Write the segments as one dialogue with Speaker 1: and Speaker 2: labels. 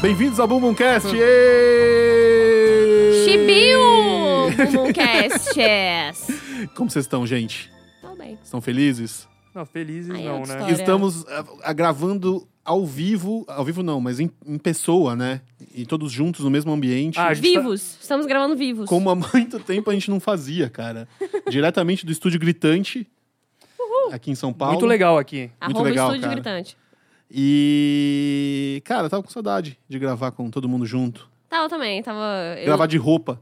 Speaker 1: Bem-vindos ao Bumbumcast! Êêêê!
Speaker 2: Chibiu! Bumbumcast!
Speaker 1: Como vocês estão, gente?
Speaker 2: Tá bem.
Speaker 1: Estão felizes?
Speaker 3: Não, felizes
Speaker 2: Aí é
Speaker 3: não,
Speaker 2: outra
Speaker 3: né?
Speaker 2: Olha.
Speaker 1: Estamos ah, ah, gravando ao vivo, ao vivo não, mas em, em pessoa, né? E todos juntos no mesmo ambiente.
Speaker 3: Ah, a gente
Speaker 2: Vivos! Estamos gravando vivos.
Speaker 1: tá como há muito tempo a gente não fazia, cara. Diretamente do estúdio Gritante, aqui em São Paulo.
Speaker 3: Muito legal aqui.
Speaker 2: Arroba
Speaker 1: muito legal,
Speaker 2: Estúdio
Speaker 1: cara.
Speaker 2: Gritante.
Speaker 1: E, cara, eu tava com saudade de gravar com todo mundo junto.
Speaker 2: Tá, eu também. Tava. eu-
Speaker 1: Gravar de roupa.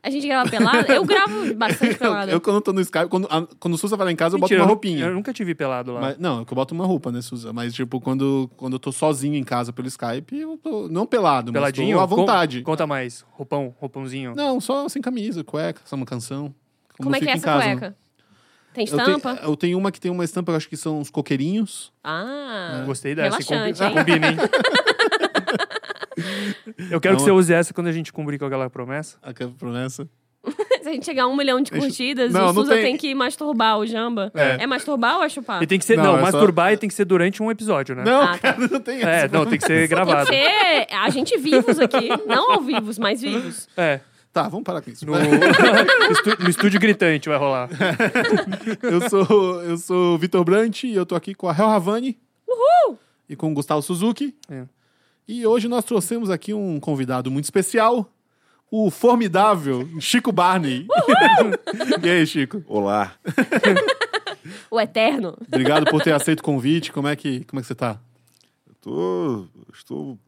Speaker 2: A gente grava pelado. Eu gravo bastante
Speaker 1: Eu,
Speaker 2: pelado.
Speaker 1: eu, quando eu tô no Skype, quando, a, quando o Suza vai lá em casa, eu
Speaker 3: Mentira,
Speaker 1: boto uma
Speaker 3: nu-
Speaker 1: roupinha.
Speaker 3: Eu nunca tive pelado lá.
Speaker 1: Mas- não, é que eu boto uma roupa, né, Suza? Mas, tipo, quando, quando eu tô sozinho em casa pelo Skype, eu tô. Não pelado,
Speaker 3: Peladinho?
Speaker 1: mas tô à
Speaker 3: Con-
Speaker 1: vontade.
Speaker 3: conta mais. Roupão, roupãozinho.
Speaker 1: Não, só sem camisa, cueca, só uma canção.
Speaker 2: Como é que
Speaker 1: fica
Speaker 2: é
Speaker 1: em
Speaker 2: essa
Speaker 1: casa, né?
Speaker 2: cueca? Tem
Speaker 1: Eu tenho-
Speaker 2: estampa?
Speaker 1: Eu tenho, uma que tem uma estampa, eu acho que são os coqueirinhos.
Speaker 2: Ah.
Speaker 3: Gostei dessa.
Speaker 2: Relaxante, hein?
Speaker 3: combi- Combina, hein? Eu quero
Speaker 1: Não.
Speaker 3: que você use essa quando a gente cumprir com aquela promessa.
Speaker 1: Aquela é promessa.
Speaker 2: Se a gente chegar a um milhão de
Speaker 1: Deixa-
Speaker 2: curtidas,
Speaker 1: Não,
Speaker 2: o
Speaker 1: não
Speaker 2: Suza
Speaker 1: tem-
Speaker 2: tem... que masturbar o jamba.
Speaker 1: É.
Speaker 2: É, masturbar ou é chupar?
Speaker 3: E tem que ser.
Speaker 1: Não,
Speaker 3: Não,
Speaker 1: é só-
Speaker 3: masturbar e tem que ser durante um episódio, né?
Speaker 1: Não,
Speaker 2: Ah, tá.
Speaker 1: cara, não tem
Speaker 3: É,
Speaker 1: essa.
Speaker 3: não, tem que ser
Speaker 2: Tem que
Speaker 3: gravado.
Speaker 1: né?
Speaker 2: ser a gente vivos aqui. Não ao vivos, mas vivos.
Speaker 3: É.
Speaker 1: Tá, vamos parar com isso.
Speaker 3: No, Estu- no estúdio gritante vai rolar.
Speaker 1: Eu sou eu sou o Vitor Brant e eu tô aqui com a Hel Havani. E com o Gustavo Suzuki.
Speaker 3: É.
Speaker 1: E hoje nós trouxemos aqui um convidado muito especial, o formidável Chico Barney. e aí, Chico?
Speaker 4: Olá.
Speaker 2: O eterno.
Speaker 1: Obrigado por ter aceito o convite. Como é que, como é que você tá?
Speaker 4: Eu tô, estou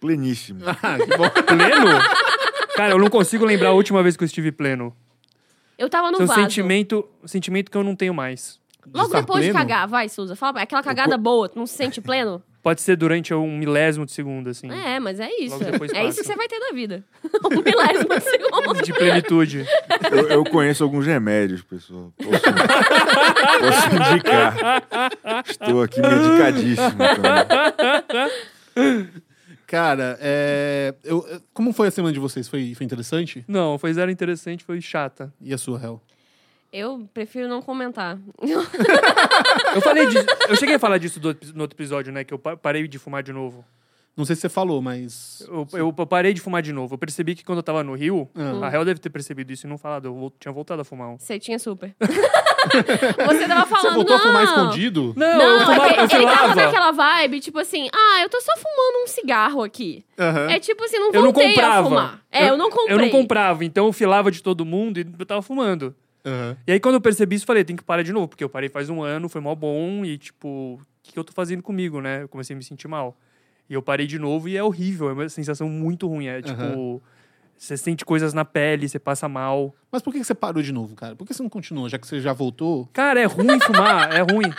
Speaker 4: pleníssimo.
Speaker 1: Ah, que bom.
Speaker 3: Pleno? Cara, eu não consigo lembrar a última vez que eu estive pleno.
Speaker 2: Eu tava no
Speaker 3: Isso é um
Speaker 2: vaso.
Speaker 3: sentimento, sentimento que eu não tenho mais.
Speaker 2: Logo
Speaker 1: estar
Speaker 2: depois de
Speaker 1: pleno?
Speaker 2: cagar, vai, Suza. Fala, aquela cagada boa, tu não se sente pleno?
Speaker 3: Pode ser durante um milésimo de segundo, assim.
Speaker 2: É, mas é isso.
Speaker 3: Logo depois
Speaker 2: É isso que
Speaker 3: passa.
Speaker 2: você vai ter na vida. Um milésimo de segundo.
Speaker 3: De plenitude.
Speaker 4: Eu, eu conheço alguns remédios, pessoal. Posso, posso indicar. Estou aqui medicadíssimo. Também.
Speaker 1: Cara, é, eu, eu- como foi a semana de vocês? Foi, foi interessante?
Speaker 3: Não, foi zero interessante, foi chata.
Speaker 1: E a sua, Hel?
Speaker 2: Eu prefiro não comentar.
Speaker 3: Eu falei disso. Eu cheguei a falar disso do outro- no outro episódio, né? Que eu pa- parei de fumar de novo.
Speaker 1: Não sei se você falou, mas.
Speaker 3: Eu, eu parei de fumar de novo. Eu percebi que quando eu tava no Rio,
Speaker 1: Ah.
Speaker 3: a Real deve ter percebido isso e não falado. Eu vol- tinha voltado a fumar um.
Speaker 2: Você tinha super. você tava
Speaker 1: Você
Speaker 2: falando,
Speaker 1: voltou
Speaker 2: não.
Speaker 1: a fumar escondido?
Speaker 3: Não,
Speaker 2: Não,
Speaker 3: eu fumava,
Speaker 2: é que
Speaker 3: eu
Speaker 2: ele tava
Speaker 3: fumava.
Speaker 2: naquela vibe, tipo assim, ah, eu tô só fumando um cigarro aqui.
Speaker 1: Aham.
Speaker 2: É tipo assim, não
Speaker 3: Eu não
Speaker 2: voltei a
Speaker 3: comprava.
Speaker 2: fumar. É, eu, não comprei.
Speaker 3: Eu não comprava, então eu filava de todo mundo e eu tava fumando.
Speaker 1: Aham.
Speaker 3: E aí, quando eu percebi isso, eu falei, tem que parar de novo, porque eu parei faz um ano, foi mó bom, e tipo, o que, que eu tô fazendo comigo, né? Eu comecei a me sentir mal. E eu parei de novo e é horrível, é uma sensação muito ruim. É tipo, você sente coisas na pele, você passa mal.
Speaker 1: Mas por que que você parou de novo, cara? Por que você não continua, já que você já voltou?
Speaker 3: Cara, é ruim fumar, é ruim.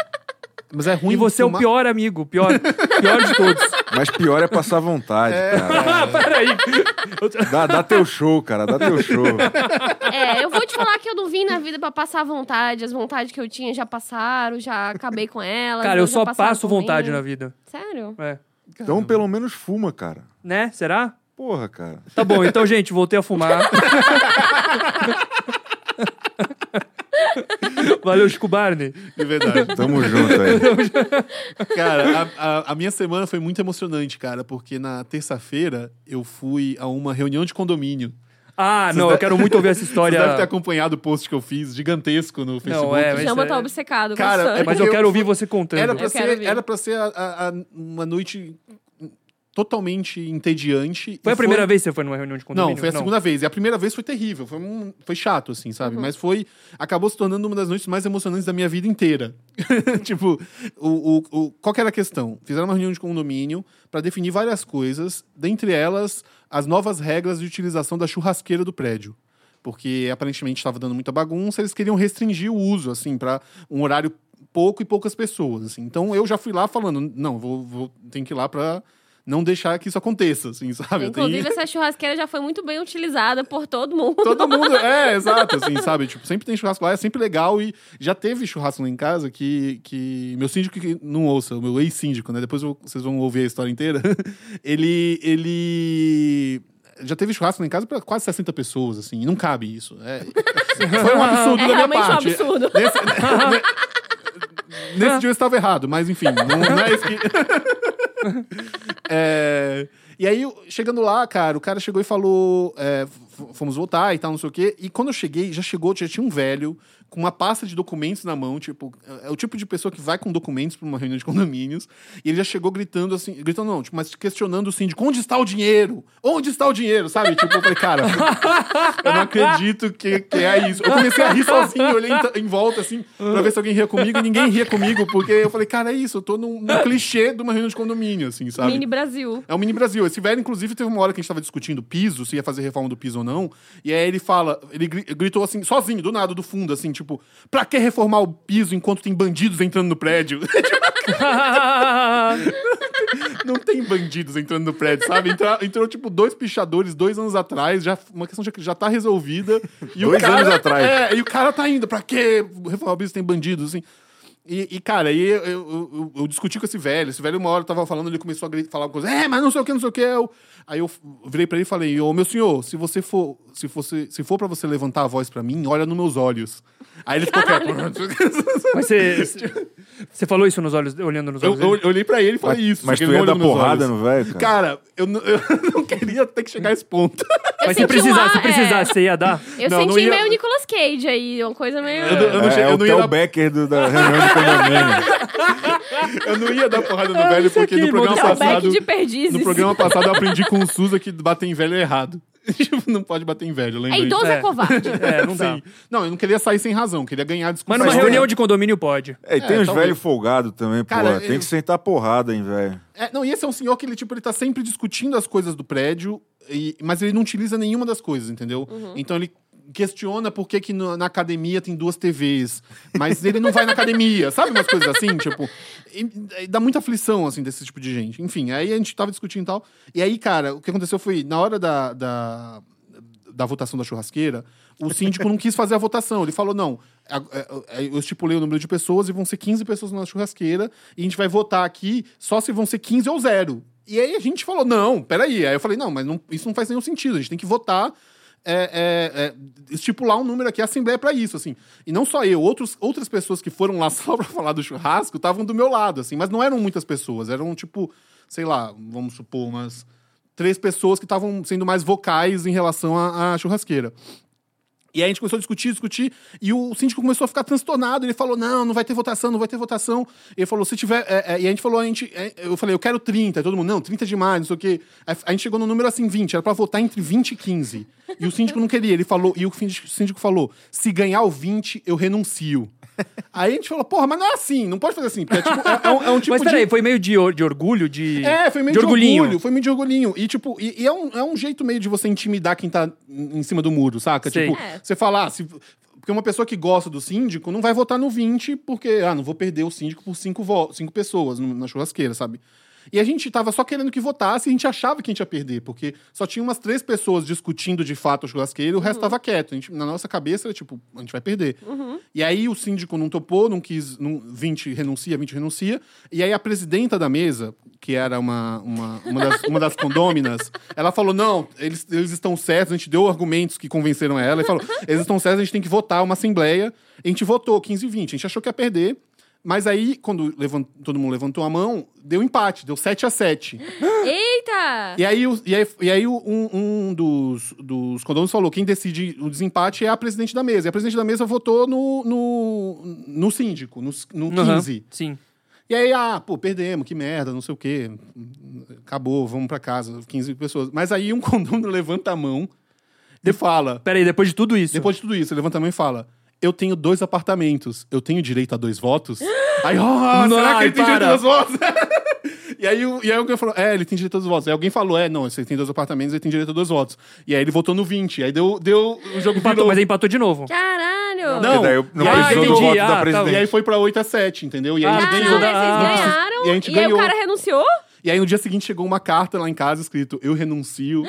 Speaker 1: Mas é ruim.
Speaker 3: E você é o
Speaker 1: fumar-
Speaker 3: pior amigo, pior, pior de todos.
Speaker 4: Mas pior é passar vontade,
Speaker 1: É.
Speaker 4: cara.
Speaker 3: Ah, peraí.
Speaker 4: Dá, dá teu show, cara. Dá teu show.
Speaker 2: É, eu vou te falar que eu não vim na vida pra passar vontade. As vontades que eu tinha já passaram, já acabei com elas.
Speaker 3: Cara, eu
Speaker 2: já
Speaker 3: só
Speaker 2: passaram
Speaker 3: passo
Speaker 2: por mim.
Speaker 3: vontade na vida.
Speaker 2: Sério?
Speaker 3: É.
Speaker 4: Então, pelo menos fuma, cara.
Speaker 3: Né? Será?
Speaker 4: Porra, cara.
Speaker 3: Tá bom, então, gente, voltei a fumar. Valeu, Chico Barney.
Speaker 1: De É verdade.
Speaker 4: Tamo junto aí.
Speaker 1: Cara, a, a- a minha semana foi muito emocionante, cara, porque na terça-feira eu fui a uma reunião de condomínio.
Speaker 3: Ah, não, eu quero muito ouvir essa
Speaker 1: Você
Speaker 3: história.
Speaker 1: deve ter acompanhado o post que eu fiz, gigantesco no Facebook.
Speaker 3: é, Mas
Speaker 2: Chama
Speaker 3: é-
Speaker 2: tá obcecado com
Speaker 1: Cara,
Speaker 2: a
Speaker 1: é
Speaker 2: história.
Speaker 3: Mas
Speaker 1: porque
Speaker 3: eu
Speaker 1: eu-
Speaker 3: quero ouvir você
Speaker 1: Era
Speaker 3: contando.
Speaker 1: pra
Speaker 2: Eu quero
Speaker 1: ser,
Speaker 2: ver.
Speaker 1: era pra ser a- a- a- uma noite totalmente entediante. E
Speaker 3: Foi a primeira vez que você foi numa reunião de condomínio?
Speaker 1: Não, foi a segunda vez. E a primeira vez foi terrível. Foi, um- foi chato, assim, sabe? Mas foi. Acabou se tornando uma das noites mais emocionantes da minha vida inteira. tipo, o, o, o- qual que era a questão? Fizeram uma reunião de condomínio para definir várias coisas, dentre elas, as novas regras de utilização da churrasqueira do prédio. Porque aparentemente estava dando muita bagunça, eles queriam restringir o uso, assim, para um horário pouco e poucas pessoas, assim. Então eu já fui lá falando, não, vou, vou tem que ir lá para não deixar que isso aconteça, assim, sabe? Eu tenho-
Speaker 2: Inclusive, essa churrasqueira já foi muito bem utilizada por todo mundo.
Speaker 1: Todo mundo, é, exato, assim, sabe? Tipo, sempre tem churrasco lá, é sempre legal e já teve churrasco lá em casa que, que meu síndico, que não ouça, o meu ex-síndico, né? Depois eu- vocês vão ouvir a história inteira. Ele, ele já teve churrasco lá em casa pra quase 60 pessoas, assim, e não cabe isso. É- foi um absurdo da
Speaker 2: É
Speaker 1: minha
Speaker 2: realmente um
Speaker 1: parte.
Speaker 2: absurdo.
Speaker 1: Nesse,
Speaker 3: Ah.
Speaker 1: nesse dia eu estava errado, mas enfim, não, não é isso que. É, E aí, eu- chegando lá, cara, o cara chegou e falou: é, f- fomos voltar e tal, não sei o quê. E quando eu cheguei, já chegou, já tinha um velho com uma pasta de documentos na mão, tipo, é o tipo de pessoa que vai com documentos pra uma reunião de condomínios. E ele já chegou gritando assim, gritando não, tipo, mas questionando assim, de onde está o dinheiro? Onde está o dinheiro? Sabe? Tipo, eu falei, cara, eu não acredito que, que é isso. Eu comecei a rir sozinho, eu olhei em, ta- em volta, assim, pra ver se alguém ria comigo, e ninguém ria comigo, porque eu falei, cara, é isso, eu tô num, num clichê de uma reunião de condomínio, assim, sabe?
Speaker 2: Mini Brasil.
Speaker 1: É o Mini Brasil. Esse velho, inclusive, teve uma hora que a gente tava discutindo piso, se ia fazer reforma do piso ou não. E aí ele fala, ele gri- gritou assim, sozinho, do nada, do fundo, assim, tipo, pra que reformar o piso enquanto tem bandidos entrando no prédio? não tem bandidos entrando no prédio, sabe? Entra- entrou, tipo, dois pichadores dois anos atrás, já, uma questão já, já tá resolvida. E
Speaker 4: Dois anos atrás.
Speaker 1: É, e o cara tá indo, pra quê? Reformar o piso tem bandidos, assim. E, e, cara, aí eu, eu- eu- eu discuti com esse velho. Esse velho, uma hora eu tava falando, ele começou a gritar, falar uma coisa, é, mas não sei o que, não sei o que. Eu... Aí eu f- virei pra ele e falei, ô meu senhor, se você for, se fosse, se for pra você levantar a voz pra mim, olha nos meus olhos. Aí ele ficou quieto.
Speaker 3: Mas você. Você falou isso nos olhos, olhando nos
Speaker 1: eu,
Speaker 3: olhos dele?
Speaker 1: eu- eu olhei pra ele e falei isso.
Speaker 4: Mas
Speaker 1: só que
Speaker 4: tu
Speaker 1: ele não
Speaker 4: ia dar
Speaker 1: olhou nos
Speaker 4: porrada
Speaker 1: olhos.
Speaker 4: no velho, cara?
Speaker 1: Cara, eu, n- eu não queria ter que chegar a esse ponto.
Speaker 3: Mas se
Speaker 2: senti um
Speaker 3: precisar,
Speaker 2: ar,
Speaker 3: se
Speaker 2: é.
Speaker 3: precisar, você ia dar.
Speaker 2: Eu
Speaker 1: Não,
Speaker 2: senti
Speaker 1: não ia-
Speaker 2: meio Nicolas Cage aí, uma coisa meio.
Speaker 1: eu não
Speaker 4: É,
Speaker 1: che-
Speaker 4: é
Speaker 1: eu
Speaker 4: o
Speaker 1: não ia
Speaker 4: Theo
Speaker 1: dar-
Speaker 4: Becker do, da reunião de condomínio.
Speaker 1: Eu não ia dar porrada no velho, porque
Speaker 3: aqui,
Speaker 1: no programa
Speaker 3: mano,
Speaker 2: É o
Speaker 1: passado.
Speaker 2: back de perdizes.
Speaker 1: No programa passado eu aprendi com o Suza que bater em velho é errado. Tipo, não pode bater em velho, lembra?
Speaker 2: É idoso é,
Speaker 3: É.
Speaker 2: covarde.
Speaker 3: É, não dá.
Speaker 1: Sim. Não, eu não queria sair sem razão, queria ganhar a
Speaker 3: Mas
Speaker 1: discussão.
Speaker 3: numa
Speaker 4: Mas tem-
Speaker 3: reunião de condomínio pode.
Speaker 4: É, e tem
Speaker 1: É,
Speaker 4: uns
Speaker 1: talvez.
Speaker 4: velhos folgados também, pô.
Speaker 1: Cara,
Speaker 4: Tem
Speaker 1: eu-
Speaker 4: que sentar porrada, hein, velho.
Speaker 1: É, não, e esse é um senhor que ele, tipo, ele tá sempre discutindo as coisas do prédio, e- mas ele não utiliza nenhuma das coisas, entendeu? Então ele questiona por que, que no- na academia tem duas TVs, mas ele não vai na academia, sabe? Umas coisas assim, tipo. E- e dá muita aflição, assim, desse tipo de gente. Enfim, aí a gente tava discutindo e tal. E aí, cara, o que aconteceu foi, na hora da- da, da votação da churrasqueira, o síndico não quis fazer a votação. Ele falou: não, a- a- a- eu estipulei o número de pessoas e vão ser 15 pessoas na churrasqueira, e a gente vai votar aqui só se vão ser 15 ou zero. E aí a gente falou: não, peraí. Aí eu falei: não, mas não- isso não faz nenhum sentido, a gente tem que votar. é, é, é, estipular um número aqui, a Assembleia é pra isso, assim. E não só eu, outros, outras pessoas que foram lá só pra falar do churrasco estavam do meu lado, assim, mas não eram muitas pessoas, eram tipo, sei lá, vamos supor, umas três pessoas que estavam sendo mais vocais em relação à, à churrasqueira. E aí a gente começou a discutir, discutir, e o síndico começou a ficar transtornado. Ele falou: não, não vai ter votação, não vai ter votação. Ele falou: se tiver. é, é, e a gente falou: a gente. é, eu falei: eu quero 30. Aí todo mundo: não, 30 é demais, não sei o quê. Aí A, gente chegou no número assim, 20. Era pra votar entre 20 e 15. E o síndico não queria. Ele falou: e o síndico síndico falou: se ganhar o 20, eu renuncio. Aí a gente falou: porra, mas não é assim, não pode fazer assim. Porque é, tipo, é- é um, é um tipo
Speaker 3: Mas
Speaker 1: de.
Speaker 3: peraí, foi meio de, or- de orgulho, de.
Speaker 1: É, foi meio de,
Speaker 3: de orgulhinho.
Speaker 1: orgulho. Foi meio de orgulhinho. E, tipo, e, e é, um, é um jeito meio de você intimidar quem tá em em cima do muro, saca?
Speaker 3: Sei.
Speaker 1: Tipo,
Speaker 2: É.
Speaker 1: você falar. Se, porque uma pessoa que gosta do síndico não vai votar no 20, porque, ah, não vou perder o síndico por cinco, vo- cinco pessoas no- na churrasqueira, sabe? E a gente tava só querendo que votasse e a gente achava que a gente ia perder, porque só tinha umas três pessoas discutindo de fato a churrasqueira e o resto tava quieto. A gente- na nossa cabeça era tipo, a gente vai perder. E aí o síndico não topou, não quis. Não, 20 renuncia, 20 renuncia. E aí a presidenta da mesa, que era uma, uma, uma, das, uma das condôminas, ela falou: não, eles, eles estão certos, a gente deu argumentos que convenceram ela e falou: eles estão certos, a gente tem que votar uma assembleia. A gente votou 15 e 20, a gente achou que ia perder. Mas aí, quando levant- todo mundo levantou a mão, deu empate, deu 7 a 7
Speaker 2: Eita!
Speaker 1: e aí, o- e aí, e aí o- um, um dos, dos condôminos falou: quem decide o desempate é a presidente da mesa. E a presidente da mesa votou no, no, no síndico, no, no
Speaker 3: Aham,
Speaker 1: 15.
Speaker 3: Sim.
Speaker 1: E aí, ah, pô, perdemos, que merda, não sei o quê. Acabou, vamos pra casa, 15 pessoas. Mas aí um condômino levanta a mão e fala:
Speaker 3: Peraí, depois de tudo isso.
Speaker 1: depois de tudo isso, ele levanta a mão e fala. Eu tenho dois apartamentos. Eu tenho direito a dois votos? Aí, ó, será
Speaker 3: Não,
Speaker 1: que ele tem direito a
Speaker 3: para.
Speaker 1: dois votos? e, aí, o- e aí alguém falou, é, ele tem direito a dois votos. Aí alguém falou, é, não, você tem dois apartamentos, ele tem direito a dois votos. E aí ele votou no 20. Aí deu, deu o jogo
Speaker 3: Empatou,
Speaker 1: virou.
Speaker 3: mas aí empatou de novo.
Speaker 2: Caralho!
Speaker 1: Não,
Speaker 4: Porque daí eu não
Speaker 1: e aí-
Speaker 4: precisou do
Speaker 1: entendi,
Speaker 4: voto
Speaker 3: ah,
Speaker 4: da
Speaker 3: tá.
Speaker 1: E aí
Speaker 4: presidente.
Speaker 1: foi pra 8 a 7, entendeu? E aí
Speaker 3: Ah,
Speaker 1: ele ganhou.
Speaker 2: Caralho, vocês ganharam!
Speaker 1: E a gente
Speaker 2: aí o
Speaker 1: ganhou.
Speaker 2: cara renunciou?
Speaker 1: E aí no dia seguinte chegou uma carta lá em casa escrito, eu renuncio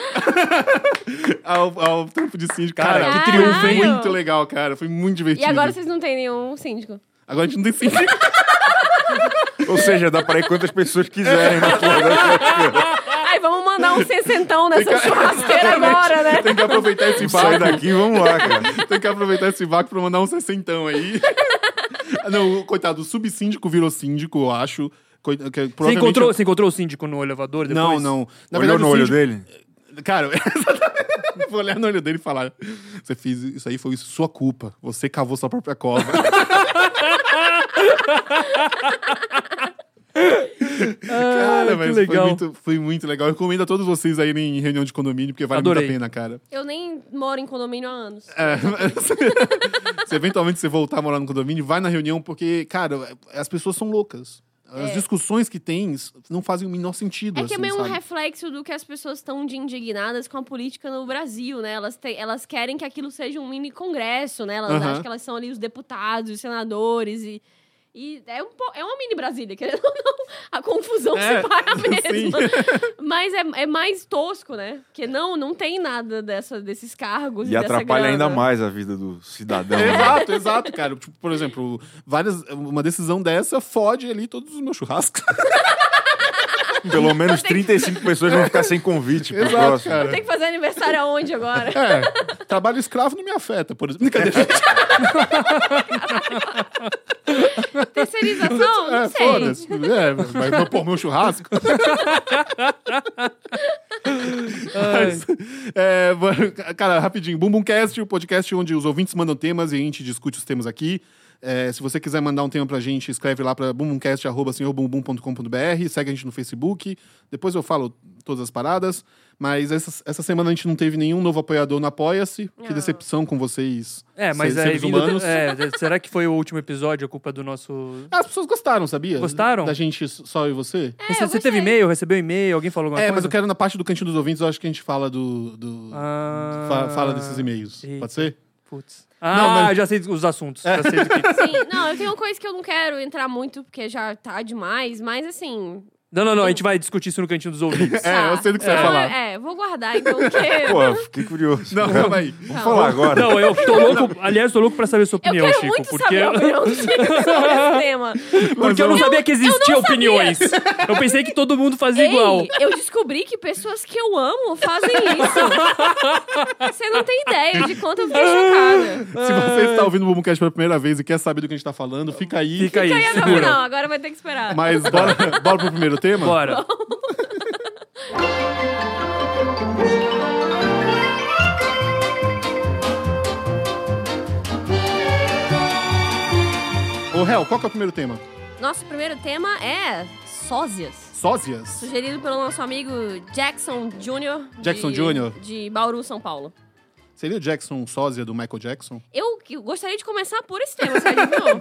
Speaker 1: ao, ao trampo de síndico. Cara,
Speaker 3: Cara,
Speaker 1: que
Speaker 2: Caralho.
Speaker 1: triunfo, hein? Muito legal, cara. Foi muito divertido.
Speaker 2: E agora vocês não têm nenhum síndico.
Speaker 1: Agora a gente não tem síndico. Tipo,
Speaker 4: Ou seja, dá pra ir quantas pessoas quiserem. né?
Speaker 2: Aí vamos mandar um sessentão nessa churrasqueira agora, né?
Speaker 1: Tem que aproveitar esse
Speaker 4: Tipo, Sai
Speaker 1: vácuo.
Speaker 4: daqui e vamos lá, cara.
Speaker 1: Tem que aproveitar esse vácuo pra mandar um sessentão aí. Ah, Não, o- coitado, o subsíndico virou síndico, eu acho. Coi- que
Speaker 3: Você
Speaker 1: provavelmente-
Speaker 3: encontrou, você encontrou o síndico no elevador depois?
Speaker 1: Não, não. Na verdade,
Speaker 4: Olhou no
Speaker 1: o
Speaker 4: olho
Speaker 1: síndico-
Speaker 4: dele?
Speaker 1: Cara, eu vou olhar no olho dele e falar: Você fez isso aí, foi sua culpa. Você cavou sua própria cova. cara,
Speaker 3: Ah, que
Speaker 1: mas
Speaker 3: legal.
Speaker 1: Foi, muito, foi muito legal. Eu recomendo a todos vocês aí em reunião de condomínio, porque vale
Speaker 3: Adorei.
Speaker 1: muito a pena, cara.
Speaker 2: Eu nem moro em condomínio há anos.
Speaker 1: É, mas- se eventualmente você voltar a morar no condomínio, vai na reunião, porque, cara, as pessoas são loucas. As discussões que tem não fazem o menor sentido.
Speaker 2: É que é
Speaker 1: assim,
Speaker 2: meio um
Speaker 1: sabe?
Speaker 2: reflexo do que as pessoas estão de indignadas com a política no Brasil, né? Elas, te- elas querem que aquilo seja um mini congresso, né? Elas
Speaker 1: Aham.
Speaker 2: acham que elas são ali os deputados, os senadores e... E é, um po- é uma mini Brasília, querendo ou não, a confusão
Speaker 1: É,
Speaker 2: se para
Speaker 1: sim.
Speaker 2: mesmo. Mas é, é mais tosco, né? Porque não, não tem nada dessa, desses cargos e,
Speaker 4: E
Speaker 2: dessa
Speaker 4: atrapalha
Speaker 2: grana.
Speaker 4: ainda mais a vida do cidadão.
Speaker 1: É,
Speaker 4: né?
Speaker 1: Exato, exato, cara. Tipo, por exemplo, várias, uma decisão dessa fode ali todos os meus churrascos.
Speaker 4: Pelo menos 35 pessoas vão ficar sem convite pro
Speaker 1: Exato,
Speaker 4: próximo.
Speaker 1: cara.
Speaker 2: Tem que fazer aniversário aonde agora?
Speaker 1: É, trabalho escravo não me afeta, por exemplo. Brincadeira, gente.
Speaker 2: Terceirização? Não
Speaker 1: É,
Speaker 2: sei.
Speaker 1: foda-se. É, mas, mas pô, meu churrasco.
Speaker 3: Ah,
Speaker 1: Mas, é, mano, cara, rapidinho. Bumbumcast, o podcast onde os ouvintes mandam temas e a gente discute os temas aqui. É, se você quiser mandar um tema pra gente, escreve lá pra bumbumcast.com.br, segue a gente no Facebook. Depois eu falo todas as paradas. Mas essa, essa semana a gente não teve nenhum novo apoiador no Apoia-se. Que
Speaker 2: Ah.
Speaker 1: decepção com vocês,
Speaker 3: É, mas
Speaker 1: se-
Speaker 3: é,
Speaker 1: seres
Speaker 3: vindo-
Speaker 1: humanos.
Speaker 3: é, será que foi o último episódio a culpa do nosso...
Speaker 1: Ah, As pessoas gostaram, sabia?
Speaker 3: Gostaram?
Speaker 1: Da gente só eu e você?
Speaker 2: É,
Speaker 3: você,
Speaker 2: eu
Speaker 3: você teve
Speaker 2: gostei.
Speaker 3: e-mail? Recebeu e-mail? Alguém falou alguma
Speaker 1: É,
Speaker 3: coisa?
Speaker 1: mas eu quero na parte do cantinho dos ouvintes, eu acho que a gente fala do. do-
Speaker 3: Ah.
Speaker 1: fa- fala desses e-mails.
Speaker 3: Eita.
Speaker 1: Pode ser?
Speaker 3: Putz. Ah,
Speaker 1: mas-
Speaker 3: já sei os assuntos. Já sei do que...
Speaker 2: Sim, não, eu tenho uma coisa que eu não quero entrar muito, porque já tá demais, mas assim.
Speaker 3: Não, não, não. A gente vai discutir isso no cantinho dos ouvintes.
Speaker 1: É, eu sei do que você vai
Speaker 2: Então,
Speaker 1: falar.
Speaker 2: É, vou guardar, então, porque.
Speaker 4: Pô, eu fiquei curioso.
Speaker 1: Não, calma aí.
Speaker 4: Vamos falar agora.
Speaker 3: Não, eu tô louco. Aliás, tô louco pra saber a sua
Speaker 2: eu
Speaker 3: opinião,
Speaker 2: quero
Speaker 3: Chico.
Speaker 2: muito
Speaker 3: porque
Speaker 2: saber a opinião do Chico sobre esse tema.
Speaker 3: porque eu não sabia que existia opiniões. Eu pensei que todo mundo fazia igual.
Speaker 2: Ei, eu descobri que pessoas que eu amo fazem isso. Você não tem ideia de quanto eu fiquei chocada.
Speaker 1: Se você está ouvindo o Bumbumcast pela primeira vez e quer saber do que a gente tá falando, fica aí.
Speaker 3: Fica aí,
Speaker 2: Não, não,
Speaker 3: segura.
Speaker 2: não, Então, agora vai ter que esperar.
Speaker 1: Mas bora, bora pro primeiro tema?
Speaker 3: Bora.
Speaker 1: Ô, Hel, qual que é o primeiro tema?
Speaker 2: Nosso primeiro tema é sósias.
Speaker 1: Sósias?
Speaker 2: Sugerido pelo nosso amigo Jackson Jr.
Speaker 1: Jackson
Speaker 2: de-
Speaker 1: Jr..
Speaker 2: De Bauru, São Paulo.
Speaker 1: Seria o Jackson um sósia do Michael Jackson?
Speaker 2: Eu que- gostaria de começar por esse tema, você adivinhou?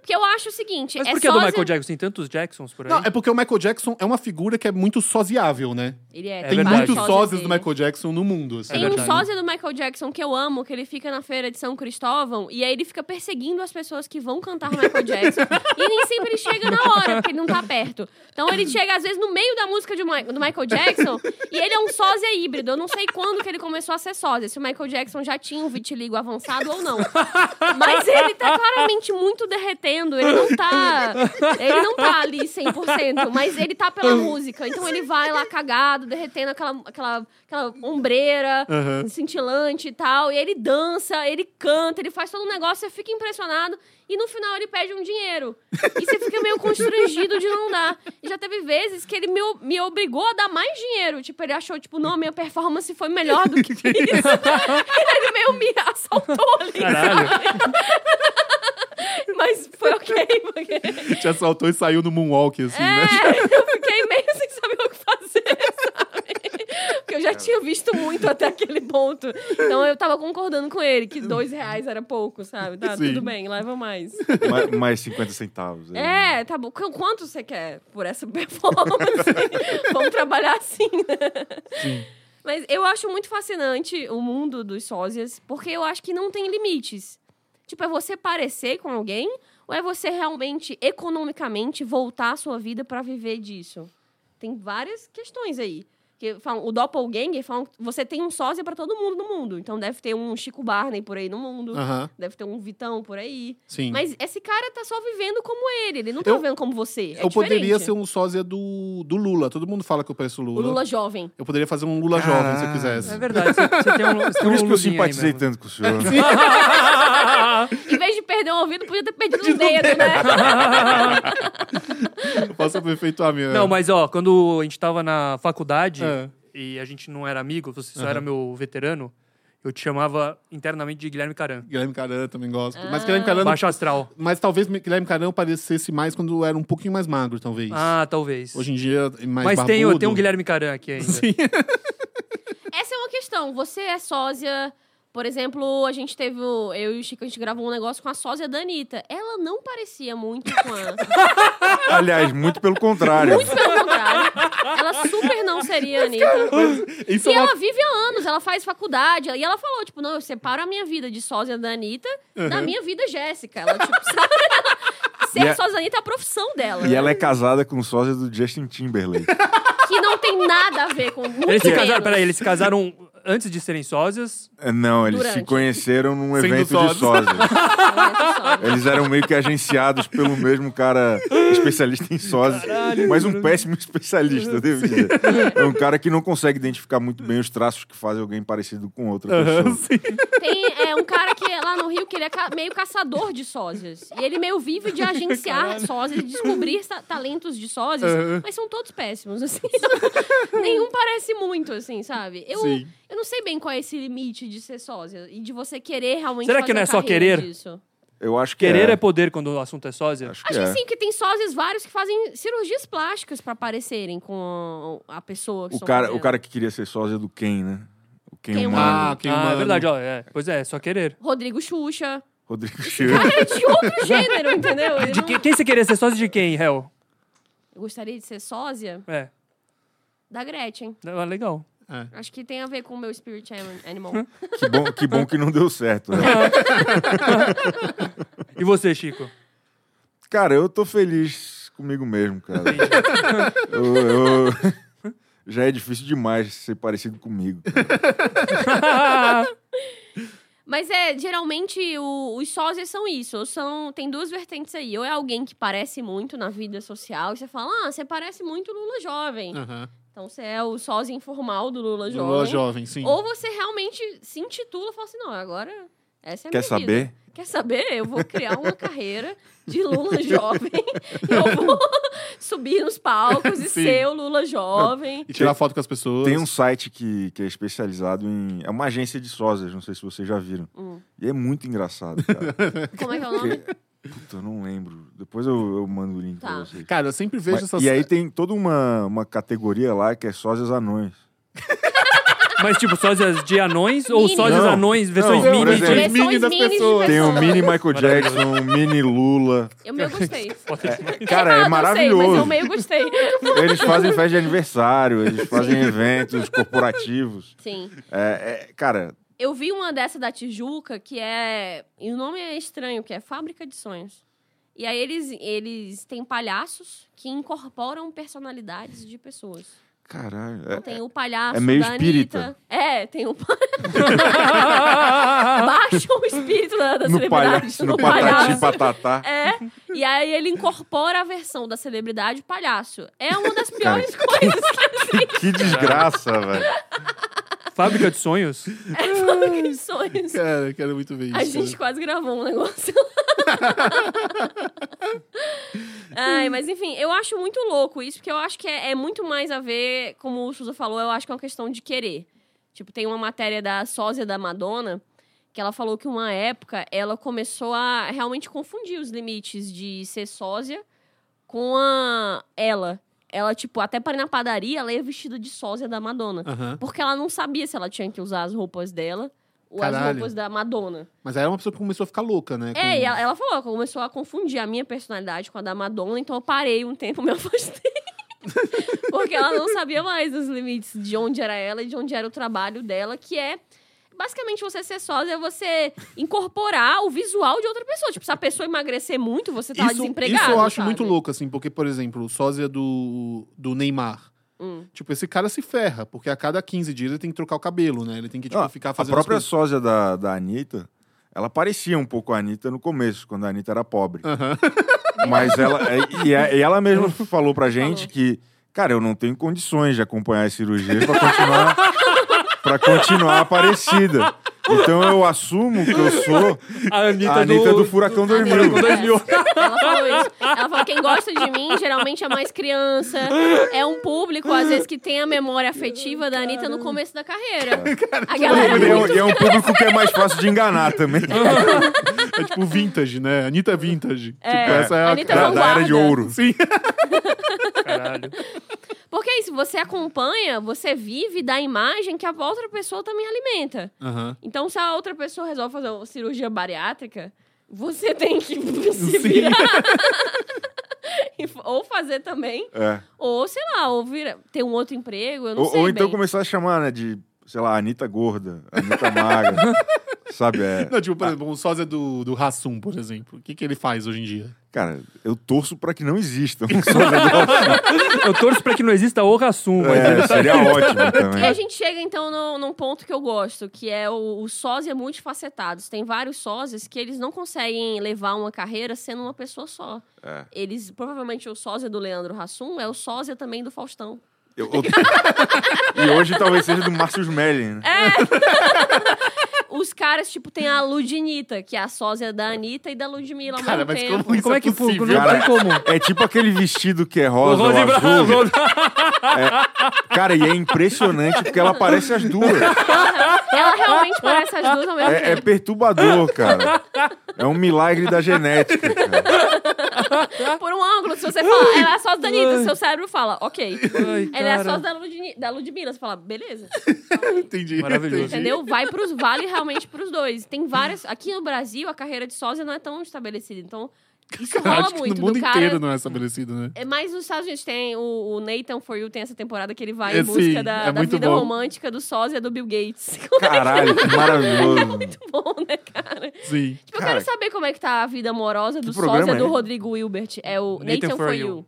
Speaker 2: Porque eu acho o seguinte...
Speaker 3: Mas
Speaker 2: é
Speaker 3: por que do
Speaker 2: sósia-
Speaker 3: Michael Jackson? Tem tantos Jacksons por aí?
Speaker 1: Não, é porque o Michael Jackson é uma figura que é muito sosiável, né?
Speaker 2: Ele é,
Speaker 1: Tem
Speaker 3: verdade.
Speaker 2: vários
Speaker 1: muitos sósias do
Speaker 2: dele.
Speaker 1: Michael Jackson no mundo, assim.
Speaker 3: É
Speaker 2: Tem um
Speaker 3: verdade.
Speaker 2: sósia do Michael Jackson que eu amo, que ele fica na feira de São Cristóvão e aí ele fica perseguindo as pessoas que vão cantar Michael Jackson. e nem sempre ele chega na hora, porque ele não tá perto. Então ele chega, às vezes, no meio da música de Ma- do Michael Jackson e ele é um sósia híbrido. Eu não sei quando que ele começou a ser sósia, se o Michael Jackson já tinha um vitiligo avançado ou não. Mas ele tá claramente muito derretendo. Ele não tá. Ele não tá ali 100%, mas ele tá pela música. Então ele vai lá cagado, derretendo aquela, aquela, aquela ombreira cintilante e tal. E ele dança, ele canta, ele faz todo um negócio, você fica impressionado. E no final ele pede um dinheiro. E você fica meio constrangido de não dar. E já teve vezes que ele me, o- me obrigou a dar mais dinheiro. Tipo, ele achou, tipo, não, minha performance foi melhor do que isso. ele meio me assaltou ali.
Speaker 3: Caralho.
Speaker 2: Mas foi ok, porque...
Speaker 1: Te assaltou e saiu no moonwalk, assim, né?
Speaker 2: É, eu fiquei meio sem saber o que fazer, sabe? Porque eu já tinha visto muito até aquele ponto. Então eu tava concordando com ele, que dois reais era pouco, sabe? Tá,
Speaker 1: Sim.
Speaker 2: tudo bem, leva mais.
Speaker 4: Mais, mais 50 centavos. né? aí.
Speaker 2: É, tá bom. Qu- Quanto você quer por essa performance? Vamos trabalhar assim, né? Mas eu acho muito fascinante o mundo dos sósias, porque eu acho que não tem limites. Tipo, é você parecer com alguém ou é você realmente, economicamente, voltar a sua vida pra viver disso? Tem várias questões aí. Que falam, o doppelganger, falam que você tem um sósia pra todo mundo no mundo. Então deve ter um Chico Barney por aí no mundo.
Speaker 1: Aham,
Speaker 2: Deve ter um Vitão por aí.
Speaker 1: sim.
Speaker 2: Mas esse cara tá só vivendo como ele. Ele não tá
Speaker 1: Eu-
Speaker 2: vivendo como você. É
Speaker 1: eu poderia
Speaker 2: diferente.
Speaker 1: ser um sósia do, do Lula. Todo mundo fala que eu pareço
Speaker 2: O
Speaker 1: Lula.
Speaker 2: Lula jovem.
Speaker 1: Eu poderia fazer um Lula jovem se eu
Speaker 4: Caralho.
Speaker 1: quisesse.
Speaker 3: É verdade, você, você tem um. Você tem
Speaker 4: Por
Speaker 3: um
Speaker 4: isso que
Speaker 3: Lulinha
Speaker 4: eu
Speaker 3: aí
Speaker 4: simpatizei
Speaker 3: mesmo.
Speaker 4: tanto com o senhor. né?
Speaker 2: Em vez de perder um ouvido, podia ter perdido um dedo, né?
Speaker 1: Eu posso aperfeiçoar minha.
Speaker 3: Não, mas ó, quando a gente tava na faculdade
Speaker 1: É.
Speaker 3: e a gente não era amigo, você só
Speaker 1: Aham.
Speaker 3: era meu veterano, eu te chamava internamente de Guilherme Caran.
Speaker 1: Guilherme Caran também gosto. Mas
Speaker 2: Ah.
Speaker 1: Guilherme Caran.
Speaker 3: Baixo astral.
Speaker 1: Mas talvez Guilherme Caran parecesse mais quando era um pouquinho mais magro, talvez.
Speaker 3: Ah, talvez.
Speaker 1: Hoje em dia, é mais
Speaker 3: mas tem,
Speaker 1: barbudo.
Speaker 3: tem um Guilherme Caran aqui ainda.
Speaker 1: Sim.
Speaker 2: Essa é uma questão. Você é sósia. Por exemplo, a gente teve. o- Eu e o Chico, a gente gravou um negócio com a sósia da Anitta. Ela não parecia muito com a.
Speaker 4: Aliás, muito pelo contrário.
Speaker 2: Muito pelo contrário. Ela super não seria a Anitta.
Speaker 1: Isso
Speaker 2: E
Speaker 1: é uma...
Speaker 2: ela vive há anos, ela faz faculdade. E ela falou, tipo, não, eu separo a minha vida de sósia da Anitta
Speaker 1: Uhum.
Speaker 2: da minha vida Jéssica. Ela, tipo, sabe? Ser
Speaker 4: E a-
Speaker 2: sósia da Anitta é a profissão dela.
Speaker 4: E ela é casada com o sósia do Justin Timberlake.
Speaker 2: Que não tem nada a ver com. né? Muito
Speaker 3: Eles se
Speaker 2: menos.
Speaker 3: casaram, peraí, eles se casaram antes de serem sósias.
Speaker 4: É, Não, eles se
Speaker 2: Durante.
Speaker 4: conheceram num
Speaker 1: Sendo
Speaker 4: evento de
Speaker 1: sósias.
Speaker 4: sósia.
Speaker 2: Ela é sósia.
Speaker 4: Eles eram meio que agenciados pelo mesmo cara especialista em sósia. mas um péssimo especialista, eu devo dizer. É um cara que não consegue identificar muito bem os traços que fazem alguém parecido com outra pessoa.
Speaker 2: Tem é, um cara que lá no Rio que ele é ca- meio caçador de sósias. E ele meio vive de agenciar sósias, de descobrir ta- talentos de sósias,
Speaker 1: Aham.
Speaker 2: mas são todos péssimos, assim. Nenhum parece muito, assim, sabe? Eu,
Speaker 1: Sim.
Speaker 2: eu não sei bem qual é esse limite de ser sósia e de você querer realmente
Speaker 3: Será que
Speaker 2: fazer
Speaker 3: não é só
Speaker 2: carreira
Speaker 3: querer?
Speaker 2: disso.
Speaker 4: Eu acho que
Speaker 3: Querer é.
Speaker 4: é.
Speaker 3: poder quando o assunto é sósia.
Speaker 4: Acho que
Speaker 2: Acho
Speaker 4: é.
Speaker 2: que sim, que tem sósias vários que fazem cirurgias plásticas pra parecerem com a pessoa que
Speaker 4: O
Speaker 2: estão
Speaker 4: cara,
Speaker 2: fazendo.
Speaker 4: o cara que queria ser sósia do Ken, né? O Ken
Speaker 2: Ken
Speaker 4: humano.
Speaker 1: Ah, quem
Speaker 3: ah, é
Speaker 1: humano.
Speaker 3: verdade, ó. é. Pois é, é só querer.
Speaker 2: Rodrigo Xuxa.
Speaker 4: Rodrigo Cheiro.
Speaker 2: É de outro gênero, entendeu? Ele
Speaker 3: De
Speaker 2: não-
Speaker 3: que- quem você queria ser sósia de quem, Hel?
Speaker 2: Eu gostaria de ser sósia
Speaker 3: É.
Speaker 2: da Gretchen.
Speaker 3: Ah, legal.
Speaker 2: Acho que tem a ver com o meu spirit an- animal.
Speaker 4: Que bom, que bom que não deu certo, né?
Speaker 3: E você, Chico?
Speaker 4: Cara, eu tô feliz comigo mesmo, cara. Eu- eu- Já é difícil demais ser parecido comigo. cara.
Speaker 2: Mas é, geralmente o- os sósias são isso. Ou são, tem duas vertentes aí. Ou é alguém que parece muito na vida social e você fala, ah, você parece muito Lula jovem.
Speaker 1: Aham.
Speaker 2: Então você é o sósia informal do Lula jovem.
Speaker 1: Lula jovem, sim.
Speaker 2: Ou você realmente se intitula e fala assim, não, agora essa é a minha
Speaker 4: Quer
Speaker 2: vida.
Speaker 4: saber?
Speaker 2: Quer saber? Eu vou criar uma carreira de Lula jovem. Eu vou subir nos palcos e
Speaker 1: Sim.
Speaker 2: ser o Lula jovem.
Speaker 1: E tirar foto com as pessoas.
Speaker 4: Tem um site que, que é especializado em. É uma agência de sósias, não sei se vocês já viram.
Speaker 2: Hum.
Speaker 4: E é muito engraçado, cara.
Speaker 2: Como é que é o nome?
Speaker 4: Porque- Puta, eu não lembro. Depois eu, eu mando o link
Speaker 2: Tá.
Speaker 4: pra vocês.
Speaker 1: Cara, eu sempre vejo
Speaker 4: Mas-
Speaker 1: essas...
Speaker 4: e aí tem toda uma, uma categoria lá que é sósias anões.
Speaker 3: Mas, tipo, sósias de anões ou
Speaker 2: Mini.
Speaker 3: sósias
Speaker 4: Não.
Speaker 3: anões, versões
Speaker 4: Não,
Speaker 3: mini
Speaker 4: por
Speaker 3: de.
Speaker 4: exemplo,
Speaker 1: Versões mini das
Speaker 2: minis um de
Speaker 1: pessoas.
Speaker 4: um né? Tem um o
Speaker 2: pessoas.
Speaker 4: mini Michael Jackson, o mini Lula.
Speaker 2: Eu meio gostei.
Speaker 4: Cara,
Speaker 2: Eu não
Speaker 4: é
Speaker 2: sei, mas eu
Speaker 4: maravilhoso.
Speaker 2: meio gostei.
Speaker 4: Eles fazem festa de aniversário, eles fazem eventos corporativos.
Speaker 2: Sim.
Speaker 4: É, é- cara,
Speaker 2: Eu vi uma dessa da Tijuca que é. E o nome é estranho, que é Fábrica de Sonhos. E aí eles, eles têm palhaços que incorporam personalidades de pessoas.
Speaker 4: caralho.
Speaker 2: Então
Speaker 4: é-
Speaker 2: tem o palhaço
Speaker 4: é meio
Speaker 2: da
Speaker 4: espírita.
Speaker 2: Anitta. É, tem o palhaço. Baixa o espírito da, da
Speaker 4: no
Speaker 2: celebridade.
Speaker 4: palhaço, no patati patatá.
Speaker 2: É, e aí ele incorpora a versão da celebridade palhaço. É uma das
Speaker 4: Cara,
Speaker 2: piores coisas que existe
Speaker 4: Que desgraça, velho.
Speaker 3: Fábrica de sonhos?
Speaker 2: é fábrica de sonhos.
Speaker 1: Cara, eu quero muito ver isso. né?
Speaker 2: A gente quase gravou um negócio. Ai, mas enfim, eu acho muito louco isso, porque eu acho que é, é muito mais a ver, como o Suza falou, eu acho que é uma questão de querer. Tipo, tem uma matéria da sósia da Madonna, que ela falou que uma época ela começou a realmente confundir os limites de ser sósia com a ela. Ela, tipo, até para ir na padaria, ela ia vestida de sósia da Madonna.
Speaker 1: Aham.
Speaker 2: Porque ela não sabia se ela tinha que usar as roupas dela ou as
Speaker 1: Caralho.
Speaker 2: roupas da Madonna.
Speaker 1: Mas aí é uma pessoa que começou a ficar louca, né?
Speaker 2: É, e ela, ela falou, começou a confundir a minha personalidade com a da Madonna, então eu parei um tempo, me afastei. Porque ela não sabia mais os limites de onde era ela e de onde era o trabalho dela, que é basicamente você ser sósia é você incorporar o visual de outra pessoa. Tipo, se a pessoa emagrecer muito, você tá
Speaker 1: isso,
Speaker 2: desempregado.
Speaker 1: Isso eu acho
Speaker 2: sabe?
Speaker 1: muito louco, assim, porque, por exemplo, o sósia do, do Neymar.
Speaker 2: Hum.
Speaker 1: Tipo, esse cara se ferra, porque a cada 15 dias ele tem que trocar o cabelo, né? Ele tem que, tipo,
Speaker 4: Ah,
Speaker 1: ficar
Speaker 4: a
Speaker 1: fazendo. as
Speaker 4: própria
Speaker 1: coisas.
Speaker 4: sósia da, da Anitta, ela parecia um pouco a Anitta no começo, quando a Anitta era pobre. Mas ela. é, E, e ela mesma falou pra gente que, cara, eu não tenho condições de acompanhar as cirurgias pra continuar. pra continuar parecida. Então eu assumo que eu sou
Speaker 3: A Anitta,
Speaker 4: a Anitta do, Furacão
Speaker 2: Ela
Speaker 4: 2000.
Speaker 3: Furacão 2000.
Speaker 2: Ela falou isso. Ela falou: quem gosta de mim geralmente é mais criança. É um público, às vezes, que tem a memória afetiva da Anitta no começo da carreira. A galera
Speaker 4: E é, um-
Speaker 2: muito
Speaker 4: e é um público que é mais fácil de enganar também.
Speaker 1: É tipo vintage, né? Anitta vintage.
Speaker 2: É,
Speaker 1: Tipo, essa é a
Speaker 2: Anitta
Speaker 4: Da,
Speaker 1: cara.
Speaker 2: vanguarda.
Speaker 4: da era de ouro.
Speaker 1: Sim.
Speaker 3: Caralho.
Speaker 2: Porque é isso, você acompanha, você vive da imagem que a outra pessoa também alimenta.
Speaker 1: Aham.
Speaker 2: Então, se a outra pessoa resolve fazer uma cirurgia bariátrica, você tem que se
Speaker 1: Sim.
Speaker 2: virar. E f- ou fazer também,
Speaker 4: É.
Speaker 2: ou sei lá, ou vira, ter um outro emprego, eu não
Speaker 4: Ou,
Speaker 2: sei
Speaker 4: ou então
Speaker 2: bem.
Speaker 4: começar a chamar, né, de, sei lá, Anitta gorda, Anitta magra. Sabe? É,
Speaker 1: Não,
Speaker 3: Tá.
Speaker 1: tipo, por exemplo, o sósia do, do Hassum, por exemplo. O que, que ele faz hoje em dia?
Speaker 4: cara, eu torço pra que não exista. um sósia do-
Speaker 3: Eu torço pra que não exista o Rassum, mas deve
Speaker 4: É,
Speaker 3: tá-
Speaker 4: seria ótimo
Speaker 2: E a
Speaker 4: também.
Speaker 2: gente chega, então, no, num ponto que eu gosto, que é o, o sósia multifacetados. Tem vários sósias que eles não conseguem levar uma carreira sendo uma pessoa só.
Speaker 4: É.
Speaker 2: Eles, provavelmente, o sósia do Leandro Hassum é o sósia também do Faustão.
Speaker 4: Eu- eu- E hoje talvez seja do Márcio Smelling, né?
Speaker 2: É. Os caras, tipo, tem a Ludinita, que é a sósia da Anitta e da Ludmilla ao
Speaker 1: Cara,
Speaker 2: mesmo
Speaker 1: mas
Speaker 2: tempo.
Speaker 1: como isso
Speaker 3: Como é
Speaker 1: é
Speaker 3: que pô,
Speaker 1: possível?
Speaker 3: Não
Speaker 4: cara.
Speaker 3: tem como.
Speaker 4: É tipo aquele vestido que é rosa,
Speaker 3: Rosa e
Speaker 4: ou azul.
Speaker 3: branco.
Speaker 4: Cara, e é impressionante porque ela parece as duas.
Speaker 2: Ela realmente parece as duas ao mesmo
Speaker 4: É, é
Speaker 2: tempo.
Speaker 4: perturbador, cara. É um milagre da genética. cara.
Speaker 2: Por um ângulo, se você fala, ela é a sósia da Anitta, seu cérebro fala, ok.
Speaker 3: Ai,
Speaker 2: Ela é a
Speaker 3: cara.
Speaker 2: sósia da, Ludini, da Ludmilla, você fala, beleza.
Speaker 1: Entendi.
Speaker 3: Maravilhoso.
Speaker 1: Entendi.
Speaker 2: Entendeu? Vai pros, vale realmente pros dois. Tem várias. Aqui no Brasil, a carreira de sósia não é tão estabelecida. Então, isso rola
Speaker 1: Acho que
Speaker 2: muito.
Speaker 1: no mundo
Speaker 2: do cara.
Speaker 1: inteiro não é estabelecido, né?
Speaker 2: É, Mas nos Estados Unidos tem o, o Nathan For You, tem essa temporada que ele vai
Speaker 1: É,
Speaker 2: em busca
Speaker 1: sim,
Speaker 2: da,
Speaker 1: é
Speaker 2: da
Speaker 1: muito
Speaker 2: vida
Speaker 1: bom.
Speaker 2: romântica do sósia do Bill Gates.
Speaker 4: Caralho, que maravilhoso.
Speaker 2: Muito bom, né, cara?
Speaker 1: Sim.
Speaker 2: Tipo, eu
Speaker 4: Cara,
Speaker 2: quero saber como é que tá a vida amorosa do
Speaker 4: programa
Speaker 2: sósia
Speaker 4: é
Speaker 2: do
Speaker 4: esse?
Speaker 2: Rodrigo Wilbert. É o Nathan, For, you.
Speaker 3: You.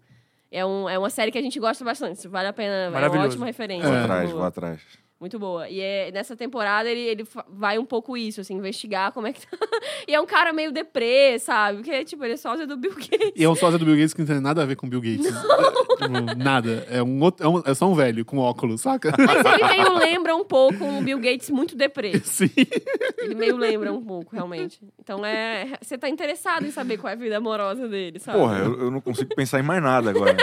Speaker 2: É, um, é uma série que a gente gosta bastante. Isso Vale a pena. É uma
Speaker 3: Maravilhoso.
Speaker 2: ótima referência.
Speaker 4: Vou
Speaker 2: muito
Speaker 4: atrás,
Speaker 2: boa.
Speaker 4: vou atrás.
Speaker 2: Muito boa. E é, nessa temporada ele, ele fa- vai um pouco isso, assim, investigar como é que tá. E é um cara meio deprê, sabe? Porque, tipo, ele é sósia do Bill Gates.
Speaker 1: E é um sósia do Bill Gates que não tem nada a ver com o Bill Gates. Tipo, nada. É, um outro, é, um- é só um velho com óculos, saca?
Speaker 2: Mas ele meio lembra um pouco um Bill Gates muito deprê.
Speaker 1: Sim.
Speaker 2: Ele meio lembra um pouco, realmente. Então é. Você tá interessado em saber qual é a vida amorosa dele, sabe?
Speaker 4: Porra, eu, eu não consigo pensar em mais nada agora.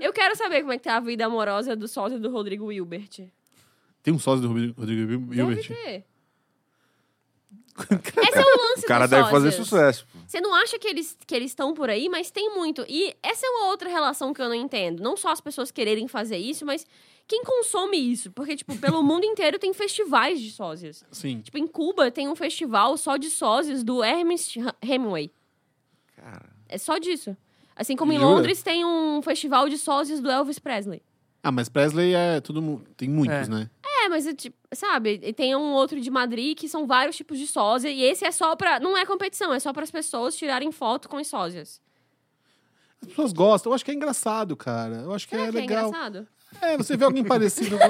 Speaker 2: Eu quero saber como é que tá a vida amorosa do sósia do Rodrigo Wilbert.
Speaker 1: Tem um sósia do Rodrigo Rodrigo
Speaker 2: Deve
Speaker 1: Hilbert.
Speaker 2: ter. Esse é o lance
Speaker 4: O cara
Speaker 2: dos
Speaker 4: deve fazer
Speaker 2: sósias.
Speaker 4: sucesso. pô.
Speaker 2: Você não acha que eles que eles estão por aí, mas tem muito. E essa é uma outra relação que eu não entendo. Não só as pessoas quererem fazer isso, mas quem consome isso? Porque, tipo, pelo mundo inteiro tem festivais de sósias.
Speaker 1: Sim.
Speaker 2: Tipo, em Cuba tem um festival só de sósias do Ernest Hemingway.
Speaker 4: Cara.
Speaker 2: É só disso. Assim como em
Speaker 1: Jura?
Speaker 2: Londres tem um festival de sósias do Elvis Presley.
Speaker 1: Ah, mas Presley é todo mundo. Tem muitos,
Speaker 3: É.
Speaker 1: né?
Speaker 2: É, mas, é tipo, sabe? E tem um outro de Madrid que são vários tipos de sósia. E esse é só pra... Não é competição, é só para as pessoas tirarem foto com as sósias.
Speaker 1: As pessoas gostam. Eu acho que é engraçado, cara. Eu acho que
Speaker 2: Será
Speaker 1: é
Speaker 2: que é
Speaker 1: legal.
Speaker 2: engraçado?
Speaker 1: É, você vê alguém parecido com...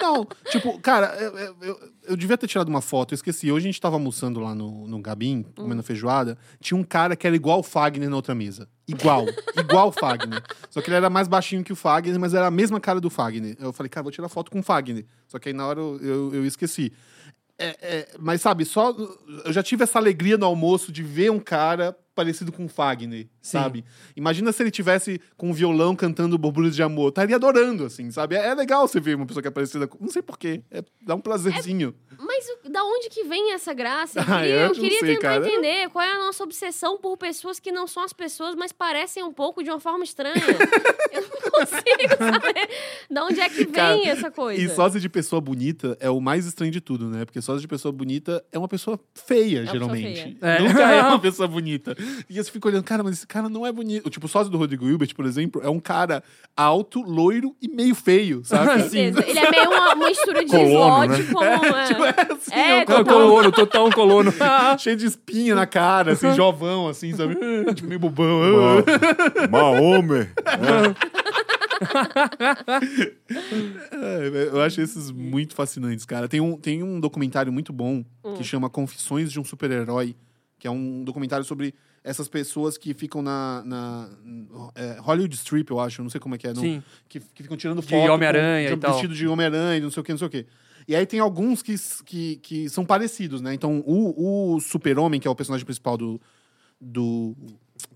Speaker 1: Não, tipo, cara, eu, eu- eu- eu devia ter tirado uma foto, eu esqueci. Hoje a gente tava almoçando lá no, no Gabim, comendo feijoada. Tinha um cara que era igual o Fagner na outra mesa. Igual, igual o Fagner. Só que ele era mais baixinho que o Fagner, mas era a mesma cara do Fagner. Eu falei, cara, vou tirar foto com o Fagner. Só que aí na hora eu, eu, eu esqueci. É, é, mas sabe, só. Eu já tive essa alegria no almoço de ver um cara parecido com o Fagner, sabe? Imagina se ele tivesse com um violão cantando Borbulhos de Amor. Eu Estaria adorando, assim, sabe? É, é legal você ver uma pessoa que é parecida com. Não sei porquê. É, dá um
Speaker 2: É
Speaker 1: prazerzinho.
Speaker 2: Mas o- da onde que vem essa graça? Eu
Speaker 1: Ah,
Speaker 2: queria,
Speaker 1: eu
Speaker 2: eu
Speaker 1: não
Speaker 2: queria
Speaker 1: sei,
Speaker 2: tentar
Speaker 1: cara.
Speaker 2: entender qual é a nossa obsessão por pessoas que não são as pessoas, mas parecem um pouco de uma forma estranha. eu não consigo saber da onde é que vem
Speaker 1: Cara,
Speaker 2: essa coisa.
Speaker 1: E sósia de pessoa bonita é o mais estranho de tudo, né? Porque sósia de pessoa bonita é uma pessoa feia,
Speaker 2: pessoa
Speaker 1: geralmente.
Speaker 2: feia.
Speaker 3: É.
Speaker 1: Nunca é uma pessoa bonita. E você fica olhando, cara, mas esse cara não é bonito. Tipo, o sósia do Rodrigo Hilbert, por exemplo, é um cara alto, loiro e meio feio, sabe?
Speaker 2: Com certeza. Ele é meio uma, uma mistura de
Speaker 4: Colono, né?
Speaker 2: Zod com... é.
Speaker 1: assim,
Speaker 2: É,
Speaker 1: é um
Speaker 3: Col-
Speaker 1: cara
Speaker 3: Colono, total um colono.
Speaker 1: cheio de espinha na cara, assim, jovão, assim, sabe? Tipo, meio bobão.
Speaker 4: Maomé.
Speaker 1: É, Eu acho esses muito fascinantes, cara. Tem um, tem um documentário muito bom que chama Confissões de um Super-Herói, que é um documentário sobre essas pessoas que ficam na, na, é, Hollywood Strip, eu acho, eu não sei como é que é. Não,
Speaker 3: Sim.
Speaker 1: Que, que ficam tirando
Speaker 3: De
Speaker 1: foto. com-
Speaker 3: Homem-Aranha
Speaker 1: de-
Speaker 3: e tal.
Speaker 1: Vestido de Homem-Aranha, não sei o que, não sei o que. E aí tem alguns que, s- que, que são parecidos, né? Então, o, o Super-Homem, que é o personagem principal do, do,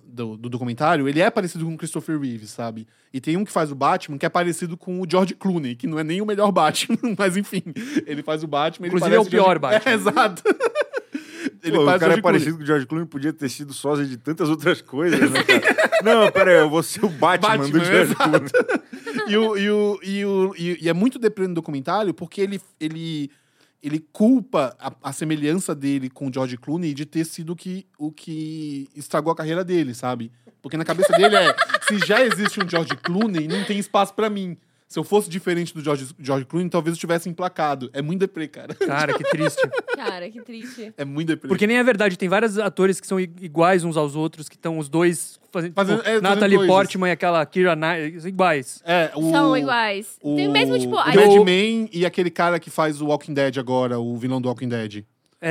Speaker 1: do, do documentário, ele é parecido com o Christopher Reeve, sabe? E tem um que faz o Batman que é parecido com o George Clooney, que não é nem o melhor Batman, mas enfim, ele faz o Batman. Ele
Speaker 3: Inclusive, é o
Speaker 1: parece George-
Speaker 3: pior Batman.
Speaker 1: É, exato.
Speaker 4: Pô, o cara
Speaker 1: George
Speaker 4: é parecido com o George Clooney, podia ter sido sósia de tantas outras coisas, né, cara? Não, pera aí, eu vou ser o Batman,
Speaker 1: Batman,
Speaker 4: do George
Speaker 1: exato.
Speaker 4: Clooney.
Speaker 1: e, o, e, o, e, o, e, e é muito deprê no documentário porque ele, ele, ele culpa a, a semelhança dele com o George Clooney de ter sido o que, o que estragou a carreira dele, sabe? Porque na cabeça dele é: se já existe um George Clooney, não tem espaço pra mim. Se eu fosse diferente do George, George Clooney, talvez eu tivesse emplacado. É muito deprê, cara.
Speaker 3: Cara, que triste.
Speaker 2: Cara, que triste.
Speaker 1: É muito deprê.
Speaker 3: Porque nem é verdade, tem vários atores que são i- iguais uns aos outros, que estão os dois fazendo.
Speaker 1: Fazendo-
Speaker 3: tipo,
Speaker 1: é, fazendo
Speaker 3: Natalie
Speaker 1: coisas.
Speaker 3: Portman e aquela Kira Knight, iguais.
Speaker 1: é, o,
Speaker 2: São iguais.
Speaker 1: O,
Speaker 2: Tem mesmo, tipo...
Speaker 1: o
Speaker 2: a-
Speaker 1: Madman e aquele cara que faz o Walking Dead agora, o vilão do Walking Dead.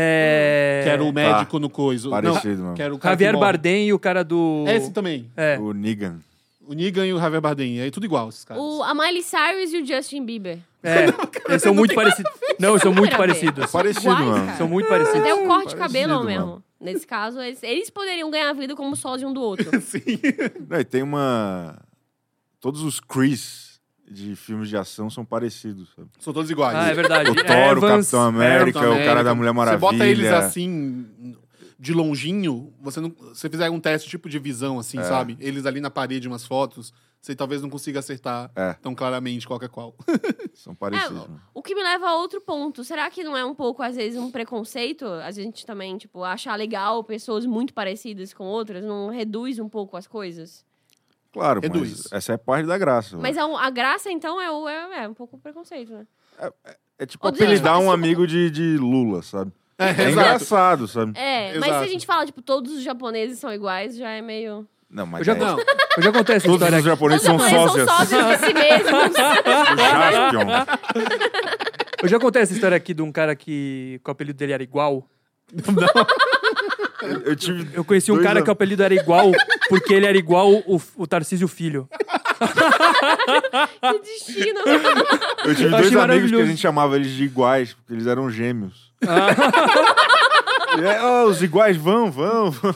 Speaker 3: É.
Speaker 1: Que
Speaker 4: um
Speaker 1: era o médico no coiso.
Speaker 4: Tá. Parecido,
Speaker 1: não,
Speaker 4: mano.
Speaker 1: que era o cara que
Speaker 3: Javier
Speaker 1: morre.
Speaker 3: Bardem e o cara do.
Speaker 1: É esse também.
Speaker 3: É.
Speaker 4: O Negan.
Speaker 1: O Negan e o Javier Bardem. É tudo igual, esses caras.
Speaker 2: o, a Miley Cyrus e o Justin Bieber.
Speaker 3: É, eles são muito parecidos. Não, eles são muito
Speaker 2: Super a ver.
Speaker 3: parecidos.
Speaker 4: Parecido,
Speaker 2: Iguais,
Speaker 4: mano.
Speaker 2: cara.
Speaker 3: São muito parecidos.
Speaker 2: Até o corte de
Speaker 4: parecido, né?
Speaker 2: cabelo é o mesmo.
Speaker 4: mano.
Speaker 2: Nesse caso, eles, eles poderiam ganhar a vida como sósia um do outro.
Speaker 1: Sim.
Speaker 4: Não, e tem uma. Todos os Chris de filmes de ação são parecidos. sabe?
Speaker 1: São todos iguais.
Speaker 3: Ah, é verdade.
Speaker 4: O Thor, o
Speaker 3: Evans,
Speaker 4: Capitão América,
Speaker 1: Capitão
Speaker 4: o cara da Mulher
Speaker 1: Você
Speaker 4: Maravilha.
Speaker 1: bota eles assim, de longinho, você não, se fizer um teste tipo de visão, assim,
Speaker 4: É.
Speaker 1: sabe? Eles ali na parede, umas fotos, você talvez não consiga acertar
Speaker 4: É.
Speaker 1: tão claramente qual que é qual.
Speaker 4: São parecidos.
Speaker 2: É,
Speaker 4: mano.
Speaker 2: O que me leva a outro ponto. Será que não é um pouco, às vezes, um preconceito? A gente também, tipo, achar legal pessoas muito parecidas com outras não reduz um pouco as coisas?
Speaker 4: Claro,
Speaker 1: Reduz.
Speaker 4: mas essa é parte da graça.
Speaker 2: Mas
Speaker 4: mano.
Speaker 2: a, a graça, então, é, o- é- é um pouco preconceito, né?
Speaker 4: É tipo
Speaker 2: Ô, gente,
Speaker 4: apelidar
Speaker 2: mas
Speaker 4: um
Speaker 2: isso-
Speaker 4: amigo de, de Lula, sabe?
Speaker 1: É,
Speaker 4: É
Speaker 1: exato.
Speaker 4: engraçado, sabe?
Speaker 2: É, mas se
Speaker 1: Exato.
Speaker 2: a gente fala, tipo, todos os japoneses são iguais, já é meio...
Speaker 4: Não, mas
Speaker 3: Eu já,
Speaker 4: é-
Speaker 1: Não,
Speaker 3: eu já contei essa
Speaker 4: todos
Speaker 3: história
Speaker 4: os
Speaker 3: aqui.
Speaker 4: japoneses
Speaker 2: Todos
Speaker 4: são
Speaker 2: os japoneses
Speaker 4: sósias.
Speaker 2: é são sósias de si mesmos.
Speaker 4: do Jaspion.
Speaker 3: Eu já contei essa história aqui de um cara que, que o apelido dele era igual.
Speaker 4: Eu- Eu tive.
Speaker 3: Eu conheci um
Speaker 4: Dois
Speaker 3: cara
Speaker 4: am-
Speaker 3: que o apelido era igual porque ele era igual o, o Tarcísio Filho.
Speaker 2: que destino.
Speaker 4: Eu tive
Speaker 3: Eu achei
Speaker 4: dois amigos que a
Speaker 3: maravilhoso.
Speaker 4: gente chamava eles de iguais, porque eles eram gêmeos. E é, "Ah, os iguais vão, vão, vão.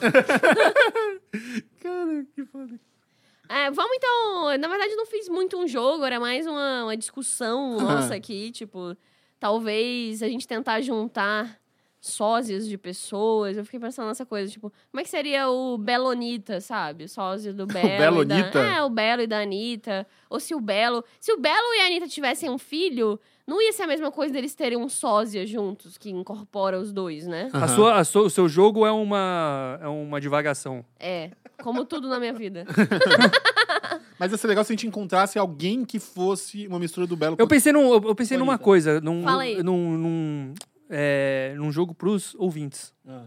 Speaker 2: É, vamos então. Na verdade, eu não fiz muito um jogo, era mais uma, uma discussão nossa aqui. Tipo, talvez a gente tentar juntar sósias de pessoas. Eu fiquei pensando nessa coisa, tipo, como é que seria o Belonita, sabe? O sósia do Belo. e da-
Speaker 1: Belonita?
Speaker 2: É, o Belo e da Anitta. Ou se o Belo. Se o Belo e a Anitta tivessem um filho, não ia ser a mesma coisa deles terem um sósia juntos, que incorpora os dois, né?
Speaker 3: A sua, a sua- o seu jogo é uma, é uma divagação.
Speaker 2: É. Como tudo na minha vida.
Speaker 1: mas ia ser legal se a gente encontrasse alguém que fosse uma mistura do Belo
Speaker 3: Eu
Speaker 1: com-
Speaker 3: pensei, num, eu eu pensei numa
Speaker 1: Bonita.
Speaker 3: coisa, num,
Speaker 2: Fala aí.
Speaker 3: num, num, é, num jogo pros ouvintes.
Speaker 4: Ah.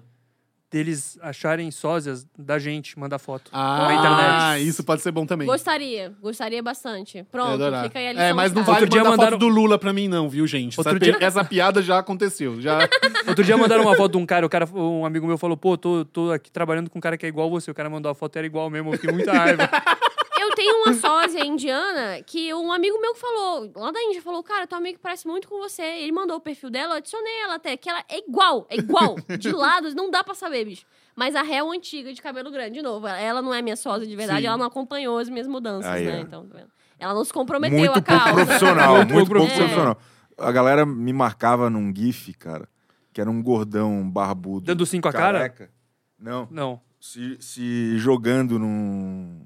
Speaker 3: Deles acharem sósias da gente, mandar foto. na
Speaker 1: Ah,
Speaker 3: internet.
Speaker 1: isso pode ser bom também.
Speaker 2: Gostaria, gostaria bastante.
Speaker 1: Eu ia
Speaker 2: Pronto,
Speaker 1: adorar.
Speaker 2: fica aí a lição.
Speaker 1: É, mas não
Speaker 2: de casa.
Speaker 1: vale
Speaker 3: Outro dia
Speaker 1: mandar
Speaker 3: mandaram-
Speaker 1: foto do Lula pra mim não, viu, gente?
Speaker 3: Outro
Speaker 1: Essa,
Speaker 3: dia-
Speaker 1: pe- essa piada já aconteceu, já...
Speaker 3: Outro dia mandaram uma foto de um cara, o cara, um amigo meu falou, pô, tô, tô aqui trabalhando com um cara que é igual você. O cara mandou a foto, era igual mesmo, eu fiquei muita raiva.
Speaker 2: Eu tenho uma sósia indiana que um amigo meu que falou, lá da Índia, falou: Cara, tua amiga parece muito com você. Ele mandou o perfil dela, eu adicionei ela até, que ela é igual, é igual. de lado, não dá pra saber, bicho. Mas a réu antiga de cabelo grande, de novo, ela não é minha sósia de verdade,
Speaker 1: Sim.
Speaker 2: ela não acompanhou as minhas mudanças,
Speaker 4: Aí,
Speaker 2: né?
Speaker 4: é.
Speaker 2: Então, tá vendo? Ela não se comprometeu a
Speaker 4: Muito pouco
Speaker 2: causa.
Speaker 4: profissional,
Speaker 3: Muito
Speaker 4: muito,
Speaker 3: pouco
Speaker 4: pouco
Speaker 2: profissional.
Speaker 4: profissional. A galera me marcava num GIF, cara, que era um gordão barbudo.
Speaker 3: Dando cinco à cara?
Speaker 4: careca. Não.
Speaker 3: Não.
Speaker 4: se, se jogando num.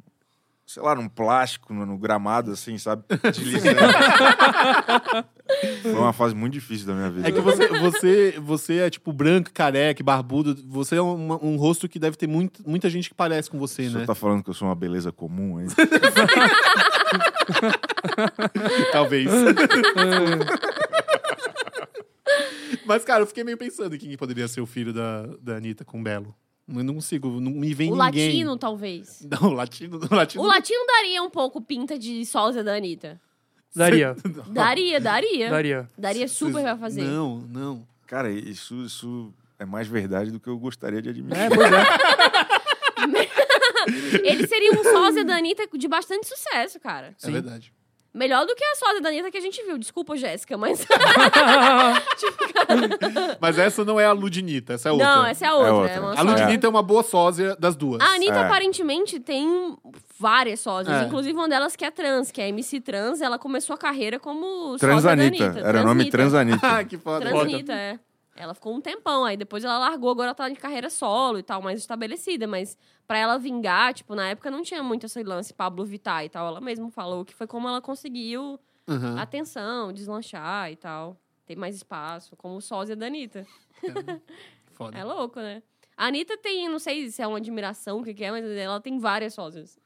Speaker 4: Sei lá, num plástico, no, no gramado, assim, sabe? Deslizando. Foi uma fase muito difícil da minha vida.
Speaker 1: É que você, você, você é tipo branco, careca, barbudo. Você é uma- um rosto que deve ter muito, muita gente que parece com
Speaker 4: O
Speaker 1: você,
Speaker 4: senhor
Speaker 1: né?
Speaker 4: tá falando que eu sou uma beleza comum, hein?
Speaker 1: Talvez. Mas, cara, eu fiquei meio pensando em quem que poderia ser o filho da, da Anitta com o Belo. Eu não consigo, não me vem
Speaker 2: O
Speaker 1: ninguém.
Speaker 2: latino, talvez.
Speaker 1: Não, o latino, o latino.
Speaker 2: O latino daria um pouco pinta de sósia da Anitta.
Speaker 3: Daria,
Speaker 2: Daria, daria. Daria,
Speaker 3: daria.
Speaker 2: super pra fazer.
Speaker 1: Não, não.
Speaker 4: Cara, isso, isso é mais verdade do que eu gostaria de admitir.
Speaker 1: É, pois é.
Speaker 2: Ele seria um sósia da Anitta de bastante sucesso, cara.
Speaker 1: é verdade.
Speaker 2: Melhor do que a sósia da Anitta que a gente viu. Desculpa, Jéssica, mas... tipo,
Speaker 1: Mas essa não é a Ludinita, essa é outra.
Speaker 2: Não, essa é a outra.
Speaker 4: outra.
Speaker 2: é uma
Speaker 1: A
Speaker 2: sósia.
Speaker 1: Ludinita é uma boa sósia das duas.
Speaker 2: A Anitta,
Speaker 4: É.
Speaker 2: aparentemente, tem várias sósias.
Speaker 1: É.
Speaker 2: Inclusive, uma delas que é trans, que é a MC Trans. Ela começou a carreira
Speaker 1: é
Speaker 2: como sósia da
Speaker 4: Transanita.
Speaker 2: Anitta.
Speaker 4: Era o nome Transanita.
Speaker 1: Ah, que foda.
Speaker 3: Trans-
Speaker 2: Transnita, é. Ela ficou um tempão, aí depois ela largou, agora ela tá de carreira solo e tal, mais estabelecida, mas pra ela vingar, tipo, na época não tinha muito esse lance Pablo Vittar e tal. Ela mesma falou que foi como ela conseguiu
Speaker 1: Aham.
Speaker 2: atenção, deslanchar e tal. Ter mais espaço, como o sósia da Anitta.
Speaker 1: Foda.
Speaker 2: É louco, né? A Anitta tem, não sei se é uma admiração, o que, que é, mas ela tem várias sósias.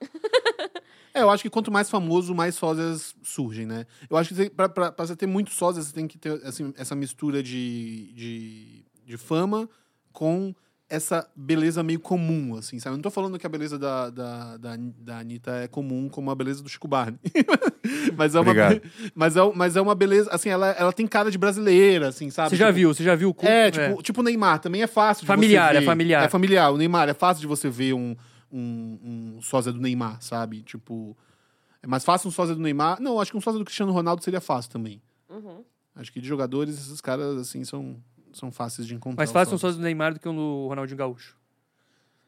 Speaker 1: É, eu acho que quanto mais famoso, mais sósias surgem, né? Eu acho que você- pra, pra, pra você ter muito sósias, você tem que ter assim, essa mistura de, de, de fama com essa beleza meio comum, assim, sabe? Eu não tô falando que a beleza da, da, da, da Anitta é comum como a beleza do Chico Barney. mas, é uma,
Speaker 4: Obrigado.
Speaker 1: mas, é, mas é uma beleza... Assim, ela, ela tem cara de brasileira, assim, sabe?
Speaker 3: Você já
Speaker 1: Tipo,
Speaker 3: viu, você já viu o cu- né?
Speaker 1: é, tipo, tipo o Neymar, também é fácil de
Speaker 3: Familiar,
Speaker 1: você
Speaker 3: é
Speaker 1: ver.
Speaker 3: familiar.
Speaker 1: É familiar. O Neymar é fácil de você ver um, um, um sósia do Neymar, sabe? Tipo. É mais fácil um sósia do Neymar. Não, acho que um sósia do Cristiano Ronaldo seria fácil também.
Speaker 2: Uhum.
Speaker 1: Acho que de jogadores, esses caras, assim, são, são fáceis de encontrar.
Speaker 3: Mais
Speaker 1: os
Speaker 3: fácil um
Speaker 1: sósias.
Speaker 3: sócio do Neymar do que um do Ronaldinho Gaúcho.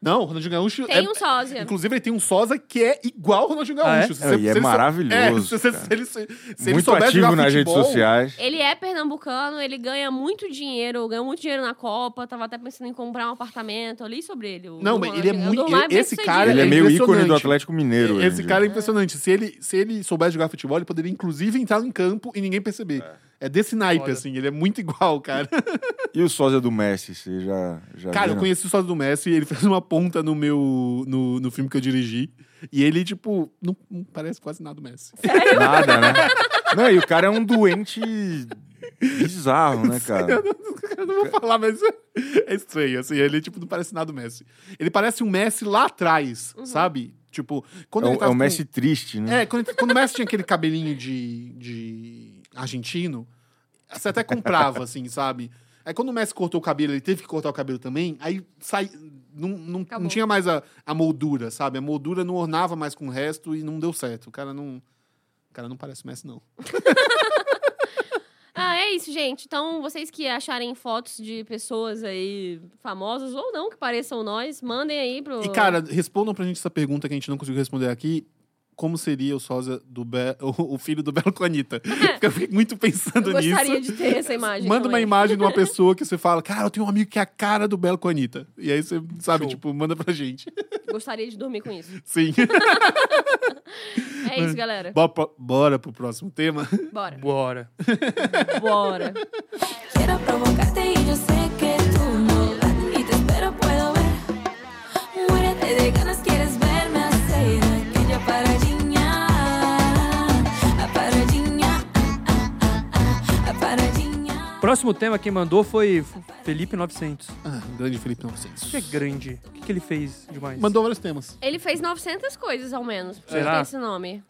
Speaker 1: Não, o Ronaldinho Gaúcho.
Speaker 2: Tem
Speaker 1: é-
Speaker 2: um sósia.
Speaker 1: Inclusive, ele tem um sósia que é igual ao Ronaldinho
Speaker 3: Ah,
Speaker 1: Gaúcho.
Speaker 3: é?
Speaker 1: Se você-
Speaker 4: É, e é
Speaker 1: se ele sou-
Speaker 4: maravilhoso,
Speaker 1: É, se, você-
Speaker 4: cara.
Speaker 1: se ele, se, se ele
Speaker 4: Muito
Speaker 1: souber
Speaker 4: ativo
Speaker 1: jogar
Speaker 4: nas redes
Speaker 1: futebol,
Speaker 4: sociais.
Speaker 2: Ele é pernambucano, ele ganha muito dinheiro, ganhou muito dinheiro na Copa, tava até pensando em comprar um apartamento, eu li sobre ele. o
Speaker 1: Não,
Speaker 2: do
Speaker 1: mas ele é
Speaker 2: Ronaldinho.
Speaker 1: muito-
Speaker 2: O Dormar
Speaker 1: ele- esse
Speaker 2: bem-sucedido.
Speaker 1: cara
Speaker 4: Ele
Speaker 1: é
Speaker 4: é, meio ícone do
Speaker 1: impressionante.
Speaker 4: Atlético Mineiro. hoje em
Speaker 1: Esse
Speaker 4: dia.
Speaker 1: cara é impressionante. Se ele, se ele soubesse jogar futebol, ele poderia, inclusive, entrar em campo e ninguém perceber. É, desse naipe,
Speaker 3: Foda.
Speaker 1: assim. Ele é muito igual, cara.
Speaker 4: E o sósia do Messi, você já, já
Speaker 1: cara, eu
Speaker 4: viram?
Speaker 1: conheci o sócio do Messi. Ele fez uma ponta no meu... No, no filme que eu dirigi. E ele, tipo, não, não parece quase nada o Messi.
Speaker 4: Nada, né? Não, e o cara é um doente bizarro, né, cara?
Speaker 1: Eu não vou falar, mas é estranho, assim. Ele, tipo, não parece nada o Messi. Ele parece um Messi lá atrás, sabe? Tipo, quando
Speaker 4: Uhum. É
Speaker 1: ele
Speaker 4: o, é
Speaker 1: tava
Speaker 4: o
Speaker 1: com-
Speaker 4: Messi triste, né?
Speaker 1: É, quando, quando o Messi tinha aquele cabelinho de, de argentino, você até comprava, assim, sabe? Aí quando o Messi cortou o cabelo, ele teve que cortar o cabelo também, aí sai, não, não,
Speaker 2: Acabou.
Speaker 1: não tinha mais a, a moldura, sabe? A moldura não ornava mais com o resto e não deu certo. O cara não. O cara não parece o Messi, não.
Speaker 2: Ah, é isso, gente. Então, vocês que acharem fotos de pessoas aí famosas ou não que pareçam nós, mandem aí pro.
Speaker 1: E, cara, respondam pra gente essa pergunta que a gente não conseguiu responder aqui. Como seria o sósia do Be- o o filho do Belo com a Anitta? Porque eu fiquei muito pensando
Speaker 2: eu
Speaker 1: nisso.
Speaker 2: gostaria de ter essa imagem.
Speaker 1: Manda uma
Speaker 2: também.
Speaker 1: imagem de uma pessoa que você fala, cara, eu tenho um amigo que é a cara do Belo com a Anitta. E aí você, sabe,
Speaker 3: Show.
Speaker 1: tipo, manda pra gente.
Speaker 2: Gostaria de dormir com isso.
Speaker 1: Sim.
Speaker 2: É isso, galera.
Speaker 1: Bo- pro- Bora pro próximo tema.
Speaker 2: Bora.
Speaker 3: Bora.
Speaker 2: Bora.
Speaker 5: Quiero provocarte y yo sé que tú no vas y te espero, puedo ver. Muérete de ganas, quieres verme hacer aquella paradinha. A paradinha, a paradinha.
Speaker 3: Próximo tema quem mandou foi F- Felipe 900.
Speaker 1: Ah, grande Felipe não
Speaker 3: O que é grande? O que, que ele fez demais?
Speaker 1: Mandou vários temas.
Speaker 2: Ele fez 900 coisas, ao menos, pra
Speaker 3: Será?
Speaker 2: ter esse nome.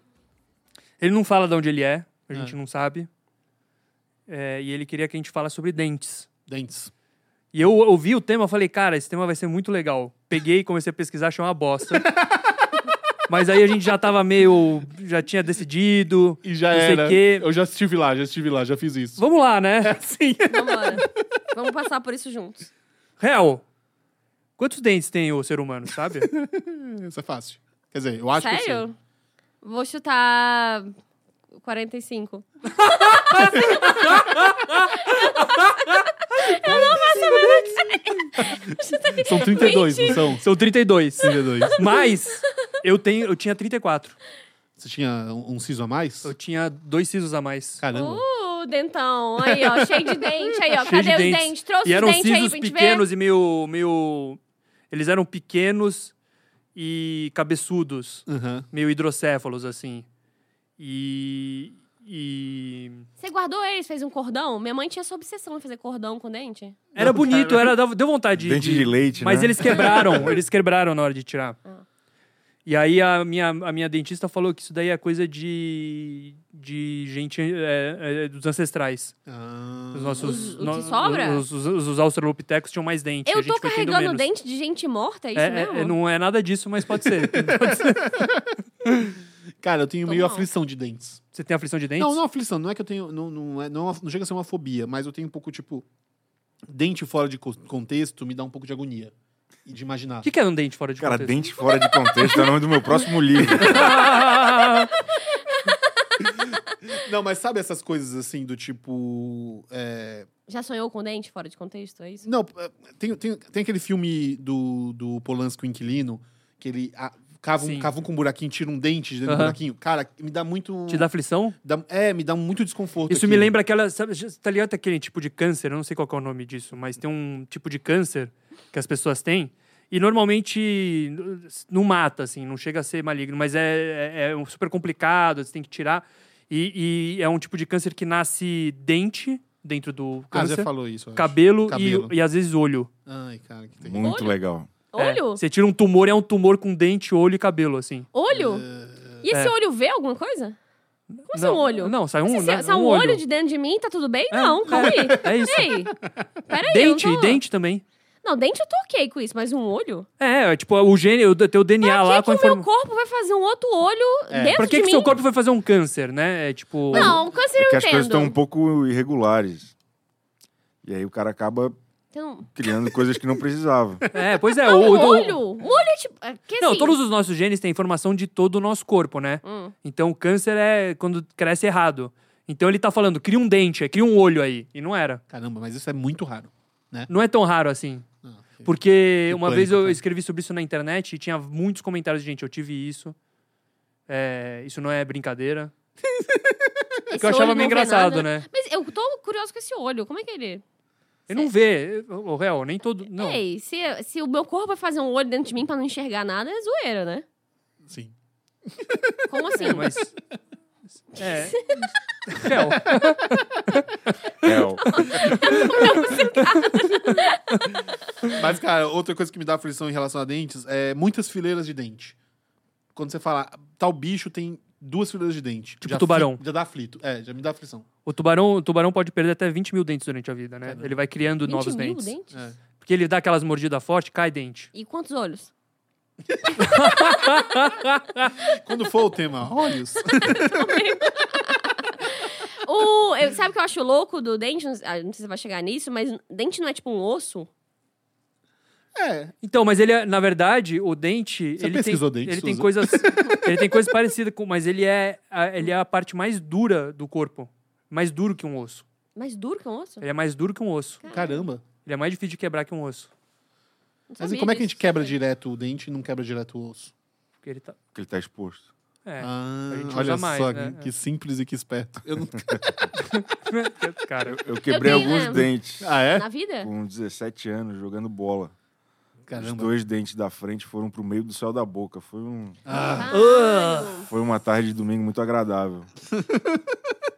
Speaker 3: Ele não fala de onde ele é, a gente
Speaker 1: É.
Speaker 3: não sabe. É, e ele queria que a gente falasse sobre dentes.
Speaker 1: Dentes.
Speaker 3: E eu ouvi o tema, eu falei, cara, esse tema vai ser muito legal. Peguei e comecei a pesquisar, achei uma bosta. Mas aí a gente já tava meio. já tinha decidido.
Speaker 1: E já
Speaker 3: não sei
Speaker 1: era.
Speaker 3: quê.
Speaker 1: Eu já estive lá, já estive lá, já fiz isso.
Speaker 3: Vamos lá, né?
Speaker 2: É,
Speaker 1: Sim.
Speaker 2: Vambora. Vamos passar por isso juntos.
Speaker 3: Real. Quantos dentes tem o ser humano, sabe?
Speaker 1: Isso é fácil. Quer dizer, eu acho que eu sei.
Speaker 2: Sério? Vou chutar 45.
Speaker 1: São 32, não são?
Speaker 3: São 32.
Speaker 1: 32.
Speaker 3: Mas eu tenho, eu tinha 34.
Speaker 1: Você tinha um, um siso a mais?
Speaker 3: Eu tinha dois sisos a mais.
Speaker 1: Caramba.
Speaker 2: Uh, dentão. Aí, ó, cheio de dente aí, ó. Cadê
Speaker 3: Cheio de
Speaker 2: os
Speaker 3: dentes.
Speaker 2: dentes? Trouxe
Speaker 3: e eram
Speaker 2: os dentes aí
Speaker 3: sisos
Speaker 2: pra gente ver.
Speaker 3: pequenos e meio, meio. Eles eram pequenos e cabeçudos,
Speaker 1: Aham.
Speaker 3: meio hidrocéfalos, assim. E. E.
Speaker 2: Você guardou eles, fez um cordão? Minha mãe tinha essa obsessão de fazer cordão com dente.
Speaker 3: Era bonito, era, dava- deu vontade de.
Speaker 4: Dente de leite,
Speaker 3: mas
Speaker 4: né?
Speaker 3: eles quebraram, eles quebraram na hora de tirar.
Speaker 2: Ah.
Speaker 3: E aí a minha, a minha dentista falou que isso daí é coisa de. de gente. é, é, dos ancestrais.
Speaker 1: Ah.
Speaker 3: Os
Speaker 2: Os-
Speaker 3: nossos.
Speaker 2: o que sobra?
Speaker 3: Os, os, os australopitecos tinham mais dente. a
Speaker 2: Eu
Speaker 3: gente
Speaker 2: tô
Speaker 3: foi tendo
Speaker 2: carregando
Speaker 3: menos.
Speaker 2: dente de gente morta, é isso
Speaker 3: É,
Speaker 2: mesmo?
Speaker 3: é, não é nada disso, mas pode ser.
Speaker 1: Cara, eu tenho
Speaker 2: Tô
Speaker 1: meio
Speaker 2: mal.
Speaker 1: aflição de dentes.
Speaker 3: Você tem aflição de dentes?
Speaker 1: Não, não é aflição, não é que eu tenho. Não, não, é, não, é uma- não chega a ser uma fobia, mas eu tenho um pouco, tipo. Dente fora de co- contexto me dá um pouco de agonia. E de imaginar.
Speaker 3: O que, que é um dente fora de
Speaker 4: Cara,
Speaker 3: contexto?
Speaker 4: dente fora de contexto é o nome do meu próximo livro.
Speaker 1: Não, mas sabe essas coisas assim do tipo. é,
Speaker 2: Já sonhou com dente fora de contexto, é isso?
Speaker 1: Não, é, tem, tem, tem aquele filme do, do Polanski o Inquilino, que ele ah, cava, um,
Speaker 3: Sim.
Speaker 1: cava um com um buraquinho, tira um dente de dentro do
Speaker 3: Aham.
Speaker 1: buraquinho. Cara, me dá muito.
Speaker 3: Te dá aflição?
Speaker 1: dá- é, me dá muito desconforto.
Speaker 3: Isso me
Speaker 1: aquilo.
Speaker 3: lembra aquela. Sabe, já- tá ligado aquele tipo de câncer? Eu não sei qual que é o nome disso, mas tem um tipo de câncer que as pessoas têm. E normalmente n- não mata, assim, não chega a ser maligno, mas é, é, é um super complicado, você tem que tirar. E, e é um tipo de câncer que nasce dente dentro do
Speaker 1: Ah,
Speaker 3: câncer,
Speaker 1: você falou isso. eu acho.
Speaker 3: cabelo,
Speaker 1: Cabelo.
Speaker 3: E, e às vezes olho.
Speaker 1: Ai, cara, que terrível.
Speaker 4: Muito
Speaker 2: Olho?
Speaker 4: legal.
Speaker 3: É,
Speaker 2: Olho?
Speaker 3: você tira um tumor, é um tumor com dente, olho e cabelo, assim.
Speaker 2: Olho? E esse
Speaker 3: É.
Speaker 2: olho vê alguma coisa? Como assim
Speaker 3: não,
Speaker 2: um olho?
Speaker 3: Não, sai um,
Speaker 2: Se
Speaker 3: né,
Speaker 2: sa- sai um olho. de dentro de mim, tá tudo bem? Não, calma aí.
Speaker 3: É isso.
Speaker 2: Ei, peraí.
Speaker 3: Dente,
Speaker 2: eu não tô...
Speaker 3: dente também.
Speaker 2: Não, dente eu tô ok com isso, mas um olho?
Speaker 3: É, é tipo, o gene, o teu DNA
Speaker 2: pra
Speaker 3: lá
Speaker 2: que,
Speaker 3: com a
Speaker 2: que o meu
Speaker 3: informação.
Speaker 2: corpo vai fazer um outro olho dentro
Speaker 3: É, Pra que,
Speaker 2: de
Speaker 3: que
Speaker 2: mim?
Speaker 3: seu corpo foi fazer um câncer, né? É tipo.
Speaker 2: Não, o câncer
Speaker 4: É que
Speaker 2: eu
Speaker 4: as coisas estão um
Speaker 2: entendo.
Speaker 4: pouco irregulares. E aí o cara acaba
Speaker 2: Então,
Speaker 4: criando coisas que não precisava.
Speaker 3: É, pois é.
Speaker 2: não,
Speaker 3: o,
Speaker 2: um
Speaker 3: o-
Speaker 2: olho. Um olho é tipo... é que
Speaker 3: Não,
Speaker 2: assim-
Speaker 3: todos os nossos genes têm informação de todo o nosso corpo, né?
Speaker 2: Hum.
Speaker 3: Então o câncer é quando cresce errado. Então ele tá falando, cria um dente, é, cria um olho aí. E não era.
Speaker 1: Caramba, mas isso é muito raro.
Speaker 3: Não é tão raro assim.
Speaker 1: Ah, ok.
Speaker 3: Porque
Speaker 1: Que
Speaker 3: uma
Speaker 1: pânico,
Speaker 3: vez eu
Speaker 1: cara.
Speaker 3: escrevi sobre isso na internet e tinha muitos comentários, gente, eu tive isso. É, isso não é brincadeira.
Speaker 2: Esse
Speaker 3: que eu achava
Speaker 2: olho
Speaker 3: meio
Speaker 2: não vê
Speaker 3: engraçado,
Speaker 2: nada.
Speaker 3: né?
Speaker 2: Mas eu tô curioso com esse olho. Como é que ele...
Speaker 3: Ele não vê. O réu, nem todo. Não.
Speaker 2: Ei, se, se o meu corpo vai fazer um olho dentro de mim pra não enxergar nada, é zoeira, né?
Speaker 1: Sim.
Speaker 2: Como assim?
Speaker 3: É, mas. É. Réu.
Speaker 4: É, ó.
Speaker 1: Mas, cara, outra coisa que me dá aflição em relação a dentes é muitas fileiras de dente. Quando você fala, tal bicho tem duas fileiras de dente.
Speaker 3: Tipo
Speaker 1: Já
Speaker 3: tubarão.
Speaker 1: fi- Já dá aflito. É, já me dá aflição.
Speaker 3: O tubarão, o tubarão pode perder até 20 mil dentes durante a vida, né? Ele vai criando
Speaker 2: 20
Speaker 3: novos
Speaker 2: mil
Speaker 3: dentes.
Speaker 1: É.
Speaker 3: Porque ele dá aquelas mordidas fortes, cai dente.
Speaker 2: E quantos olhos?
Speaker 1: Quando for o tema olhos,
Speaker 2: O, eu- sabe o que eu acho louco do dente? Não ah, não sei se você vai chegar nisso, mas dente não é tipo um osso?
Speaker 1: é,
Speaker 3: Então, mas ele, é- na verdade, o dente.
Speaker 1: Você
Speaker 3: ele
Speaker 1: pesquisou
Speaker 3: tem,
Speaker 1: dente,
Speaker 3: Ele tem
Speaker 1: Suzy?
Speaker 3: coisas. ele tem coisas parecidas com. Mas ele é, a, ele é a parte mais dura do corpo. Mais duro que um osso.
Speaker 2: Mais duro que um osso?
Speaker 3: Ele é mais duro que um osso.
Speaker 1: caramba.
Speaker 3: Ele é mais difícil de quebrar que um osso.
Speaker 2: Não
Speaker 1: Mas e
Speaker 2: sabia
Speaker 1: como é que a
Speaker 2: disso.
Speaker 1: gente quebra direto o dente e não quebra direto o osso?
Speaker 3: Porque ele tá.
Speaker 4: Porque ele tá exposto.
Speaker 3: É.
Speaker 1: Ah,
Speaker 3: a gente usa
Speaker 1: olha
Speaker 3: mais,
Speaker 1: só
Speaker 3: né?
Speaker 1: que, que simples e que esperto. Eu não-
Speaker 3: Cara,
Speaker 4: Eu quebrei
Speaker 2: Eu tenho,
Speaker 4: alguns
Speaker 2: né?
Speaker 4: dentes
Speaker 1: Ah, é?
Speaker 2: Na vida?
Speaker 4: com 17 anos jogando bola. Os
Speaker 1: Caramba.
Speaker 4: dois dentes da frente foram pro meio do céu da boca. Foi, um,
Speaker 1: Ah,
Speaker 2: Caralho.
Speaker 4: foi uma tarde de domingo muito agradável.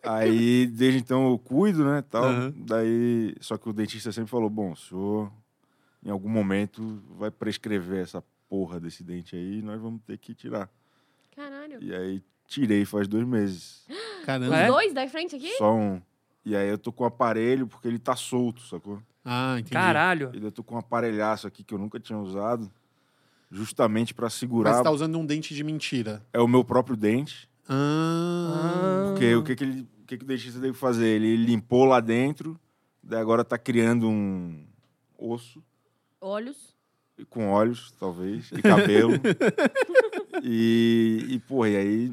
Speaker 4: Aí, desde então, eu cuido, né, tal.
Speaker 1: Aham.
Speaker 4: Daí, só que o dentista sempre falou, bom, o senhor, em algum momento, vai prescrever essa porra desse dente aí e nós vamos ter que tirar.
Speaker 2: Caralho.
Speaker 4: E aí, tirei faz dois meses.
Speaker 1: caramba.
Speaker 3: É?
Speaker 2: Dois da frente aqui?
Speaker 4: Só um. E aí, eu tô com o aparelho porque ele tá solto, sacou?
Speaker 1: Ah, entendi.
Speaker 3: caralho.
Speaker 4: E daí eu tô com um aparelhaço aqui que eu nunca tinha usado, justamente pra
Speaker 1: Mas
Speaker 4: segurar.
Speaker 1: você tá usando um dente de mentira.
Speaker 4: É o meu próprio dente.
Speaker 1: Ah,
Speaker 4: Porque o que que ele, o que que o dentista teve que fazer? Ele limpou lá dentro, daí agora tá criando um osso
Speaker 2: Olhos.
Speaker 4: e com olhos, talvez, e cabelo. e, e, porra, e aí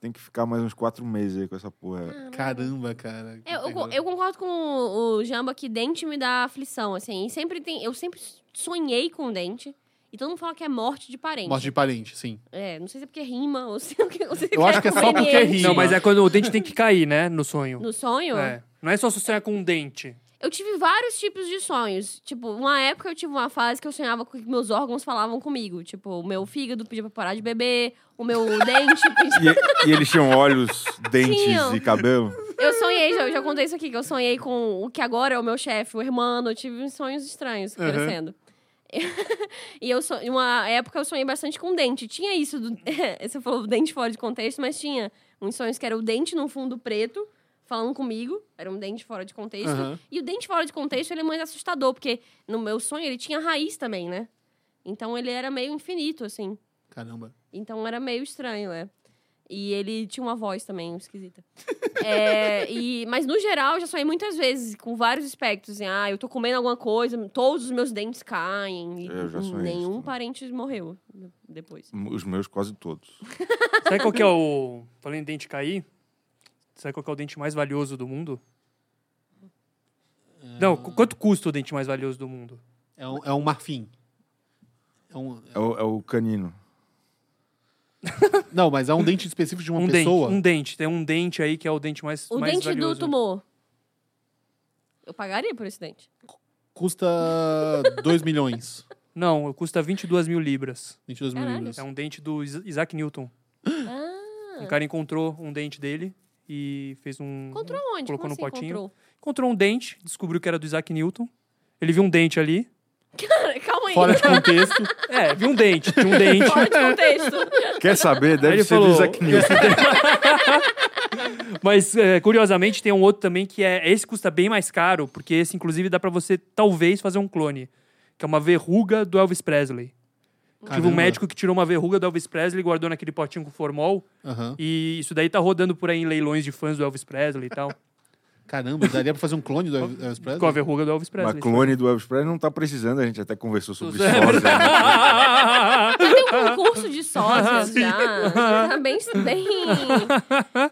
Speaker 4: tem que ficar mais uns quatro meses aí com essa porra.
Speaker 1: Ah.
Speaker 3: Ah.
Speaker 1: caramba, cara.
Speaker 2: Eu, eu, co- eu concordo com o, o Jamba que dente me dá aflição, assim. E sempre tem... Eu sempre sonhei com dente. E todo mundo fala que é morte de parente.
Speaker 1: Morte de parente, sim.
Speaker 2: É, não sei se é porque rima ou se... ou se
Speaker 1: Eu acho que é só porque
Speaker 2: conveniente.
Speaker 1: rima.
Speaker 3: Não, mas é quando o dente tem que cair, né? No sonho.
Speaker 2: No sonho?
Speaker 3: É. Não é só se sonhar com um dente.
Speaker 2: Eu tive vários tipos de sonhos. Tipo, uma época eu tive uma fase que eu sonhava com que meus órgãos falavam comigo. Tipo, o meu fígado pedia pra parar de beber, o meu dente pedia.
Speaker 4: E, e eles tinham olhos, dentes
Speaker 2: Tinham.
Speaker 4: e cabelo?
Speaker 2: Eu sonhei, já, eu já contei isso aqui, que eu sonhei com o que agora é o meu chefe, o irmão. Eu tive uns sonhos estranhos
Speaker 1: Aham.
Speaker 2: crescendo. e eu sonhei, uma época eu sonhei bastante com dente. Tinha isso, do, você falou dente fora de contexto, mas tinha uns sonhos que era o dente num fundo preto, falando comigo, era um dente fora de contexto.
Speaker 1: Aham.
Speaker 2: E o dente fora de contexto, ele é mais assustador, porque no meu sonho ele tinha raiz também, né? Então ele era meio infinito, assim.
Speaker 1: Caramba.
Speaker 2: Então era meio estranho, é. E ele tinha uma voz também esquisita. É, e, mas no geral, eu já sonhei muitas vezes com vários espectros. Assim, ah, eu tô comendo alguma coisa, todos os meus dentes caem. E
Speaker 4: É, Eu já sonhei isso
Speaker 2: nenhum
Speaker 4: também.
Speaker 2: parente morreu depois.
Speaker 4: Os meus quase todos.
Speaker 3: Sabe qual que é o. Falando em dente cair, sabe qual que é o dente mais valioso do mundo? Não, qu- quanto custa o dente mais valioso do mundo?
Speaker 1: É um, é um marfim. É um-
Speaker 4: É o, é o canino.
Speaker 1: não, mas é um dente específico de uma
Speaker 3: um
Speaker 1: pessoa.
Speaker 3: dente. Um dente. Tem um dente aí que é o dente mais.
Speaker 2: O
Speaker 3: mais
Speaker 2: Um dente
Speaker 3: valioso.
Speaker 2: do tumor. Eu pagaria por esse dente.
Speaker 1: Custa 2 milhões.
Speaker 3: Não, custa 22 mil libras.
Speaker 1: 22 mil
Speaker 2: Caralho.
Speaker 1: libras.
Speaker 3: É um dente do Isa- Isaac Newton.
Speaker 2: Ah,
Speaker 3: Um cara encontrou um dente dele e fez um.
Speaker 2: encontrou onde? Como
Speaker 3: Colocou no
Speaker 2: assim
Speaker 3: potinho.
Speaker 2: encontrou?
Speaker 3: Encontrou um dente, descobriu que era do Isaac Newton. Ele viu um dente ali.
Speaker 2: Calma aí.
Speaker 1: Fora
Speaker 3: um
Speaker 1: de contexto.
Speaker 3: É, viu um dente, tinha um dente.
Speaker 2: Fora de contexto.
Speaker 4: Quer saber?
Speaker 3: Aí
Speaker 4: Deve
Speaker 3: ele
Speaker 4: ser
Speaker 3: falou-
Speaker 4: do Isaac Newton.
Speaker 3: Mas, é, curiosamente, tem um outro também que é. Esse custa bem mais caro, porque esse, inclusive, dá pra você talvez fazer um clone. Que é uma verruga do Elvis Presley. Tive
Speaker 1: Caramba.
Speaker 3: um médico que tirou uma verruga do Elvis Presley, guardou naquele potinho com formol.
Speaker 1: Aham.
Speaker 3: E isso daí tá rodando por aí em leilões de fãs do Elvis Presley e tal.
Speaker 1: Caramba, daria pra fazer um clone do Elvis Presley?
Speaker 3: com a verruga do Elvis
Speaker 4: Mas
Speaker 3: Presley.
Speaker 4: clone do Elvis Presley não tá precisando, a gente até conversou sobre
Speaker 3: É
Speaker 4: sósia. né?
Speaker 2: Já tem um concurso de sócios já. Tá bem, bem,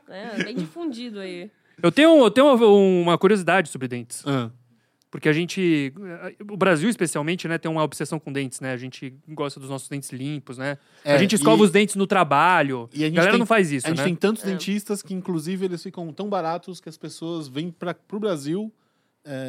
Speaker 2: né, bem difundido aí.
Speaker 3: Eu tenho, eu tenho uma, uma curiosidade sobre dentes.
Speaker 1: Ah,
Speaker 3: Porque a gente. O Brasil, especialmente, né, tem uma obsessão com dentes, né? A gente gosta dos nossos dentes limpos, né?
Speaker 1: É,
Speaker 3: a gente escova
Speaker 1: e-
Speaker 3: os dentes no trabalho.
Speaker 1: e a gente
Speaker 3: galera
Speaker 1: tem-
Speaker 3: não faz isso,
Speaker 1: a gente
Speaker 3: né?
Speaker 1: tem tantos
Speaker 2: É.
Speaker 1: dentistas que, inclusive, eles ficam tão baratos que as pessoas vêm pra, pro Brasil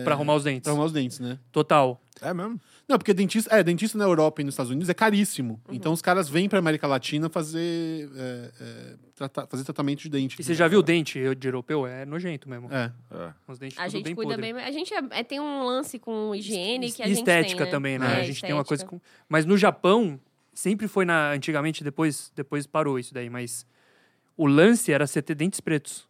Speaker 3: Pra arrumar os dentes.
Speaker 1: pra arrumar os dentes, né?
Speaker 3: Total.
Speaker 4: É mesmo?
Speaker 1: Não, porque dentista, é, dentista na Europa e nos Estados Unidos é caríssimo.
Speaker 3: Uhum.
Speaker 1: Então os caras vêm pra América Latina fazer, é, é, tratar- fazer tratamento de dente.
Speaker 3: E você já viu o dente de europeu? É nojento mesmo.
Speaker 1: É.
Speaker 4: É.
Speaker 3: Os dentes
Speaker 2: A
Speaker 3: tudo
Speaker 2: gente
Speaker 3: bem
Speaker 2: cuida
Speaker 3: podre.
Speaker 2: bem. A gente é- é- tem um lance com higiene que a
Speaker 3: E
Speaker 2: gente
Speaker 3: estética
Speaker 2: tem, né?
Speaker 3: também, né?
Speaker 2: É,
Speaker 3: a gente tem uma coisa
Speaker 2: estética.
Speaker 3: com... Mas no Japão, sempre foi na... Antigamente, depois, depois parou isso daí, mas... O lance era você ter dentes pretos.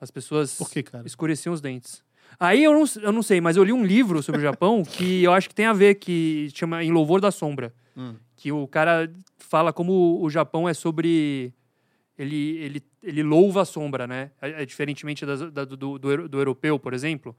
Speaker 3: As pessoas...
Speaker 1: Por que, cara?
Speaker 3: Escureciam os dentes. Aí eu não, eu não sei, mas eu li um livro sobre o Japão que eu acho que tem a ver, que chama Em Louvor da Sombra.
Speaker 1: Hum.
Speaker 3: Que o cara fala como o Japão é sobre. Ele, ele, ele louva a sombra, né? É, é diferentemente das- da- do, do, do eu- do europeu, por exemplo.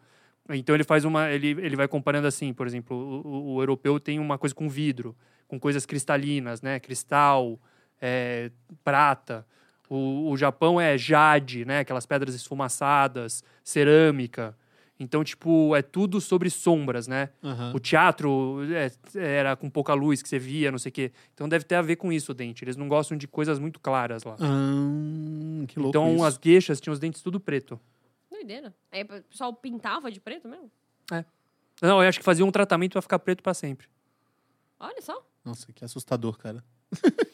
Speaker 3: Então ele faz uma. Ele, ele vai comparando assim, por exemplo, o, o- o europeu tem uma coisa com vidro, com coisas cristalinas, né? Cristal, é, prata. O, o Japão é jade, né? Aquelas pedras esfumaçadas, cerâmica. Então, tipo, é tudo sobre sombras, né?
Speaker 1: Aham.
Speaker 3: O teatro é, era com pouca luz que você via, não sei o quê. Então deve ter a ver com isso o dente. Eles não gostam de coisas muito claras lá.
Speaker 1: Ah, que louco
Speaker 3: então
Speaker 1: isso.
Speaker 3: as gueixas tinham os dentes tudo preto.
Speaker 2: Doideira. Aí o pessoal pintava de preto mesmo?
Speaker 3: Não, eu acho que faziam um tratamento pra ficar preto pra sempre.
Speaker 2: Olha só.
Speaker 1: Nossa, que assustador, cara.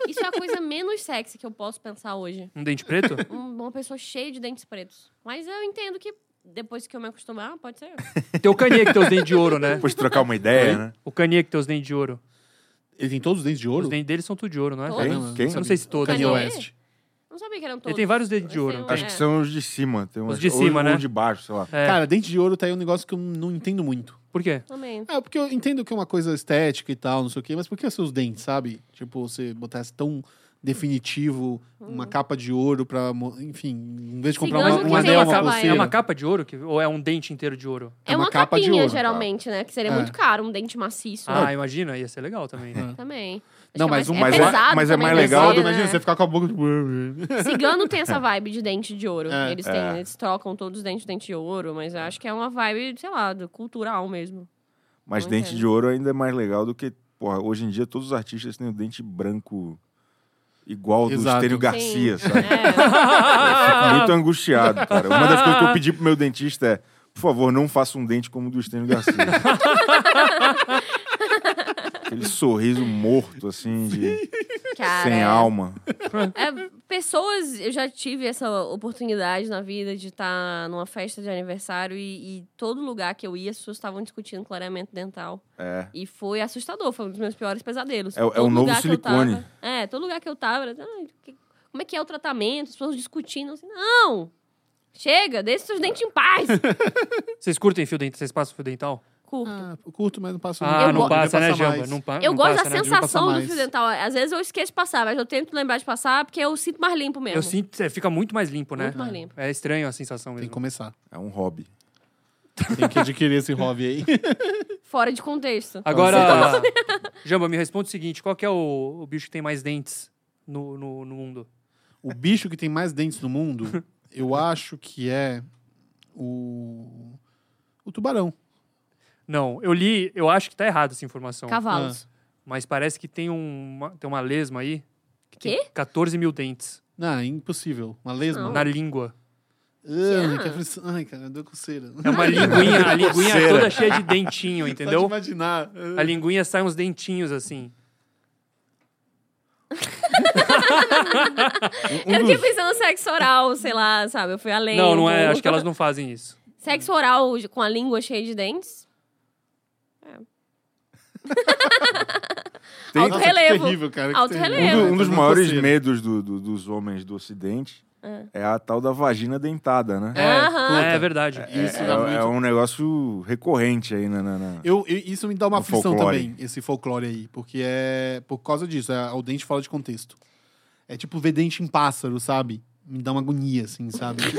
Speaker 2: Isso é a coisa menos sexy que eu posso pensar hoje.
Speaker 3: Um dente preto?
Speaker 2: Um- Uma pessoa cheia de dentes pretos. Mas eu entendo que depois que eu me acostumar, pode ser.
Speaker 3: Tem o Kanye que tem os dentes de ouro, né?
Speaker 4: Depois de trocar uma ideia, né?
Speaker 3: O Kanye que tem os dentes de ouro.
Speaker 1: Ele tem todos os dentes de ouro?
Speaker 3: Os dentes dele são tudo de ouro, não é?
Speaker 2: Todos.
Speaker 4: Quem?
Speaker 1: Caramba.
Speaker 4: Quem?
Speaker 3: Eu não sei se todos.
Speaker 1: Kanye
Speaker 2: Kanye?
Speaker 1: West.
Speaker 2: Não sabia que eram todos.
Speaker 3: Ele tem vários dedos de
Speaker 2: Eu
Speaker 3: ouro.
Speaker 2: sei,
Speaker 3: não
Speaker 2: eu
Speaker 3: tem?
Speaker 4: Acho que
Speaker 2: É.
Speaker 4: são os de cima. Tem
Speaker 3: Os
Speaker 4: uns
Speaker 3: de cima,
Speaker 4: ou,
Speaker 3: né?
Speaker 4: Ou de baixo, sei lá.
Speaker 3: É.
Speaker 1: Cara, dente de ouro tá aí um negócio que eu não entendo muito.
Speaker 3: Por quê?
Speaker 2: Também.
Speaker 1: Ah, porque eu entendo que é uma coisa estética e tal, não sei o quê, mas por que os seus dentes, sabe? Tipo, você botasse tão definitivo
Speaker 3: Hum.
Speaker 1: uma capa de ouro pra. mo- Enfim, em vez de comprar
Speaker 2: Cigano
Speaker 1: uma-
Speaker 2: que
Speaker 1: um
Speaker 2: tem
Speaker 1: anel,
Speaker 2: essa
Speaker 1: uma
Speaker 2: vai.
Speaker 1: pulseira.
Speaker 3: É uma capa de ouro que... ou é um dente inteiro de ouro?
Speaker 2: É uma,
Speaker 1: capa de
Speaker 2: capinha,
Speaker 1: ouro, tá?
Speaker 2: geralmente, né? Que seria
Speaker 1: É.
Speaker 2: muito caro, um dente maciço.
Speaker 3: Ah, imagina, ia ser legal também. né?
Speaker 2: Também. Acho
Speaker 1: Não,
Speaker 2: que
Speaker 1: mas
Speaker 2: é
Speaker 1: um-
Speaker 2: mais,
Speaker 1: mas
Speaker 2: é
Speaker 1: é-
Speaker 2: pesado
Speaker 4: mas é
Speaker 2: também,
Speaker 4: mais
Speaker 2: né?
Speaker 4: legal,
Speaker 1: Pesado,
Speaker 4: Sim,
Speaker 1: imagina
Speaker 2: né?
Speaker 1: você ficar com a boca. tipo,
Speaker 2: Cigano tem essa vibe de dente de ouro.
Speaker 1: É.
Speaker 2: eles têm,
Speaker 4: É.
Speaker 2: eles trocam todos os dentes de dente de ouro, mas eu acho que é uma vibe, sei lá, do cultural mesmo.
Speaker 4: Mas
Speaker 2: Não
Speaker 4: dente
Speaker 2: entendo.
Speaker 4: de ouro ainda é mais legal do que. Porra, hoje em dia todos os artistas têm o dente branco igual ao do
Speaker 1: Exato.
Speaker 4: Estênio
Speaker 1: Sim.
Speaker 4: Garcia,
Speaker 2: É.
Speaker 4: sabe? Eu fico muito angustiado, cara. Uma das coisas que eu pedi pro meu dentista é: Por favor, não faça um dente como o do Estênio Garcia. Aquele sorriso morto, assim, de...
Speaker 2: Cara,
Speaker 4: sem alma.
Speaker 2: É, pessoas, eu já tive essa oportunidade na vida de estar numa festa de aniversário e, e todo lugar que eu ia, as pessoas estavam discutindo clareamento dental.
Speaker 4: É.
Speaker 2: E foi assustador, foi um dos meus piores pesadelos.
Speaker 4: É o- é o
Speaker 2: Todo
Speaker 4: novo
Speaker 2: lugar que eu
Speaker 4: silicone.
Speaker 2: tava- é, todo lugar que eu tava, era, "Ai, que- como é que é o tratamento? As pessoas discutindo, assim, não! Chega, deixa seus dentes em paz!
Speaker 3: Vocês curtem fio dental? Vocês passam fio dental?
Speaker 2: Curto.
Speaker 1: Ah, eu curto, mas não passo
Speaker 3: Ah,
Speaker 2: Eu
Speaker 3: não
Speaker 2: go-
Speaker 3: passa, né,
Speaker 1: Devia passar
Speaker 3: Jamba?
Speaker 1: mais.
Speaker 3: Não pa-
Speaker 2: Eu
Speaker 3: não
Speaker 2: gosto
Speaker 3: passa,
Speaker 2: da
Speaker 3: né?
Speaker 1: Devia passar
Speaker 2: sensação do
Speaker 1: mais.
Speaker 2: fio dental. Às vezes eu esqueço de passar, mas eu tento lembrar de passar porque eu sinto mais limpo mesmo.
Speaker 3: Eu sinto, é, fica muito mais limpo, né?
Speaker 2: Muito mais limpo.
Speaker 3: É estranho a sensação mesmo.
Speaker 1: Tem que começar.
Speaker 4: É um hobby.
Speaker 1: Tem que adquirir esse hobby aí.
Speaker 2: Fora de contexto.
Speaker 3: Ah,
Speaker 2: tá
Speaker 3: Agora, Jamba, me responde o seguinte: qual que é o, o bicho que tem mais dentes no, no, no mundo?
Speaker 1: O bicho que tem mais dentes no mundo, eu acho que é o. O tubarão.
Speaker 3: Não, eu li, eu acho que tá errado essa informação.
Speaker 2: Cavalos.
Speaker 3: Ah. Mas parece que tem, um- uma, tem uma lesma aí. Que
Speaker 2: Quê?
Speaker 3: Tem 14 mil dentes
Speaker 1: Não, é impossível. Uma lesma.
Speaker 2: Não. Ah.
Speaker 3: na língua.
Speaker 1: Ai, que aflição. Ai, cara, deu
Speaker 4: um
Speaker 1: coceira.
Speaker 3: É uma linguinha, a linguinha
Speaker 4: Coceira.
Speaker 3: toda cheia de dentinho,
Speaker 1: Só
Speaker 3: entendeu?
Speaker 1: de imaginar.
Speaker 3: A linguinha sai uns dentinhos assim.
Speaker 4: Um- um
Speaker 2: Eu
Speaker 4: dos-
Speaker 2: fiquei pensando no sexo oral, sei lá, sabe? Eu fui além.
Speaker 3: Não, não
Speaker 2: do-
Speaker 3: é, acho que elas não fazem isso.
Speaker 2: Sexo oral de- com a língua cheia de dentes?
Speaker 4: Tem-
Speaker 2: Alto
Speaker 1: Nossa, que
Speaker 2: relevo.
Speaker 1: terrível, cara. que
Speaker 2: Alto
Speaker 1: terrível.
Speaker 4: Um,
Speaker 2: relevo.
Speaker 4: do-
Speaker 2: É,
Speaker 4: um
Speaker 1: Tá
Speaker 4: dos
Speaker 1: dando
Speaker 4: maiores
Speaker 1: coceira.
Speaker 4: medos do- do- dos homens do Ocidente é. a tal da vagina dentada, né?
Speaker 1: É,
Speaker 2: Aham.
Speaker 1: puta.
Speaker 3: É verdade.
Speaker 1: Isso
Speaker 4: É,
Speaker 1: dá
Speaker 4: é
Speaker 1: muito.
Speaker 4: um negócio recorrente aí na. na- na-
Speaker 1: Eu, eu- isso me dá uma
Speaker 4: O
Speaker 1: aflição
Speaker 4: folclore.
Speaker 1: também, esse folclore aí. Porque é por causa disso. É, o dente fora de contexto. É tipo ver dente em pássaro, sabe? Me dá uma agonia, assim, sabe?
Speaker 4: Tem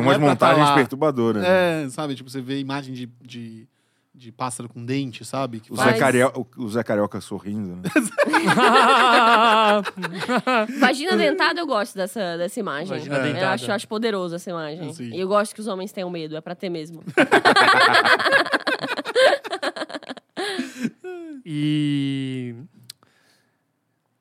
Speaker 1: Não é
Speaker 4: umas
Speaker 1: pra tá
Speaker 4: montagens
Speaker 1: lá.
Speaker 4: perturbadoras. né?
Speaker 1: é, sabe? Tipo, você vê imagem de, de, de pássaro com dente, sabe? Que
Speaker 4: O,
Speaker 1: faz-
Speaker 4: Zé Carioca, o- o Zé Carioca sorrindo, né?
Speaker 2: Vagina dentada, eu gosto dessa, dessa imagem. É,
Speaker 3: Vagina
Speaker 2: eu
Speaker 3: dentada.
Speaker 2: acho, acho poderoso essa imagem.
Speaker 1: Sim.
Speaker 2: E eu gosto que os homens tenham medo, é pra ter mesmo.
Speaker 3: E.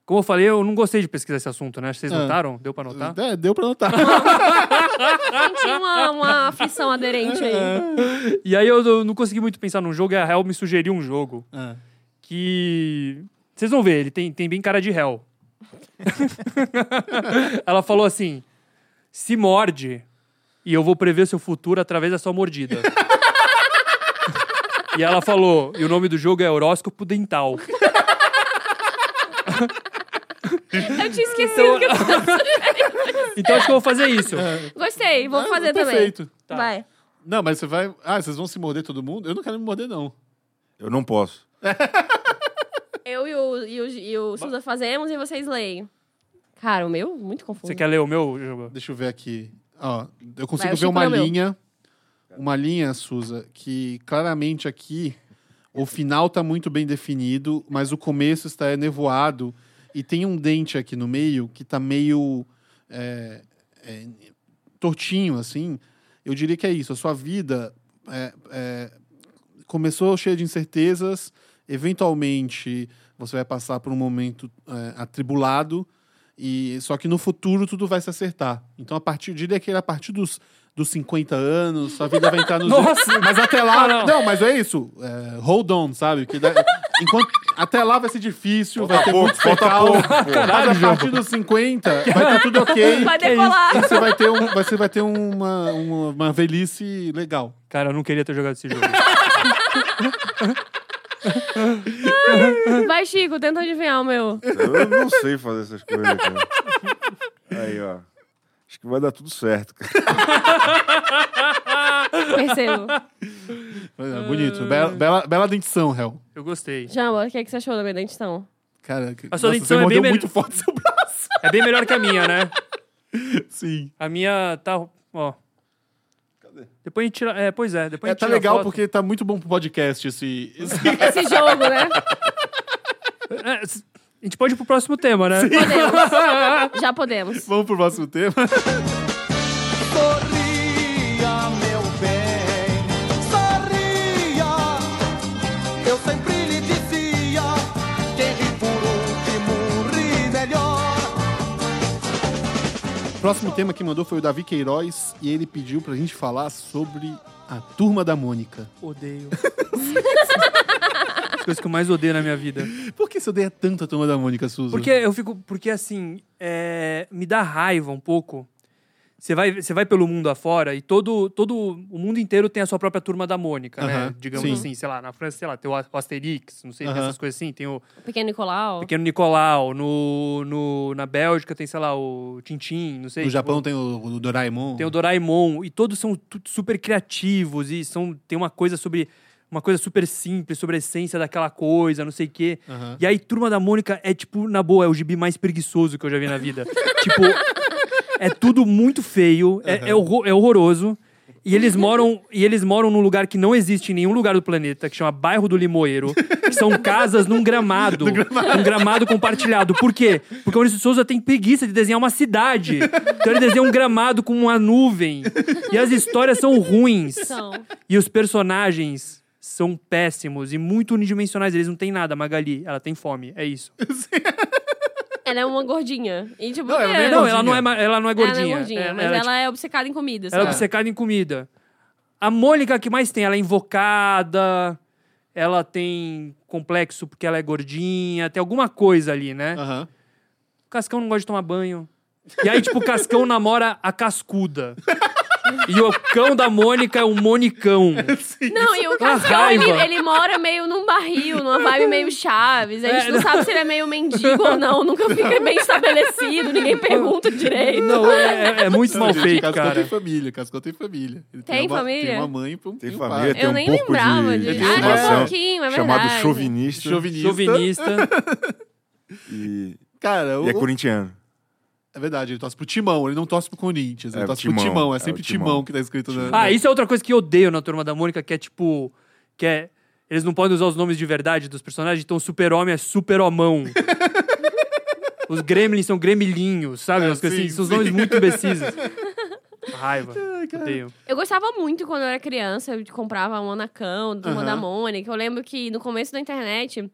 Speaker 3: Como eu falei, eu não gostei de pesquisar esse assunto, né? Vocês
Speaker 1: Ah.
Speaker 3: notaram? Deu pra notar?
Speaker 1: É, deu pra notar.
Speaker 2: Senti uma, uma aflição aderente aí.
Speaker 3: E aí eu eu não consegui muito pensar num jogo, e a Hell me sugeriu um jogo
Speaker 1: Ah.
Speaker 3: que. Vocês vão ver, ele tem, tem bem cara de Hell. Ela falou assim: se morde, e eu vou prever seu futuro através da sua mordida. e ela falou: e o nome do jogo é Horóscopo Dental.
Speaker 2: Eu tinha esquecido que eu
Speaker 3: Então acho que eu vou fazer isso.
Speaker 2: Gostei, vou
Speaker 1: Ah,
Speaker 2: fazer também.
Speaker 1: perfeito.
Speaker 3: Tá.
Speaker 2: Vai.
Speaker 1: Não, mas você vai. Ah, vocês vão se morder todo mundo? Eu não quero me morder, não.
Speaker 4: Eu não posso.
Speaker 2: Eu e o, e o, e o Suza fazemos e vocês leem. Cara, o meu? Muito confuso.
Speaker 3: Você quer ler o meu jogo?
Speaker 1: Deixa eu ver aqui. Ó, eu consigo
Speaker 2: eu
Speaker 1: ver uma
Speaker 2: chupo no meu.
Speaker 1: linha. Uma linha, Suza, que claramente aqui o final tá muito bem definido, mas o começo está é nevoado. E tem um dente aqui no meio que tá meio é, é, tortinho, assim. Eu diria que é isso. A sua vida é, é, começou cheia de incertezas. Eventualmente, você vai passar por um momento é, atribulado. E só que no futuro tudo vai se acertar. Então a partir eu diria que a partir dos, dos 50 anos, sua vida vai entrar nos
Speaker 3: Nossa!
Speaker 1: mas até lá,
Speaker 3: Ah,
Speaker 1: não.
Speaker 3: não.
Speaker 1: mas é isso. É, hold on, sabe? Que dá- enquanto até lá vai ser difícil, vai ter
Speaker 4: pouco,
Speaker 1: muito
Speaker 4: falta
Speaker 1: fecal.
Speaker 4: pouco,
Speaker 1: mas a partir dos 50 vai estar tudo ok.
Speaker 2: Vai
Speaker 3: Que isso?
Speaker 2: decolar.
Speaker 1: E Você vai ter, um, você vai ter uma, uma, uma velhice legal.
Speaker 3: Cara, eu não queria ter jogado esse jogo.
Speaker 2: Vai, Chico, tenta adivinhar o meu.
Speaker 4: Eu não sei fazer essas coisas, cara. Aí, ó. Acho que vai dar tudo certo, cara.
Speaker 2: Percebo.
Speaker 1: É, Bonito. Bela, bela, bela dentição, réu.
Speaker 3: Eu gostei.
Speaker 2: Jamba, o que, é que você achou da minha dentição?
Speaker 1: Cara,
Speaker 3: A sua
Speaker 1: nossa,
Speaker 3: dentição
Speaker 1: você
Speaker 3: é
Speaker 1: mordeu
Speaker 3: bem
Speaker 1: muito
Speaker 3: mel-
Speaker 1: forte seu braço.
Speaker 3: É bem melhor que a minha, né?
Speaker 1: Sim.
Speaker 3: A minha tá. Ó. Depois a gente tira. É, pois é. Depois a
Speaker 1: É,
Speaker 3: gente
Speaker 1: tá
Speaker 3: tira a
Speaker 1: legal
Speaker 3: foto.
Speaker 1: porque tá muito bom pro podcast esse. esse-
Speaker 2: Esse jogo, né?
Speaker 3: É, s- a gente pode ir pro próximo tema, né?
Speaker 2: Podemos. Já podemos.
Speaker 1: Vamos pro próximo tema.
Speaker 6: Sorria, meu bem, sorria. Eu sempre lhe dizia: quem ri por último ri melhor.
Speaker 1: próximo tema que mandou foi o Davi Queiroz e ele pediu pra gente falar sobre a turma da Mônica.
Speaker 3: Odeio. As coisas que eu mais odeio na minha vida.
Speaker 1: Por que você odeia tanto a turma da Mônica, Suzy?
Speaker 3: Porque eu fico. Porque assim, é, me dá raiva um pouco. Você vai, você vai pelo mundo afora e todo, todo o mundo inteiro tem a sua própria turma da Mônica, né?
Speaker 1: Aham,
Speaker 3: Digamos
Speaker 1: sim.
Speaker 3: assim, sei lá, na França, sei lá, tem o A- o Asterix, não sei, tem
Speaker 1: Aham.
Speaker 3: essas coisas assim, tem o
Speaker 2: Pequeno Nicolau.
Speaker 3: Pequeno Nicolau, no, no, na Bélgica tem, sei lá, o Tintim, não sei.
Speaker 1: No
Speaker 3: tipo,
Speaker 1: Japão tem o, o Doraemon.
Speaker 3: Tem o Doraemon, e todos são tu- super criativos, e são, tem uma coisa sobre. Uma coisa super simples, sobre a essência daquela coisa, não sei o quê.
Speaker 1: Aham.
Speaker 3: E aí, Turma da Mônica é, tipo, na boa, é o gibi mais preguiçoso que eu já vi na vida. tipo, é tudo muito feio, é, é, horro- é horroroso. E eles moram e eles moram num lugar que não existe em nenhum lugar do planeta, que chama Bairro do Limoeiro, que são casas num gramado, Um gramado compartilhado. Por quê? Porque o Maurício de Souza tem preguiça de desenhar uma cidade. Então ele desenha um gramado com uma nuvem. E as histórias são ruins.
Speaker 2: São.
Speaker 3: E os personagens são péssimos e muito unidimensionais. Eles não têm nada. A Magali, ela tem fome. É isso.
Speaker 2: Ela é uma gordinha. E, tipo,
Speaker 1: Não, ela
Speaker 2: é-
Speaker 1: é
Speaker 3: Não,
Speaker 1: gordinha.
Speaker 3: ela não é, ma- ela não é
Speaker 2: Ela
Speaker 3: gordinha.
Speaker 2: é gordinha,
Speaker 3: Ela-
Speaker 2: mas
Speaker 3: ela,
Speaker 2: ela,
Speaker 3: tipo,
Speaker 2: é obcecada em comida.
Speaker 3: Ela é
Speaker 2: sabe?
Speaker 3: obcecada em comida. A Mônica que mais tem, ela é invocada, ela tem complexo porque ela é gordinha, tem alguma coisa ali, né?
Speaker 1: Aham.
Speaker 3: O Cascão não gosta de tomar banho. E aí, tipo, o Cascão namora a cascuda. E o cão da Mônica é o Monicão.
Speaker 2: Não, e o
Speaker 3: Uma
Speaker 2: Cascão, ele,
Speaker 3: raiva.
Speaker 2: ele mora meio num barril, numa vibe meio Chaves. A gente
Speaker 3: É,
Speaker 2: não
Speaker 3: não.
Speaker 2: sabe se ele é meio mendigo ou não. Nunca fica bem estabelecido, ninguém pergunta direito.
Speaker 3: Não, é, é- é muito mal
Speaker 1: Gente,
Speaker 3: feito,
Speaker 1: Cascão é tem
Speaker 3: cara.
Speaker 1: família, Cascão tem família. Ele
Speaker 2: Tem
Speaker 1: uma,
Speaker 2: família?
Speaker 1: Tem uma mãe e um,
Speaker 4: Tem
Speaker 1: e um
Speaker 4: família,
Speaker 1: pai.
Speaker 4: tem
Speaker 2: Eu
Speaker 4: um
Speaker 2: nem
Speaker 4: pouco
Speaker 2: lembrava
Speaker 4: de,
Speaker 2: de-
Speaker 1: Ah, tem um
Speaker 4: formação
Speaker 2: pouquinho, é
Speaker 4: chamado
Speaker 2: verdade.
Speaker 4: chauvinista
Speaker 1: Chauvinista.
Speaker 3: Chauvinista.
Speaker 4: e,
Speaker 1: Cara,
Speaker 4: e é
Speaker 1: o-
Speaker 4: corintiano.
Speaker 1: é verdade, ele torce pro Timão, ele não torce pro Corinthians, ele
Speaker 4: É,
Speaker 1: torce
Speaker 4: Timão,
Speaker 1: pro Timão,
Speaker 4: é
Speaker 1: é
Speaker 4: o
Speaker 1: sempre
Speaker 4: Timão.
Speaker 1: Timão. que tá escrito na...
Speaker 3: Ah, isso é outra coisa que eu odeio na Turma da Mônica, que é tipo... Que é, eles não podem usar os nomes de verdade dos personagens, então o super-homem é super-homão. os gremlins são gremlinhos, sabe?
Speaker 1: É,
Speaker 3: Umas coisas
Speaker 1: sim,
Speaker 3: assim, são os
Speaker 1: sim.
Speaker 3: nomes muito imbecis. Raiva. odeio.
Speaker 2: Eu gostava muito quando eu era criança, eu comprava um Anacão, Turma
Speaker 1: Aham.
Speaker 2: da Mônica. Eu lembro que no começo da internet,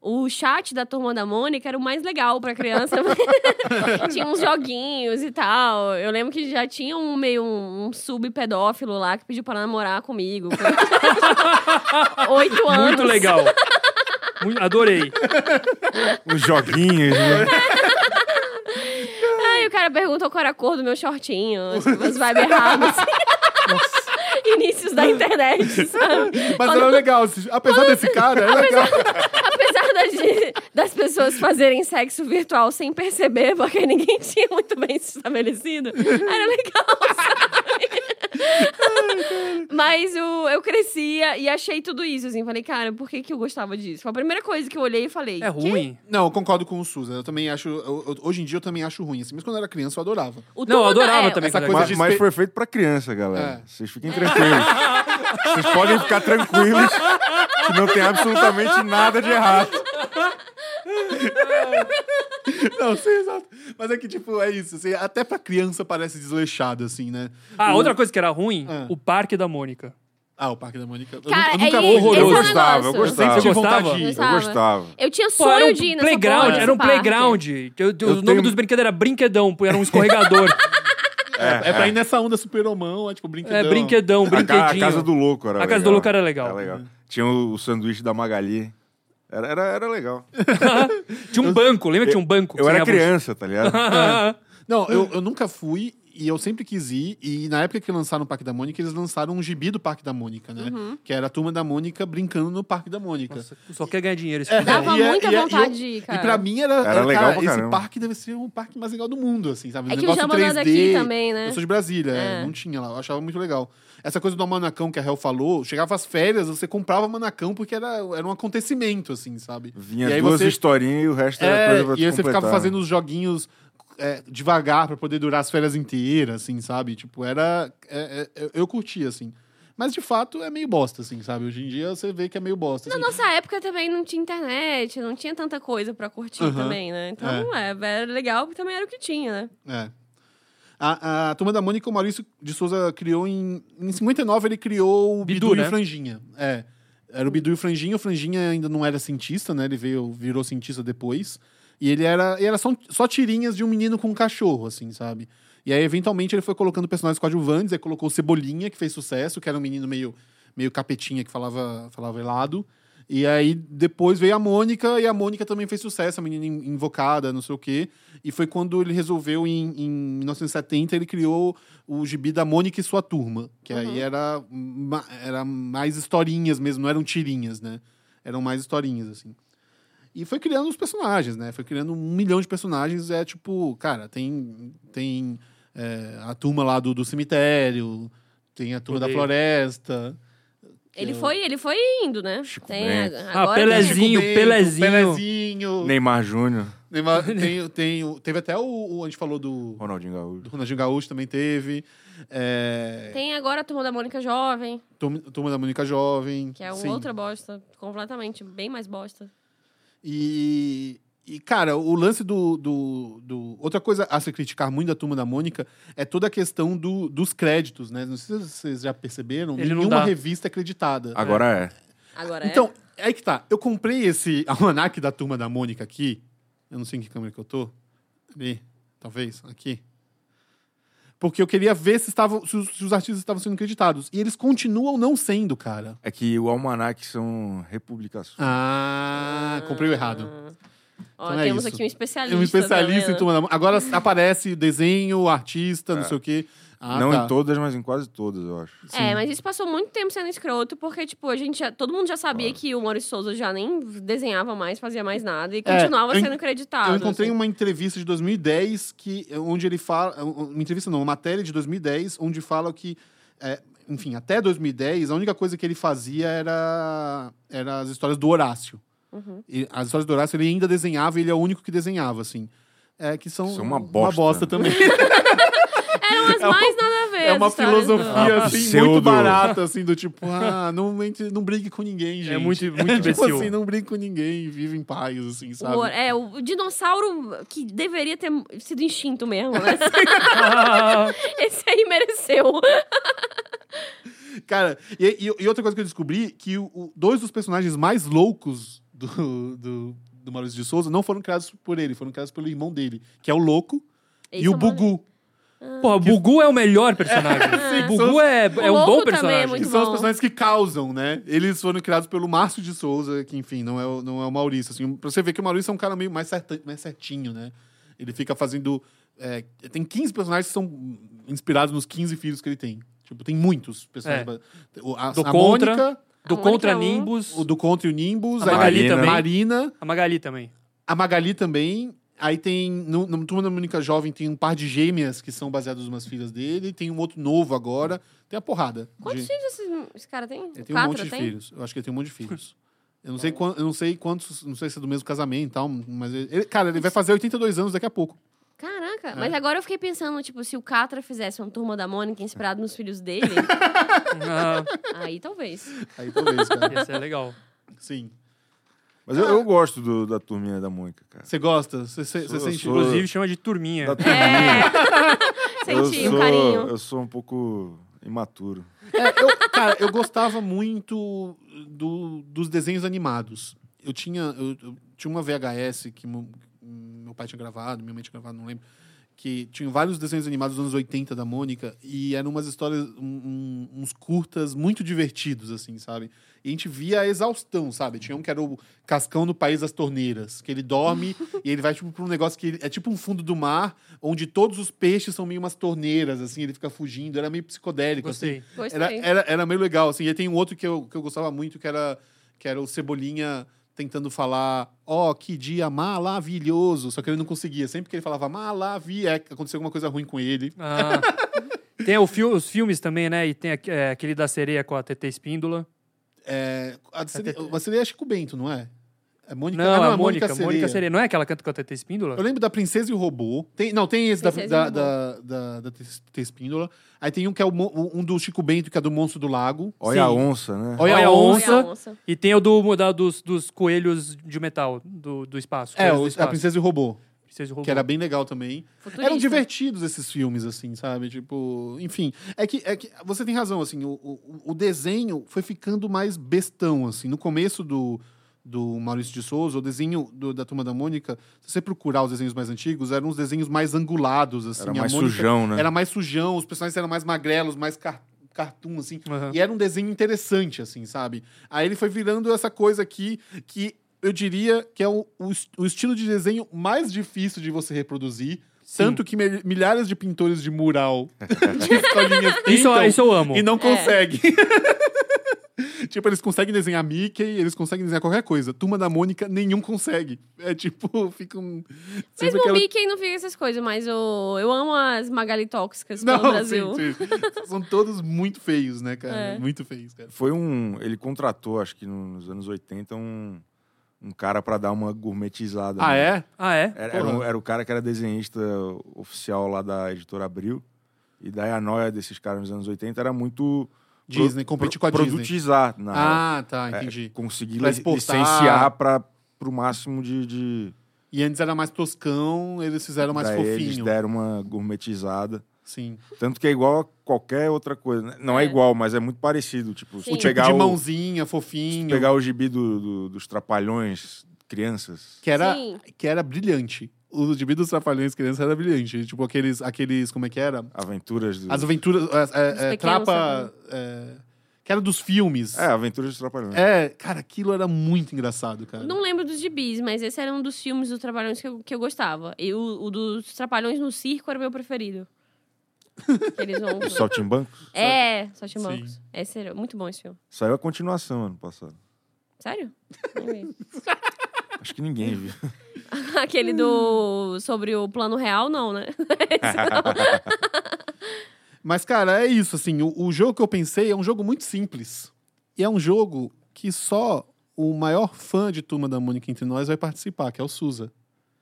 Speaker 2: o chat da Turma da Mônica era o mais legal pra criança. tinha uns joguinhos e tal. Eu lembro que já tinha um meio um, um sub pedófilo lá que pediu pra namorar comigo. Oito anos.
Speaker 3: Muito legal. Muito- adorei.
Speaker 4: Uns joguinhos, né?
Speaker 2: Aí o cara perguntou qual era a cor do meu shortinho. Umas vibe erradas. Inícios da internet, sabe?
Speaker 3: é
Speaker 1: Mas era legal, esse- apesar desse cara, é legal.
Speaker 2: Apesar da gente- das pessoas fazerem sexo virtual sem perceber, porque ninguém tinha muito bem se estabelecido, era legal, sabe? Mas o, eu crescia e achei tudo isso, assim. Falei, cara, por que, que eu gostava disso? Foi a primeira coisa que eu olhei e falei.
Speaker 3: É ruim.
Speaker 1: Não, eu concordo com o Susan, eu também acho... eu- eu- hoje em dia eu também acho ruim, assim, mas quando eu era criança eu adorava.
Speaker 2: O
Speaker 3: Não,
Speaker 2: Turma
Speaker 3: eu
Speaker 2: da-
Speaker 3: adorava
Speaker 2: é,
Speaker 3: também.
Speaker 1: essa
Speaker 3: quando era
Speaker 1: coisa
Speaker 4: mas,
Speaker 1: de
Speaker 4: mas
Speaker 1: espe-
Speaker 4: foi feito pra criança, galera.
Speaker 1: É.
Speaker 4: Vocês fiquem tranquilos. Vocês podem ficar tranquilos que não tem absolutamente nada de errado.
Speaker 1: Não, sim, exato. Mas é que, tipo, é isso. assim, até pra criança parece desleixado, assim, né?
Speaker 3: Ah,
Speaker 1: O-
Speaker 3: outra coisa que era ruim,
Speaker 1: Ah.
Speaker 3: o Parque da Mônica.
Speaker 1: Ah, o Parque da Mônica. Eu
Speaker 2: Cara,
Speaker 1: nunca- eu
Speaker 2: é
Speaker 1: nunca
Speaker 2: isso,
Speaker 1: horroroso.
Speaker 4: Eu
Speaker 2: esse é o
Speaker 4: gostava, eu
Speaker 2: negócio.
Speaker 4: gostava.
Speaker 1: Sempre tive
Speaker 3: Você gostava?
Speaker 1: vontade de ir.
Speaker 4: Eu
Speaker 2: Gostava.
Speaker 4: gostava.
Speaker 2: Eu tinha
Speaker 3: Pô, era
Speaker 2: sonho
Speaker 3: um
Speaker 2: de ir nessa
Speaker 3: playground,
Speaker 2: porra,
Speaker 3: era
Speaker 2: nesse
Speaker 3: um
Speaker 2: parque.
Speaker 3: playground. Eu- eu- o
Speaker 4: Eu
Speaker 3: nome
Speaker 4: tenho-
Speaker 3: dos brinquedos era brinquedão, pô, era um escorregador.
Speaker 1: É, é pra ir nessa onda super-homão, é tipo brinquedão.
Speaker 3: é brinquedão,
Speaker 4: A,
Speaker 3: brinquedinho.
Speaker 4: ca- a Casa do Louco era
Speaker 3: A
Speaker 4: legal.
Speaker 3: Casa do Louco era legal.
Speaker 4: Tinha o, o sanduíche da Magali. Era, era, era legal.
Speaker 3: Tinha um banco, lembra que tinha um Ah. banco? que
Speaker 4: Eu
Speaker 3: você
Speaker 4: era
Speaker 3: ganhava
Speaker 4: criança, tá ligado?
Speaker 3: uns-
Speaker 1: Não,
Speaker 2: É.
Speaker 1: eu, eu nunca fui e eu sempre quis ir. E na época que lançaram o Parque da Mônica, eles lançaram um gibi do Parque da Mônica, né?
Speaker 2: Uhum.
Speaker 1: Que era a turma da Mônica brincando no Parque da Mônica.
Speaker 3: Nossa, só quer ganhar dinheiro esse filho.
Speaker 2: Dava
Speaker 1: E é-
Speaker 2: muita
Speaker 1: e é- e eu-
Speaker 2: vontade de ir, cara.
Speaker 1: E pra mim era,
Speaker 4: Era legal
Speaker 1: cara,
Speaker 4: pra
Speaker 1: esse
Speaker 4: caramba.
Speaker 1: parque deve ser o parque mais legal do mundo, assim, sabe? Um
Speaker 2: É que não
Speaker 1: negócio
Speaker 2: chama nada
Speaker 1: 3D.
Speaker 2: aqui também, né?
Speaker 1: Eu sou de Brasília, é,
Speaker 2: É.
Speaker 1: não tinha lá, eu achava muito legal. Essa coisa do manacão que a Hel falou, chegava às férias, você comprava manacão porque era, era um acontecimento, assim, sabe?
Speaker 4: Vinha
Speaker 1: e aí
Speaker 4: duas
Speaker 1: você,
Speaker 4: historinhas e o resto
Speaker 1: é,
Speaker 4: era coisa pra
Speaker 1: E aí você
Speaker 4: completar.
Speaker 1: ficava fazendo os joguinhos é, devagar pra poder durar as férias inteiras, assim, sabe? Tipo, era. é, é, eu- eu curtia, assim. Mas de fato é meio bosta, assim, sabe? Hoje em dia você vê que é meio bosta. assim.
Speaker 2: Na nossa época também não tinha internet, não tinha tanta coisa pra curtir
Speaker 1: Aham.
Speaker 2: também, né? Então, é. era legal porque também era o que tinha, né?
Speaker 1: É. A, a Turma da Mônica, o Maurício de Souza criou em... Em 59, ele criou o
Speaker 3: Bidu,
Speaker 1: Bidu, e
Speaker 3: né?
Speaker 1: o Franjinha. É. Era o Bidu e o Franjinha. O Franjinha ainda não era cientista, né? Ele veio, virou cientista depois. E ele era... E era só, só tirinhas de um menino com um cachorro, assim, sabe? E aí, eventualmente, ele foi colocando personagens coadjuvantes, aí colocou o Cebolinha, que fez sucesso, que era um menino meio, meio capetinha que falava, falava helado. E aí, depois veio a Mônica, e a Mônica também fez sucesso, a menina in- invocada, não sei o quê. E foi quando ele resolveu, em, em 1970, ele criou o gibi da Mônica e sua turma. Que
Speaker 3: Uhum.
Speaker 1: aí era, ma- era mais historinhas mesmo, não eram tirinhas, né? Eram mais historinhas, assim. E foi criando os personagens, né? Foi criando um milhão de personagens. É tipo, cara, tem, tem é, a turma lá do, do cemitério, tem a turma da
Speaker 3: Odeio.
Speaker 1: floresta.
Speaker 2: Ele foi, ele foi indo, né? Tem,
Speaker 4: Bento.
Speaker 2: a-
Speaker 3: Ah,
Speaker 2: agora
Speaker 3: Pelezinho.
Speaker 2: tem-
Speaker 1: Chico Bento,
Speaker 3: Pelezinho.
Speaker 1: Pelezinho.
Speaker 4: Neymar Júnior,
Speaker 1: Neymar- tem, tem, o- teve até o, o- A gente falou do,
Speaker 4: Ronaldinho
Speaker 1: do
Speaker 4: Gaúcho.
Speaker 1: Ronaldinho Gaúcho, também teve. É,
Speaker 2: Tem agora a turma da Mônica Jovem,
Speaker 1: Turma Turma da Mônica Jovem.
Speaker 2: que é uma
Speaker 1: sim.
Speaker 2: outra bosta, completamente, bem mais bosta.
Speaker 1: E, e, cara, o lance do, do, do- Outra coisa a se criticar muito da turma da Mônica é toda a questão do, dos créditos, né? Não sei se vocês já perceberam,
Speaker 3: Ele não
Speaker 1: nenhuma
Speaker 3: dá.
Speaker 1: revista é acreditada.
Speaker 4: Agora é.
Speaker 2: Agora é.
Speaker 1: Então, aí que tá. Eu comprei esse almanac da turma da Mônica aqui. Eu não sei em que câmera que eu tô. Ali, talvez, aqui. Porque eu queria ver se, estavam, se os, se os artistas estavam sendo creditados. E eles continuam não sendo, cara.
Speaker 4: É que o Almanac são republicações.
Speaker 1: Ah, comprei o errado.
Speaker 2: é? Ó,
Speaker 1: então é
Speaker 2: temos
Speaker 1: isso.
Speaker 2: aqui um especialista.
Speaker 1: É um especialista
Speaker 2: tá
Speaker 1: em
Speaker 2: vendo?
Speaker 1: turma da Mônica. Agora aparece desenho, artista, não sei o quê. Ah,
Speaker 4: Tá. não
Speaker 1: tá.
Speaker 4: em todas, mas em quase todas, eu acho.
Speaker 1: assim.
Speaker 2: É, mas isso passou muito tempo sendo escroto, porque, tipo, a gente já- todo mundo já sabia que o Maurício Souza já nem desenhava mais, fazia mais nada, e continuava
Speaker 1: É, eu en-
Speaker 2: sendo creditado.
Speaker 1: Eu encontrei um
Speaker 2: assim.
Speaker 1: uma entrevista de 2010 que, onde ele fala. um, Uma entrevista não, uma matéria de 2010, onde fala que. é, enfim, até 2010, a única coisa que ele fazia era, era as histórias do Horácio.
Speaker 2: Uhum.
Speaker 1: E as histórias do Horácio ele ainda desenhava e ele é o único que desenhava, assim. É, que são,
Speaker 4: São uma bosta.
Speaker 1: também.
Speaker 2: Eram Então, as mais nada a ver.
Speaker 1: é
Speaker 2: as
Speaker 1: uma
Speaker 2: histórias do-
Speaker 1: filosofia,
Speaker 4: Ah,
Speaker 1: assim,
Speaker 4: pseudo.
Speaker 1: muito barata, assim, do tipo, ah, não, entre- não brigue com ninguém, gente.
Speaker 3: É muito, muito
Speaker 1: Tipo
Speaker 3: imbecil.
Speaker 1: assim, não brigue com ninguém, vive em paz, assim, sabe?
Speaker 2: O, é, o dinossauro que deveria ter sido extinto mesmo, né? Esse aí mereceu.
Speaker 1: Cara, e, e- e outra coisa que eu descobri, que o, o- dois dos personagens mais loucos do, do, do Maurício de Souza não foram criados por ele, foram criados pelo irmão dele, que é o Louco
Speaker 2: Esse
Speaker 1: e
Speaker 2: é
Speaker 1: o Bugu.
Speaker 3: Porra, Bugu é o melhor personagem. Bugu é, é
Speaker 2: O
Speaker 3: um bom
Speaker 2: louco também é
Speaker 3: personagem.
Speaker 1: Que
Speaker 2: muito
Speaker 1: são os
Speaker 2: bom.
Speaker 1: personagens que causam, né? Eles foram criados pelo Márcio de Souza, que, enfim, não é, o- não é o Maurício. Assim, pra você ver que o Maurício é um cara meio mais, certa- mais certinho, né? Ele fica fazendo. é, tem 15 personagens que são inspirados nos 15 filhos que ele tem. Tipo, tem muitos personagens. O- A,
Speaker 3: É. Do
Speaker 1: a
Speaker 3: Contra.
Speaker 1: Mônica,
Speaker 2: A
Speaker 3: Do
Speaker 2: Mônica
Speaker 3: Contra
Speaker 2: é um-
Speaker 3: Nimbus.
Speaker 1: o do Contra e o Nimbus,
Speaker 3: A
Speaker 1: aí
Speaker 3: Magali
Speaker 1: tem
Speaker 4: também.
Speaker 1: Marina.
Speaker 3: A Magali também.
Speaker 1: A Magali também. Aí tem, no, no Turma da Mônica Jovem, tem um par de gêmeas que são baseadas em umas filhas dele. Tem um outro novo agora. Tem a porrada.
Speaker 2: Quantos
Speaker 1: de...
Speaker 2: filhos esse, esse cara tem?
Speaker 1: Ele tem um
Speaker 2: Quatro,
Speaker 1: monte de
Speaker 2: tem?
Speaker 1: filhos. Eu acho que ele tem um monte de filhos. Eu não, sei quan- eu não sei quantos, não sei se é do mesmo casamento e tal, mas... ele- ele- cara, ele vai fazer 82 anos daqui a pouco. É.
Speaker 2: Caraca, mas agora eu fiquei pensando, tipo, se o Catra fizesse uma turma da Mônica inspirado nos filhos dele,
Speaker 3: Ah,
Speaker 2: aí talvez.
Speaker 1: Aí talvez, cara.
Speaker 3: esse é legal.
Speaker 1: Sim.
Speaker 4: Mas eu, eu gosto do- da turminha da Mônica, cara.
Speaker 1: Você gosta? Você você- você
Speaker 4: Sou-
Speaker 1: sente...
Speaker 4: sou-
Speaker 3: Inclusive, chama de turminha.
Speaker 4: Da turminha.
Speaker 2: É.
Speaker 4: Eu
Speaker 2: Senti um
Speaker 4: sou-
Speaker 2: carinho.
Speaker 4: Eu sou um pouco imaturo.
Speaker 1: É, eu- cara, eu gostava muito do- dos desenhos animados. Eu tinha, eu, eu tinha uma VHS que meu, meu pai tinha gravado, minha mãe tinha gravado, não lembro. Que tinha vários desenhos animados dos anos 80 da Mônica e eram umas histórias, um- um- uns curtas muito divertidos, assim, sabe? E a gente via a exaustão, sabe? Tinha um que era o Cascão no País das Torneiras, que ele dorme e ele vai, tipo, pra um negócio que ele- é tipo um fundo do mar, onde todos os peixes são meio umas torneiras, assim, ele fica fugindo, era meio psicodélico, assim.
Speaker 3: Gostei.
Speaker 2: Gostei.
Speaker 1: Era, era, era meio legal, assim. E aí tem um outro que eu, que eu gostava muito, que era, que era o Cebolinha tentando falar, ó, que dia maravilhoso. Só que ele não conseguia. Sempre que ele falava maravilha, é, aconteceu alguma coisa ruim com ele.
Speaker 3: Ah. Tem o fil- os filmes também, né? E tem aqu- é, aquele da sereia com a TT Espíndola.
Speaker 1: É, a de sereia, a sereia é Chico Bento, não é? É Mônica,
Speaker 3: Não,
Speaker 1: ah,
Speaker 3: a Mônica, Mônica sereia. Não é aquela que canta com a TT
Speaker 1: Eu
Speaker 3: Espíndola?
Speaker 1: lembro da Princesa e o Robô. Tem, não, tem esse da,
Speaker 2: Princesa e
Speaker 1: da,
Speaker 2: o
Speaker 1: da, da, da Tes- Tespíndola. Aí tem um que é o mon- um do Chico Bento, que é do Monstro do Lago.
Speaker 4: Olha a
Speaker 3: Sim.
Speaker 4: onça, né?
Speaker 1: Olha a
Speaker 2: Olha a onça.
Speaker 3: E tem o do, da- dos, dos coelhos de metal, do, do espaço.
Speaker 1: É,
Speaker 3: coelhos
Speaker 1: o-
Speaker 3: do
Speaker 1: a
Speaker 3: espaço.
Speaker 1: Princesa e o Robô.
Speaker 3: Princesa e o Robô.
Speaker 1: Que era bem legal também.
Speaker 2: Futurista.
Speaker 1: Eram divertidos esses filmes, assim, sabe? Tipo, enfim. É que, é que você tem razão, assim, o, o, o desenho foi ficando mais bestão, assim. No começo do, do Maurício de Souza, o desenho do- da Turma da Mônica, se você procurar os desenhos mais antigos, eram uns desenhos mais angulados, assim.
Speaker 4: Era
Speaker 1: A
Speaker 4: mais
Speaker 1: Mônica
Speaker 4: sujão, né?
Speaker 1: Era mais sujão, os personagens eram mais magrelos, mais car cartoon, assim.
Speaker 3: Aham.
Speaker 1: E era um desenho interessante, assim, sabe? Aí ele foi virando essa coisa aqui que eu diria que é o, o es- o estilo de desenho mais difícil de você reproduzir.
Speaker 3: Sim.
Speaker 1: Tanto que mil- milhares de pintores de mural de escolinhas
Speaker 3: Isso,
Speaker 4: é
Speaker 1: pintam
Speaker 3: isso eu amo.
Speaker 1: então, e não
Speaker 2: É.
Speaker 1: conseguem. tipo, eles conseguem desenhar Mickey, eles conseguem desenhar qualquer coisa. Turma da Mônica, nenhum consegue. É tipo, fica um...
Speaker 2: Mesmo o Mickey não fica essas coisas, mas o... eu amo as Magali tóxicas pelo
Speaker 1: Não,
Speaker 2: Brasil.
Speaker 1: sim, sim. São todos muito feios, né, cara?
Speaker 2: É.
Speaker 1: Muito feios, cara.
Speaker 4: Foi um. Ele contratou, acho que nos anos 80, um, um cara pra dar uma gourmetizada.
Speaker 1: Ah,
Speaker 4: né?
Speaker 1: é?
Speaker 3: Ah, é?
Speaker 4: Era, era, um- era o cara que era desenhista oficial lá da editora Abril. E daí a noia desses caras nos anos 80 era muito.
Speaker 1: Disney, competir com a Disney.
Speaker 4: produtizar, na real.
Speaker 1: Ah, tá,
Speaker 4: É,
Speaker 1: entendi.
Speaker 4: conseguir
Speaker 1: Pra
Speaker 4: li-
Speaker 1: exportar.
Speaker 4: licenciar para o máximo de. de...
Speaker 1: E antes era mais toscão, eles fizeram mais
Speaker 4: Daí eles
Speaker 1: fofinho.
Speaker 4: deram uma gourmetizada.
Speaker 1: Sim.
Speaker 4: Tanto que é igual a qualquer outra coisa. né? Não é,
Speaker 2: É.
Speaker 4: igual, mas é muito parecido. Tipo, se
Speaker 2: Sim.
Speaker 4: tu
Speaker 2: O
Speaker 1: Tipo
Speaker 4: pegar
Speaker 1: de
Speaker 4: o,
Speaker 1: mãozinha,
Speaker 4: se tu
Speaker 1: fofinho.
Speaker 4: pegar o gibi do- do- dos trapalhões, crianças.
Speaker 1: Que era,
Speaker 2: Sim.
Speaker 1: que era brilhante. O gibi dos Trapalhões Crianças era brilhante. Tipo, aqueles, aqueles como é que era?
Speaker 4: Aventuras do...
Speaker 1: As aventuras.
Speaker 2: Os
Speaker 1: É, é,
Speaker 2: pequenos
Speaker 1: trapa. é, que era dos filmes.
Speaker 4: É, Aventuras dos Trapalhões.
Speaker 1: É, cara, aquilo era muito engraçado, cara.
Speaker 2: Não lembro dos gibis, mas esse era um dos filmes dos Trapalhões que eu, que eu gostava. E o, o dos Trapalhões no Circo era o meu preferido. Que Eles vão...
Speaker 4: Os Saltimbancos.
Speaker 2: É, só tinha
Speaker 1: Sim.
Speaker 2: Esse era muito bom esse filme.
Speaker 4: Saiu a continuação ano passado.
Speaker 2: Sério? Nem vi.
Speaker 4: Acho que ninguém viu.
Speaker 2: Aquele do... Sobre o plano real, não, né?
Speaker 1: Mas, cara, é isso, assim. O, o jogo que eu pensei é um jogo muito simples. E é um jogo que só o maior fã de Turma da Mônica entre nós vai participar, que é o Suza.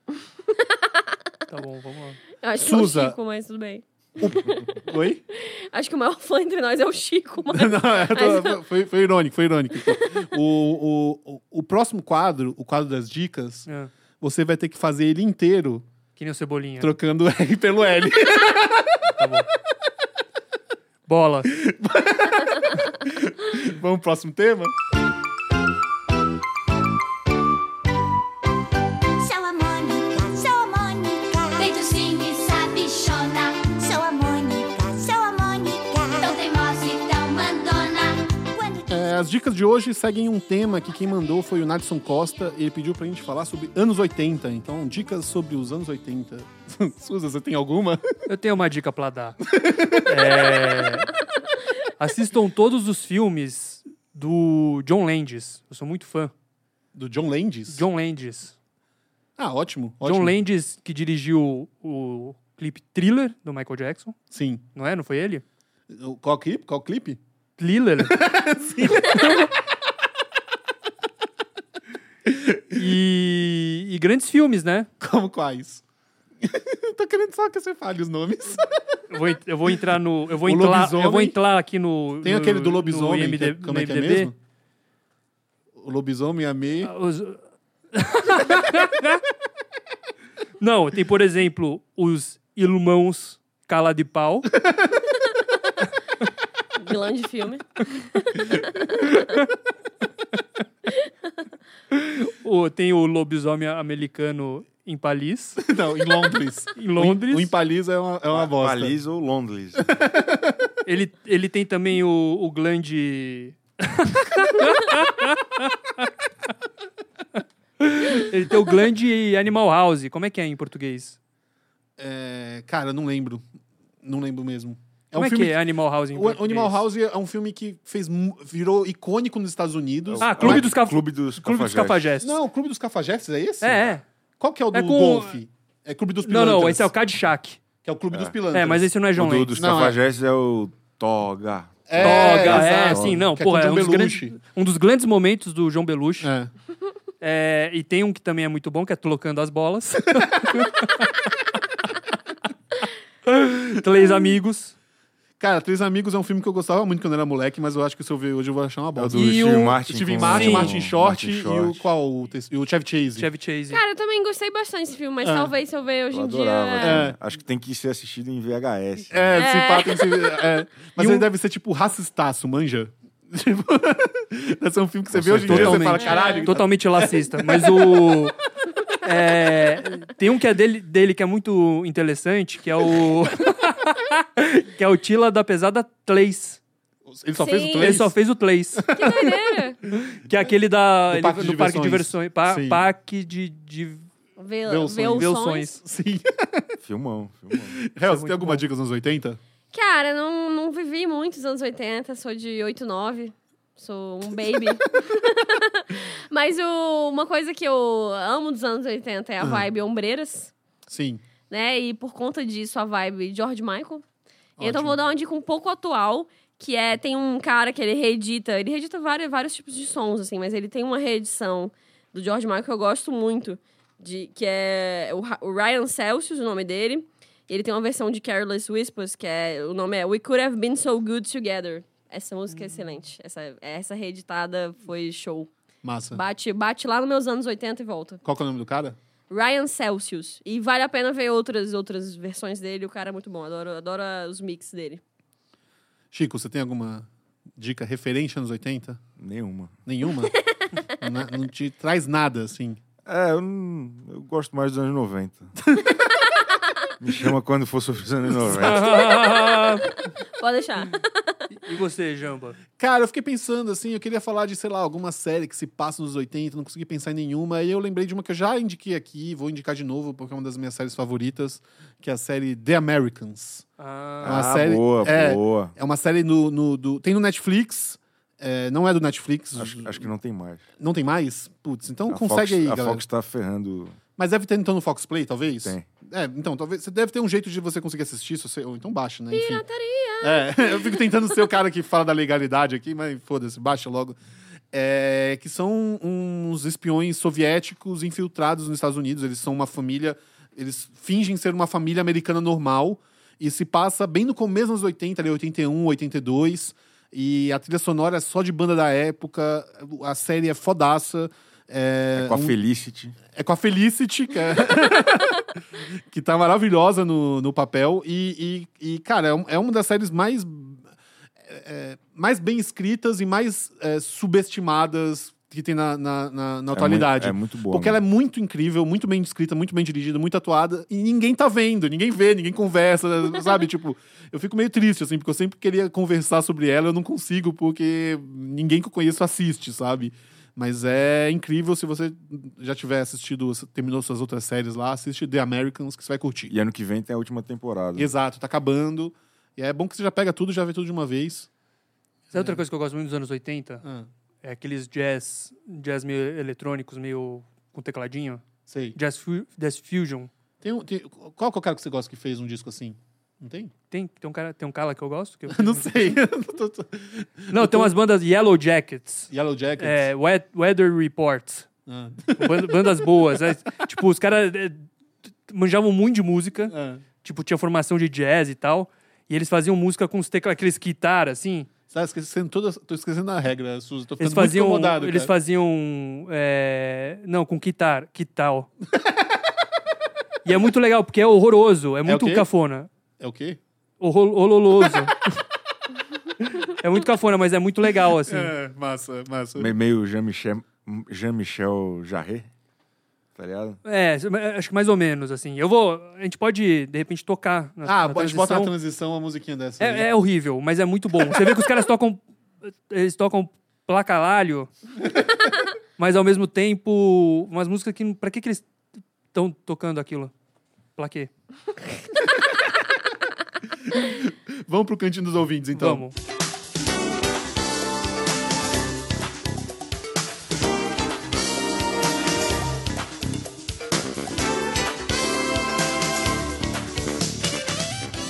Speaker 3: Tá bom, vamos lá.
Speaker 2: Eu acho que é o
Speaker 1: Suza.
Speaker 2: Chico, mas tudo bem.
Speaker 1: Oi?
Speaker 2: Acho que o maior fã entre nós é o Chico, mas...
Speaker 1: Não, é, tô-
Speaker 2: Mas-
Speaker 1: foi, foi irônico, foi irônico. o, o, o, o próximo quadro, o quadro das dicas,
Speaker 3: É.
Speaker 1: você vai ter que fazer ele inteiro
Speaker 3: Que nem o Cebolinha.
Speaker 1: trocando o R pelo L.
Speaker 3: Tá bom. Bola.
Speaker 1: Vamos pro próximo tema?
Speaker 7: Sou a Mônica, sou a Mônica. Feito simples, sabichona. Sou a Mônica, sou a Mônica. Tão teimosa e tão mandona. Quando diz
Speaker 1: É, as dicas de hoje seguem um tema que quem mandou foi o Nadson Costa. Ele pediu pra gente falar sobre anos 80. Então, dicas sobre os anos 80. Suza, você tem alguma?
Speaker 3: Eu tenho uma dica pra dar. É... Assistam todos os filmes do John Landis. Eu sou muito fã.
Speaker 1: Do John Landis?
Speaker 3: John Landis.
Speaker 1: Ah, ótimo. ótimo.
Speaker 3: John Landis que dirigiu o clipe Thriller do Michael Jackson.
Speaker 1: Sim.
Speaker 3: Não é? Não foi ele?
Speaker 1: O- Qual clipe? Qual clipe?
Speaker 3: Thriller. e, e grandes filmes, né?
Speaker 1: Como quais? Tô querendo só que você fale os nomes.
Speaker 3: Eu vou, en- eu vou entrar no. Eu vou
Speaker 1: O
Speaker 3: entrar.
Speaker 1: lobisomem.
Speaker 3: Eu vou entrar aqui no.
Speaker 1: Tem
Speaker 3: no-
Speaker 1: aquele do
Speaker 3: no
Speaker 1: lobisomem, que é-
Speaker 3: IMD
Speaker 1: como é que é
Speaker 3: IMDb.
Speaker 1: mesmo? O lobisomem amei.
Speaker 3: Ah, os- Não, tem, por exemplo, os Ilumãos Cala de Pau.
Speaker 2: Grande filme.
Speaker 3: o- tem o Lobisomem Americano em Palis,
Speaker 1: Não, em Londres.
Speaker 3: em Londres.
Speaker 1: O, em Palis é uma, é uma bosta.
Speaker 4: Palis ou Londres.
Speaker 3: Ele, ele tem também o, o glande. ele tem o glande Animal House. Como é que é em português?
Speaker 1: É, cara, não lembro. Não lembro mesmo. É
Speaker 3: Como
Speaker 1: um
Speaker 3: é
Speaker 1: filme.
Speaker 3: que é Animal House em
Speaker 1: O
Speaker 3: português?
Speaker 1: Animal House é um filme que fez, mu- virou icônico nos Estados Unidos.
Speaker 3: Ah, Clube dos Caf-
Speaker 4: Clube
Speaker 1: é um
Speaker 4: dos
Speaker 3: Clube dos
Speaker 4: Cafajestes.
Speaker 3: Cafajestes.
Speaker 1: Não, o Clube dos Cafajestes é esse?
Speaker 3: É, é.
Speaker 1: Qual que é o do
Speaker 3: É com-
Speaker 1: golfe? É Clube dos
Speaker 3: Não,
Speaker 1: Pilantras.
Speaker 3: não, esse é o Caddyshack.
Speaker 1: Que é o Clube dos Pilantras.
Speaker 3: É, mas esse não é John
Speaker 4: O do-
Speaker 3: Lane.
Speaker 4: dos
Speaker 1: Não, é.
Speaker 4: Cafajestes é o Toga.
Speaker 1: É,
Speaker 3: Toga, é,
Speaker 1: exato.
Speaker 3: sim, não,
Speaker 1: Que é com
Speaker 3: porra, é
Speaker 1: John
Speaker 3: um dos,
Speaker 1: Belushi.
Speaker 3: grandes, um dos grandes momentos do João Belushi.
Speaker 1: É.
Speaker 3: É, e tem um que também é muito bom, que é Trocando as Bolas. Três amigos.
Speaker 1: Cara, Três Amigos é um filme que eu gostava muito quando eu era moleque, mas eu acho que se eu ver hoje eu vou achar uma
Speaker 4: É o
Speaker 1: bosta.
Speaker 4: do
Speaker 3: E
Speaker 4: Steve
Speaker 3: o-
Speaker 4: Martin.
Speaker 1: Steven
Speaker 4: com-
Speaker 1: Martin,
Speaker 3: Sim.
Speaker 1: Martin Short
Speaker 4: Martin
Speaker 1: e o qual? O, te- e o Chevy Chase.
Speaker 3: Chevy Chase.
Speaker 2: Cara, eu também gostei bastante desse filme, mas
Speaker 1: É.
Speaker 2: talvez se eu ver hoje
Speaker 4: Ah. Eu
Speaker 2: em dia...
Speaker 4: adorava.
Speaker 1: É.
Speaker 4: cara. Acho que tem que ser assistido em VHS.
Speaker 1: É,
Speaker 2: É.
Speaker 1: esse pato. Esse, é. Mas
Speaker 3: E
Speaker 1: ele
Speaker 3: um-
Speaker 1: deve ser tipo racistaço, manja? Tipo, esse é um filme que você vê hoje em dia e você
Speaker 3: Totalmente.
Speaker 1: fala, caralho.
Speaker 3: Totalmente lacista. Mas o. é, tem um que é dele, dele que é muito interessante, que é o. que é o Tila da Pesada 3.
Speaker 1: Ele só fez o
Speaker 2: Sim.
Speaker 1: trailer.
Speaker 3: Ele só fez o 3.
Speaker 2: Que doideira.
Speaker 3: que é aquele da.
Speaker 1: Do
Speaker 3: ele-
Speaker 1: parque de
Speaker 3: do parque de
Speaker 1: diversões.
Speaker 3: diversões. Pa,
Speaker 1: Sim.
Speaker 3: parque de. de
Speaker 2: Vê,
Speaker 1: Vê os
Speaker 2: vê
Speaker 1: sonhos.
Speaker 2: os sonhos.
Speaker 3: Versões.
Speaker 1: Sim. é
Speaker 4: Filmão, filmão.
Speaker 1: Hel, você
Speaker 3: muito
Speaker 1: tem alguma
Speaker 3: bom.
Speaker 1: dica dos anos 80?
Speaker 2: Cara, não, não vivi muito os anos 80, sou de 8, 9. Sou um baby. Mas o- uma coisa que eu amo dos anos 80 é a vibe ombreiras,
Speaker 1: Sim.
Speaker 2: né? E por conta disso, a vibe George Michael.
Speaker 1: Ótimo.
Speaker 2: Então vou dar uma dica um pouco atual, que é tem um cara que ele reedita, ele reedita vários, vários tipos de sons assim, mas ele tem uma reedição do George Michael que eu gosto muito, de que é o, Ra- o Ryan Celsius, o nome dele. E ele tem uma versão de Careless Whispers, que é o nome é We Could Have Been So Good Together. Essa música é excelente. Essa, essa reeditada foi show.
Speaker 1: Massa.
Speaker 2: Bate, bate lá nos meus anos 80 e volta.
Speaker 1: Qual que é o nome do cara?
Speaker 2: Ryan Celsius. E vale a pena ver outras outras versões dele. O cara é muito bom. Adoro, adoro os mix dele.
Speaker 1: Chico, você tem alguma dica referente anos 80?
Speaker 4: Nenhuma.
Speaker 1: Nenhuma? Na- não te traz nada, assim.
Speaker 4: É, eu, não- eu gosto mais dos anos 90. Me chama quando for sobre os anos 90.
Speaker 2: Pode deixar.
Speaker 3: e você, Jamba?
Speaker 1: Cara, eu fiquei pensando assim, eu queria falar de, sei lá, alguma série que se passa nos 80, não consegui pensar em nenhuma. E eu lembrei de uma que eu já indiquei aqui, vou indicar de novo, porque é uma das minhas séries favoritas, que é a série The Americans.
Speaker 3: Ah,
Speaker 1: Uma
Speaker 4: Ah,
Speaker 1: série-
Speaker 4: boa,
Speaker 1: é.
Speaker 4: boa.
Speaker 1: É uma série no, no- do. Tem no Netflix. é, não é do Netflix.
Speaker 4: Acho, acho que não tem mais.
Speaker 1: Não tem mais? Putz, então
Speaker 4: a
Speaker 1: consegue
Speaker 4: Fox,
Speaker 1: aí,
Speaker 4: A
Speaker 1: galera.
Speaker 4: Fox tá ferrando.
Speaker 1: Mas deve ter então no Fox Play, talvez?
Speaker 4: Tem.
Speaker 1: É, então, talvez. Você deve ter um jeito de você conseguir assistir, se você- ou então baixa, né? Enfim. É, eu fico tentando ser o cara que fala da legalidade aqui, mas foda-se, baixa logo. É, que são uns espiões soviéticos infiltrados nos Estados Unidos. Eles são uma família. Eles fingem ser uma família americana normal. E se passa bem no começo dos 80, ali, 81, 82. E a trilha sonora é só de banda da época. A série é fodaça. É,
Speaker 4: É com a
Speaker 1: um-
Speaker 4: Felicity.
Speaker 1: é com a Felicity, que, é... que tá maravilhosa no, no papel. E, e- e, cara, é, um- é uma das séries mais, é, mais bem escritas e mais é, subestimadas que tem na, na, na- na
Speaker 4: É
Speaker 1: atualidade.
Speaker 4: muito- É muito, boa.
Speaker 1: Porque ela é muito incrível, muito bem escrita, muito bem dirigida, muito atuada, e ninguém tá vendo, ninguém vê, ninguém conversa, sabe? Tipo, eu fico meio triste, assim, porque eu sempre queria conversar sobre ela, eu não consigo, porque ninguém que eu conheço assiste, sabe? Mas é incrível se você já tiver assistido, terminou suas outras séries lá, assiste The Americans, que você vai curtir.
Speaker 4: E ano que vem tem a última temporada.
Speaker 1: Exato, tá acabando. E é bom que você já pega tudo, já vê tudo de uma vez.
Speaker 3: sabe outra coisa que eu gosto muito dos anos 80?
Speaker 1: Ah.
Speaker 3: É aqueles jazz, jazz meio eletrônicos, meio com tecladinho.
Speaker 1: sei.
Speaker 3: Jazz, fu- jazz fusion.
Speaker 1: Tem um- tem- qual que é o cara que você gosta que fez um disco assim? Não tem?
Speaker 3: Tem, tem, um cara, tem um cara que eu gosto? que eu-
Speaker 1: Não sei. Tô- tô-
Speaker 3: Não, tem umas bandas Yellow Jackets.
Speaker 1: Yellow Jackets.
Speaker 3: É, Wet- Weather Report.
Speaker 1: Ah.
Speaker 3: Ban- Bandas boas. né? Tipo, os caras é, manjavam muito de música.
Speaker 1: Ah.
Speaker 3: Tipo, tinha formação de jazz e tal. E eles faziam música com os teclados, aqueles guitar, assim.
Speaker 1: Tá esquecendo toda, tô esquecendo a regra, Suzy. Tô ficando
Speaker 3: Eles faziam. um-
Speaker 1: muito incomodado,
Speaker 3: eles
Speaker 1: cara.
Speaker 3: faziam. é, não, com guitar. Quital. e é muito legal, porque é horroroso. É muito
Speaker 1: quê?
Speaker 3: cafona.
Speaker 1: É o quê?
Speaker 3: Horro- Horroroso. é muito cafona, mas é muito legal, assim.
Speaker 1: É, massa, massa.
Speaker 4: Me- Meio Jean-Michel Jean Jarret. Tá ligado?
Speaker 3: É, acho que mais ou menos, assim. Eu vou. A gente pode, de repente, tocar. Na,
Speaker 1: Ah,
Speaker 3: na
Speaker 1: a gente bota na
Speaker 3: transição.
Speaker 1: transição uma musiquinha dessa. aí.
Speaker 3: É, é horrível, mas é muito bom. Você vê que os caras tocam. Eles tocam placalhalho, mas ao mesmo tempo. Umas músicas que. não- Pra que, que eles estão tocando aquilo? Pra quê?
Speaker 1: Vamos pro cantinho dos ouvintes, então.
Speaker 3: Vamos.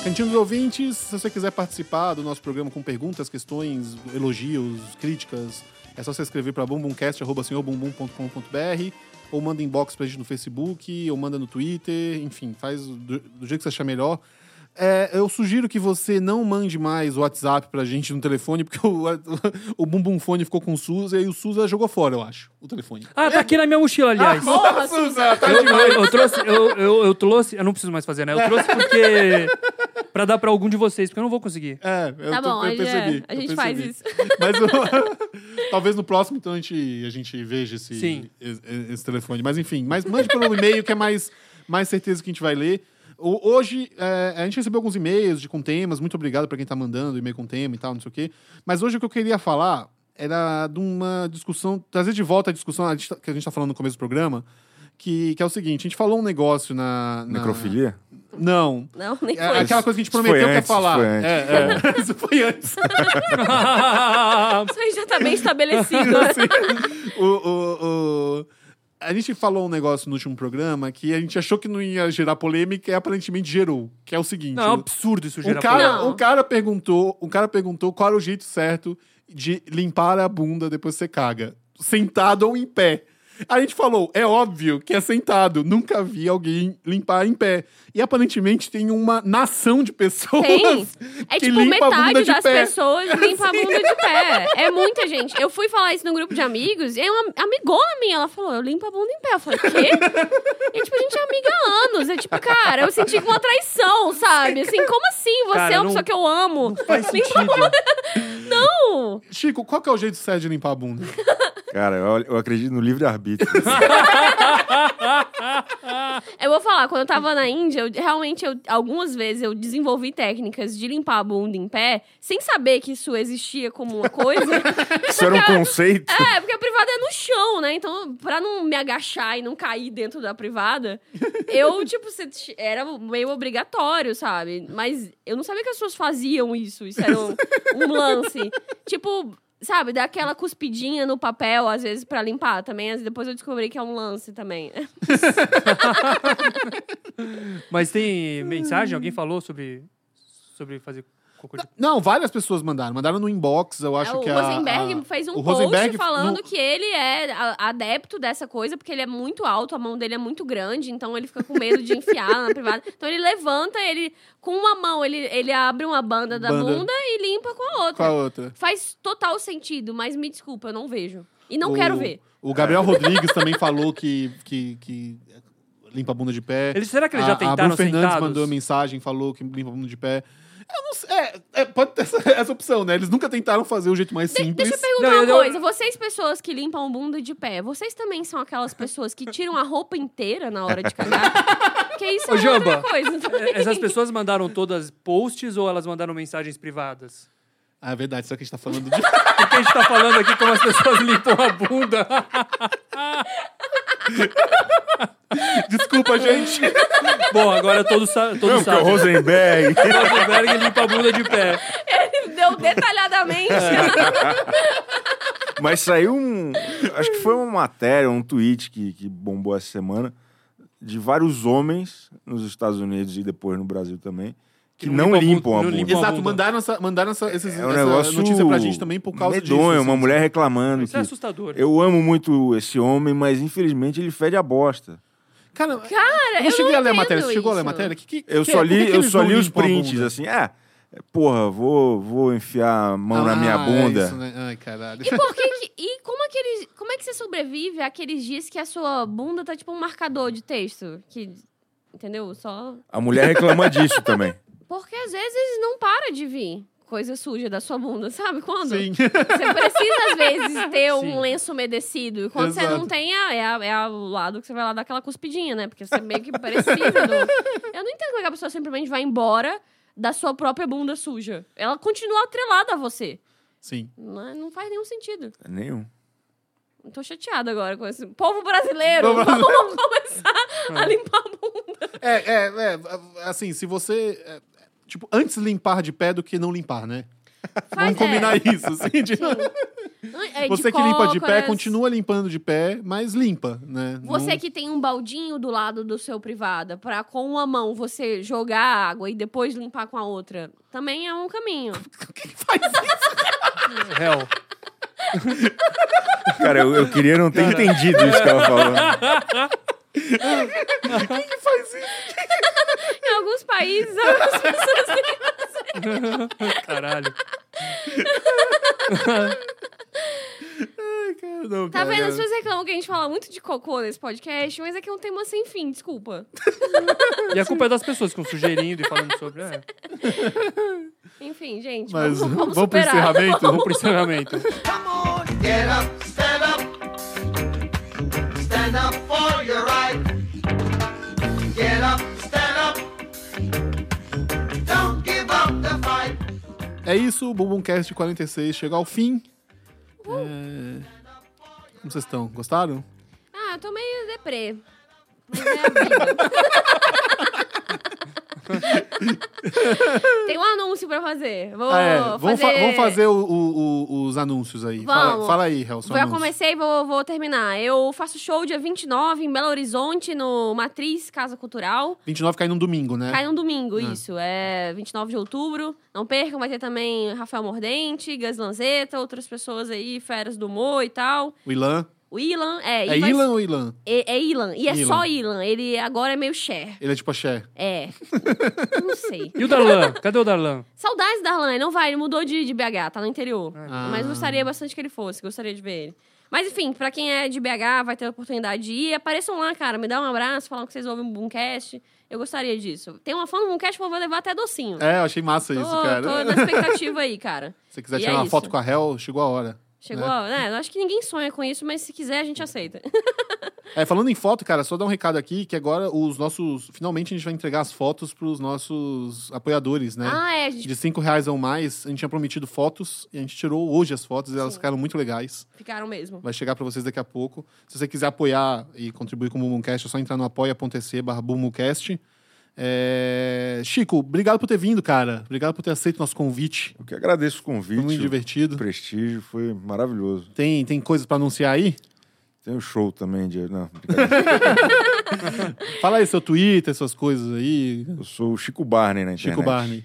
Speaker 1: Cantinho dos ouvintes, se você quiser participar do nosso programa com perguntas, questões, elogios, críticas, é só você escrever para bumbumcast.com.br ou manda inbox pra gente no Facebook, ou manda no Twitter, enfim, faz do, do jeito que você achar melhor. É, eu sugiro que você não mande mais o WhatsApp pra gente no telefone, porque o, o Bumbumfone ficou com o Suza e o Suza jogou fora, eu acho, o telefone.
Speaker 3: Ah, tá aqui na minha mochila, aliás.
Speaker 1: Porra, Suza!
Speaker 3: eu, eu- eu trouxe, eu, eu, eu trouxe. Eu não preciso mais fazer, né? Eu trouxe porque. pra dar pra algum de vocês, porque eu não vou conseguir.
Speaker 1: É, eu,
Speaker 2: Tá
Speaker 1: tô- eu
Speaker 2: bom, a gente-
Speaker 1: percebi.
Speaker 2: a
Speaker 1: eu
Speaker 2: gente faz
Speaker 1: percebi.
Speaker 2: isso.
Speaker 1: Mas eu- talvez no próximo, então, a gente, a gente veja esse,
Speaker 3: Sim.
Speaker 1: e- e- esse telefone. Mas enfim, mas mande pelo e-mail que é mais, mais certeza que a gente vai ler. O- Hoje, é, a gente recebeu alguns e-mails de, com temas. Muito obrigado pra quem tá mandando e-mail com tema e tal, não sei o quê. Mas hoje o que eu queria falar era de uma discussão, trazer de volta a discussão a gente tá- que a gente tá falando no começo do programa, que, que é o seguinte: a gente falou um negócio na. na-
Speaker 4: Necrofilia?
Speaker 1: Não.
Speaker 2: Não, nem
Speaker 1: É
Speaker 2: foi.
Speaker 1: aquela coisa que a gente
Speaker 4: Isso foi
Speaker 1: prometeu que ia
Speaker 4: antes, isso
Speaker 1: falar.
Speaker 4: foi antes.
Speaker 1: É, é. Isso foi antes.
Speaker 2: Isso aí já tá bem estabelecido. né?
Speaker 1: Assim, O- o- o- A gente falou um negócio no último programa que a gente achou que não ia gerar polêmica e aparentemente gerou. Que é o seguinte:
Speaker 3: não, é um
Speaker 1: o-
Speaker 3: absurdo isso
Speaker 1: um,
Speaker 3: gerar
Speaker 1: cara,
Speaker 2: Não.
Speaker 1: um cara perguntou, um cara perguntou qual era o jeito certo de limpar a bunda depois que você caga, sentado ou em pé. A gente falou, é óbvio que é sentado. Nunca vi alguém limpar em pé. E aparentemente tem uma nação de pessoas.
Speaker 2: Tem. É
Speaker 1: que
Speaker 2: tipo
Speaker 1: limpa a bunda
Speaker 2: metade
Speaker 1: de
Speaker 2: das
Speaker 1: pé.
Speaker 2: pessoas limpa a bunda de pé. É muita gente. Eu fui falar isso no grupo de amigos e aí uma amigona minha, ela falou, eu limpo a bunda em pé. Eu falei, quê? E tipo, a gente é amiga há anos. É tipo, cara, eu senti uma traição, sabe? Assim, como assim? Você
Speaker 3: Cara,
Speaker 2: é uma
Speaker 3: não-
Speaker 2: pessoa que eu amo.
Speaker 3: Faz sentido.
Speaker 2: Não!
Speaker 1: Chico, qual que é o jeito certo de limpar a bunda?
Speaker 4: Cara, eu, eu acredito no livre-arbítrio.
Speaker 2: Eu vou falar, quando eu tava na Índia, eu- realmente, eu- algumas vezes eu desenvolvi técnicas de limpar a bunda em pé, sem saber que isso existia como uma coisa.
Speaker 4: Isso era um conceito.
Speaker 2: É, porque a privada é no chão, né? Então, pra não me agachar e não cair dentro da privada, eu, tipo, se- era meio obrigatório, sabe? Mas eu não sabia que as pessoas faziam isso. Isso era um, um lance. Tipo, sabe, dar aquela cuspidinha no papel, às vezes, pra limpar também. Às- Depois eu descobri que é um lance também.
Speaker 3: Mas tem mensagem? Alguém falou sobre, sobre fazer cocô de...
Speaker 1: Não, várias pessoas mandaram. Mandaram no inbox, eu acho
Speaker 2: É, o
Speaker 1: que a-
Speaker 2: Rosenberg
Speaker 1: a-
Speaker 2: fez um
Speaker 1: o
Speaker 2: post
Speaker 1: Rosenberg
Speaker 2: falando
Speaker 1: no-
Speaker 2: que ele é a- adepto dessa coisa, porque ele é muito alto, a mão dele é muito grande, então ele fica com medo de enfiar na privada. Então ele levanta, ele com uma mão, ele, ele abre uma banda da
Speaker 1: Banda.
Speaker 2: bunda e limpa com a
Speaker 1: Com
Speaker 2: outra.
Speaker 1: a outra.
Speaker 2: Faz total sentido, mas me desculpa, eu não vejo. E não
Speaker 1: O-
Speaker 2: quero ver.
Speaker 1: O
Speaker 2: É.
Speaker 1: Gabriel Rodrigues também falou que, que, que limpa a bunda de pé.
Speaker 3: Eles, será que eles já
Speaker 1: a, a
Speaker 3: tentaram
Speaker 1: Bru Fernandes
Speaker 3: sentados?
Speaker 1: mandou mensagem, falou que limpa a bunda de pé. Eu não sei. É, é, pode ter essa, essa opção, né? Eles nunca tentaram fazer o jeito mais simples.
Speaker 2: Deixa eu perguntar
Speaker 3: Não,
Speaker 2: uma
Speaker 3: eu-
Speaker 2: coisa. Vocês, pessoas que limpam o bunda de pé, vocês também são aquelas pessoas que tiram a roupa inteira na hora de cagar? Porque isso é
Speaker 3: Ô, Jamba,
Speaker 2: outra coisa. também.
Speaker 3: É, Essas pessoas mandaram todas posts ou elas mandaram mensagens privadas?
Speaker 1: Ah, é verdade, só que a gente tá falando de.
Speaker 3: Porque a gente tá falando aqui como as pessoas limpam a bunda.
Speaker 1: Desculpa, gente.
Speaker 3: Bom, agora todo, sa todo
Speaker 4: Não, porque é o
Speaker 3: sábado.
Speaker 4: Rosenberg.
Speaker 3: Rosenberg limpa a bunda de pé.
Speaker 2: Deu detalhadamente.
Speaker 1: É.
Speaker 4: Mas saiu um. Acho que foi uma matéria, um tweet que, que bombou essa semana, de vários homens nos Estados Unidos e depois no Brasil também, que,
Speaker 3: Que não
Speaker 4: não
Speaker 3: limpam a bunda. Não
Speaker 4: limpam a bunda.
Speaker 3: limpam a
Speaker 1: Exato,
Speaker 3: bunda.
Speaker 1: mandaram essa, mandaram essa, esses,
Speaker 4: É um
Speaker 1: essa
Speaker 4: negócio.
Speaker 1: notícia pra gente também por causa disso.
Speaker 4: medonho,
Speaker 1: assim.
Speaker 4: uma mulher reclamando.
Speaker 3: Isso é
Speaker 4: que
Speaker 3: assustador.
Speaker 4: Eu amo muito esse homem, mas infelizmente ele fede a bosta.
Speaker 1: Cara,
Speaker 2: Cara,
Speaker 1: eu
Speaker 2: eu
Speaker 1: não cheguei
Speaker 2: não
Speaker 1: a ler a matéria.
Speaker 2: entendo
Speaker 1: Você chegou a ler a
Speaker 2: isso.
Speaker 1: matéria? Que, que,
Speaker 4: Eu
Speaker 1: que- é?
Speaker 4: só
Speaker 1: por que
Speaker 4: li,
Speaker 1: que
Speaker 4: eu
Speaker 1: eles
Speaker 4: só
Speaker 1: não
Speaker 4: li os
Speaker 1: limpam a
Speaker 4: prints,
Speaker 1: bunda?
Speaker 4: assim, é, porra, vou, vou enfiar a mão na minha
Speaker 1: Ah, é
Speaker 4: bunda.
Speaker 1: isso, né? Ai, caralho.
Speaker 2: E por que, que- e como é que eles- como é que você sobrevive àqueles dias que a sua bunda tá tipo um marcador de texto, que entendeu? Só
Speaker 4: A mulher reclama disso também.
Speaker 2: porque às vezes não para de vir coisa suja da sua bunda, sabe quando?
Speaker 1: Sim.
Speaker 2: Você precisa às vezes ter
Speaker 3: Sim.
Speaker 2: um lenço umedecido e quando você
Speaker 1: Exato.
Speaker 2: não tem é, é, a- é a- o lado que você vai lá dar aquela cuspidinha, né? Porque você meio que precisa. do- Eu não entendo como é que a pessoa simplesmente vai embora da sua própria bunda suja. Ela continua atrelada a você.
Speaker 1: Sim.
Speaker 2: Não, é- não faz nenhum sentido.
Speaker 4: Nenhum.
Speaker 2: Tô chateada agora com esse povo brasileiro.
Speaker 1: Povo
Speaker 2: Vamos começar a limpar a bunda.
Speaker 1: É, é, é. Assim, se você. é, tipo, antes limpar de pé do que não limpar, né?
Speaker 2: Faz,
Speaker 1: Vamos combinar isso, assim. de-
Speaker 2: é, Tipo, de
Speaker 1: você que limpa de pé,
Speaker 2: cócoras.
Speaker 1: continua limpando de pé, mas limpa, né?
Speaker 2: Você
Speaker 1: Não-
Speaker 2: que tem um baldinho do lado do seu privada, pra com uma mão você jogar a água e depois limpar com a outra, também é um caminho.
Speaker 3: Hell.
Speaker 4: Cara, eu, eu queria não ter entendido isso que ela falou.
Speaker 2: em alguns países, tá algumas pessoas têm-
Speaker 3: Caralho.
Speaker 1: Ai, cara, não,
Speaker 2: Tá
Speaker 1: cara.
Speaker 2: vendo? As pessoas reclamam é que a gente gente fala muito de cocô nesse podcast, mas é que é um tema sem fim, desculpa.
Speaker 3: E a culpa é das pessoas que estão sugerindo e falando sobre. É,
Speaker 2: Enfim, gente,
Speaker 1: Mas
Speaker 2: vamos, vamos
Speaker 1: vamos pro
Speaker 2: superar.
Speaker 1: encerramento?
Speaker 3: vamos pro encerramento.
Speaker 6: Come on, get up, stand up. Stand up for your right. Get up, stand up. Don't give up the fight.
Speaker 1: É isso, o Bumbumcast 46 chega ao fim.
Speaker 2: Uh.
Speaker 1: É... Como vocês estão? Gostaram?
Speaker 2: Ah, eu tô meio deprê. Mas é a vida. Tem um anúncio pra fazer. Vou
Speaker 1: Ah, é. Vamos,
Speaker 2: fazer...
Speaker 1: fa- vamos fazer o- o- o- os anúncios aí. Fala,
Speaker 2: Vamos.
Speaker 1: fala aí, Helson.
Speaker 2: Vou, eu
Speaker 1: anúncio.
Speaker 2: comecei e vou, vou terminar. Eu faço show dia 29 em Belo Horizonte, no Matriz Casa Cultural.
Speaker 1: 29 cai num domingo, né?
Speaker 2: Cai num domingo, isso. É 29 de outubro. Não percam, vai ter também Rafael Mordente, Gas Lanzetta, outras pessoas aí, feras do humor e tal.
Speaker 1: O Ilan.
Speaker 2: O Ilan, é.
Speaker 1: É
Speaker 2: e vai-
Speaker 1: Ilan ou Ilan?
Speaker 2: É, é Ilan. E é
Speaker 1: Ilan.
Speaker 2: só Ilan. Ele agora é meio Cher.
Speaker 1: Ele é tipo axé.
Speaker 2: É. não sei.
Speaker 3: E o Darlan? Cadê o Darlan?
Speaker 2: Saudades da Arlan, ele não vai, ele mudou de, de BH, tá no interior.
Speaker 1: Ah.
Speaker 2: Mas gostaria bastante que ele fosse, gostaria de ver ele. Mas enfim, pra quem é de BH, vai ter a oportunidade de ir. Apareçam lá, cara, me dá um abraço, falam que vocês ouvem o Boomcast. Eu gostaria disso. Tem uma fã do Boomcast, eu vou levar até docinho.
Speaker 1: É, eu achei massa
Speaker 2: tô,
Speaker 1: isso, cara.
Speaker 2: tô na expectativa aí, cara.
Speaker 1: Se você quiser
Speaker 2: E
Speaker 1: tirar
Speaker 2: é
Speaker 1: uma
Speaker 2: isso.
Speaker 1: foto com a Hel, chegou a hora.
Speaker 2: Chegou,
Speaker 1: Né?
Speaker 2: a- né? Eu acho que ninguém sonha com isso, mas se quiser, a gente aceita.
Speaker 1: É, falando em foto, cara, só dar um recado aqui que agora os nossos. Finalmente a gente vai entregar as fotos pros nossos apoiadores, né?
Speaker 2: Ah, é, a gente
Speaker 1: De 5 reais ou mais, a gente tinha prometido fotos e a gente tirou hoje as fotos e elas ficaram muito legais.
Speaker 2: ficaram mesmo.
Speaker 1: Vai chegar pra vocês daqui a pouco. Se você quiser apoiar e contribuir com o Bumbumcast, é só entrar no apoia.se barra Bumbumcast. É, Chico, obrigado por ter vindo, cara. Obrigado por ter aceito nosso convite.
Speaker 4: Eu que agradeço o
Speaker 1: Foi
Speaker 4: convite.
Speaker 1: muito divertido.
Speaker 4: O prestígio foi maravilhoso.
Speaker 1: Tem, tem coisas pra anunciar aí?
Speaker 4: Tem um show também de. Não, brincadeira.
Speaker 1: Fala aí seu Twitter, suas coisas aí.
Speaker 4: eu sou o Chico Barney na internet.
Speaker 1: Chico Barney.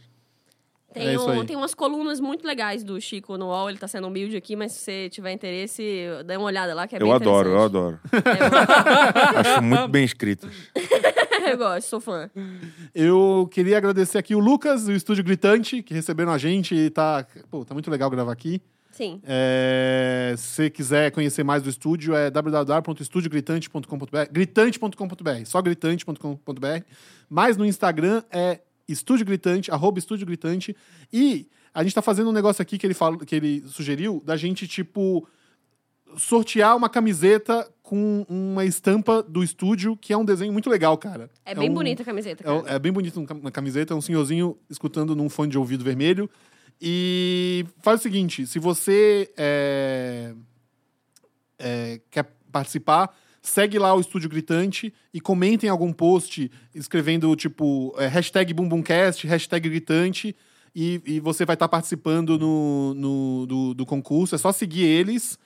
Speaker 2: Tem,
Speaker 1: É isso
Speaker 2: um-
Speaker 1: aí.
Speaker 2: tem umas colunas muito legais do Chico no UOL, ele tá sendo humilde aqui, mas se você tiver interesse, dá uma olhada lá, que é bem
Speaker 4: eu adoro, eu
Speaker 2: interessante.
Speaker 4: adoro. Acho muito bem escrito.
Speaker 2: Eu gosto, sou fã.
Speaker 1: Eu queria agradecer aqui o Lucas, o Estúdio Gritante, que receberam a gente e tá... Pô, tá muito legal gravar aqui.
Speaker 2: Sim.
Speaker 1: É, se você quiser conhecer mais do estúdio, é www.estudiogritante.com.br. Gritante.com.br, só gritante.com.br. Mas no Instagram é Estúdio Gritante, arroba Estúdio Gritante. E a gente tá fazendo um negócio aqui que ele, falou, que ele sugeriu, da gente, tipo, sortear uma camiseta com uma estampa do estúdio, que é um desenho muito legal, cara.
Speaker 2: É, bem
Speaker 1: um-
Speaker 2: bonita a camiseta,
Speaker 1: é,
Speaker 2: cara.
Speaker 1: um- é bem bonito um cam- uma camiseta, é um senhorzinho escutando num fone de ouvido vermelho. E faz o seguinte: se você é, é, quer participar, segue lá o Estúdio Gritante e comentem algum post escrevendo, tipo, é, hashtag BumbumCast, hashtag Gritante. E, e você vai estar participando no, no- do, do concurso. É só seguir eles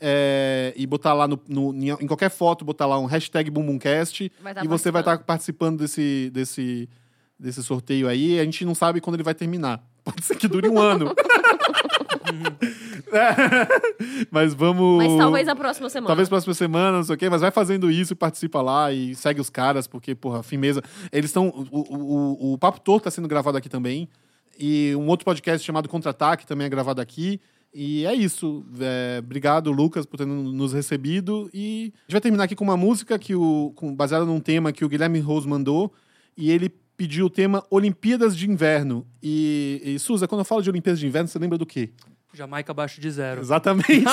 Speaker 1: é, e botar lá no, no- em qualquer foto, botar lá um hashtag BumbumCast
Speaker 2: Vai tá
Speaker 1: e você vai
Speaker 2: participando.
Speaker 1: estar participando desse, desse, desse sorteio aí. A gente não sabe quando ele vai terminar. Pode ser que dure um ano. É. Mas vamos.
Speaker 2: Mas talvez na próxima semana.
Speaker 1: Talvez próxima semana, não sei o quê, mas vai fazendo isso e participa lá e segue os caras, porque, porra, firmeza. Eles estão. O, o, o- o Papo Torto tá sendo gravado aqui também. E um outro podcast chamado Contra-Ataque também é gravado aqui. E é isso. É, obrigado, Lucas, por ter nos recebido. E a gente vai terminar aqui com uma música que o, com, baseada num tema que o Guilherme Rose mandou. E ele pediu o tema Olimpíadas de Inverno. E, e Suza, quando eu falo de Olimpíadas de Inverno, você lembra do quê?
Speaker 3: Jamaica abaixo de zero.
Speaker 1: Exatamente.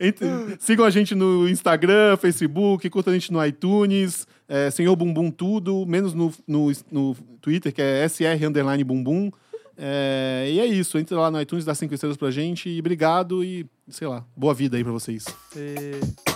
Speaker 1: Entre- Sigam a gente no Instagram, Facebook, curtam a gente no iTunes, é, Senhor Bumbum Tudo, menos no, no, no Twitter, que é SR Underline Bumbum. É, e é isso, entra lá no iTunes, dá cinco estrelas pra gente e obrigado e, sei lá, boa vida aí pra vocês.
Speaker 3: E-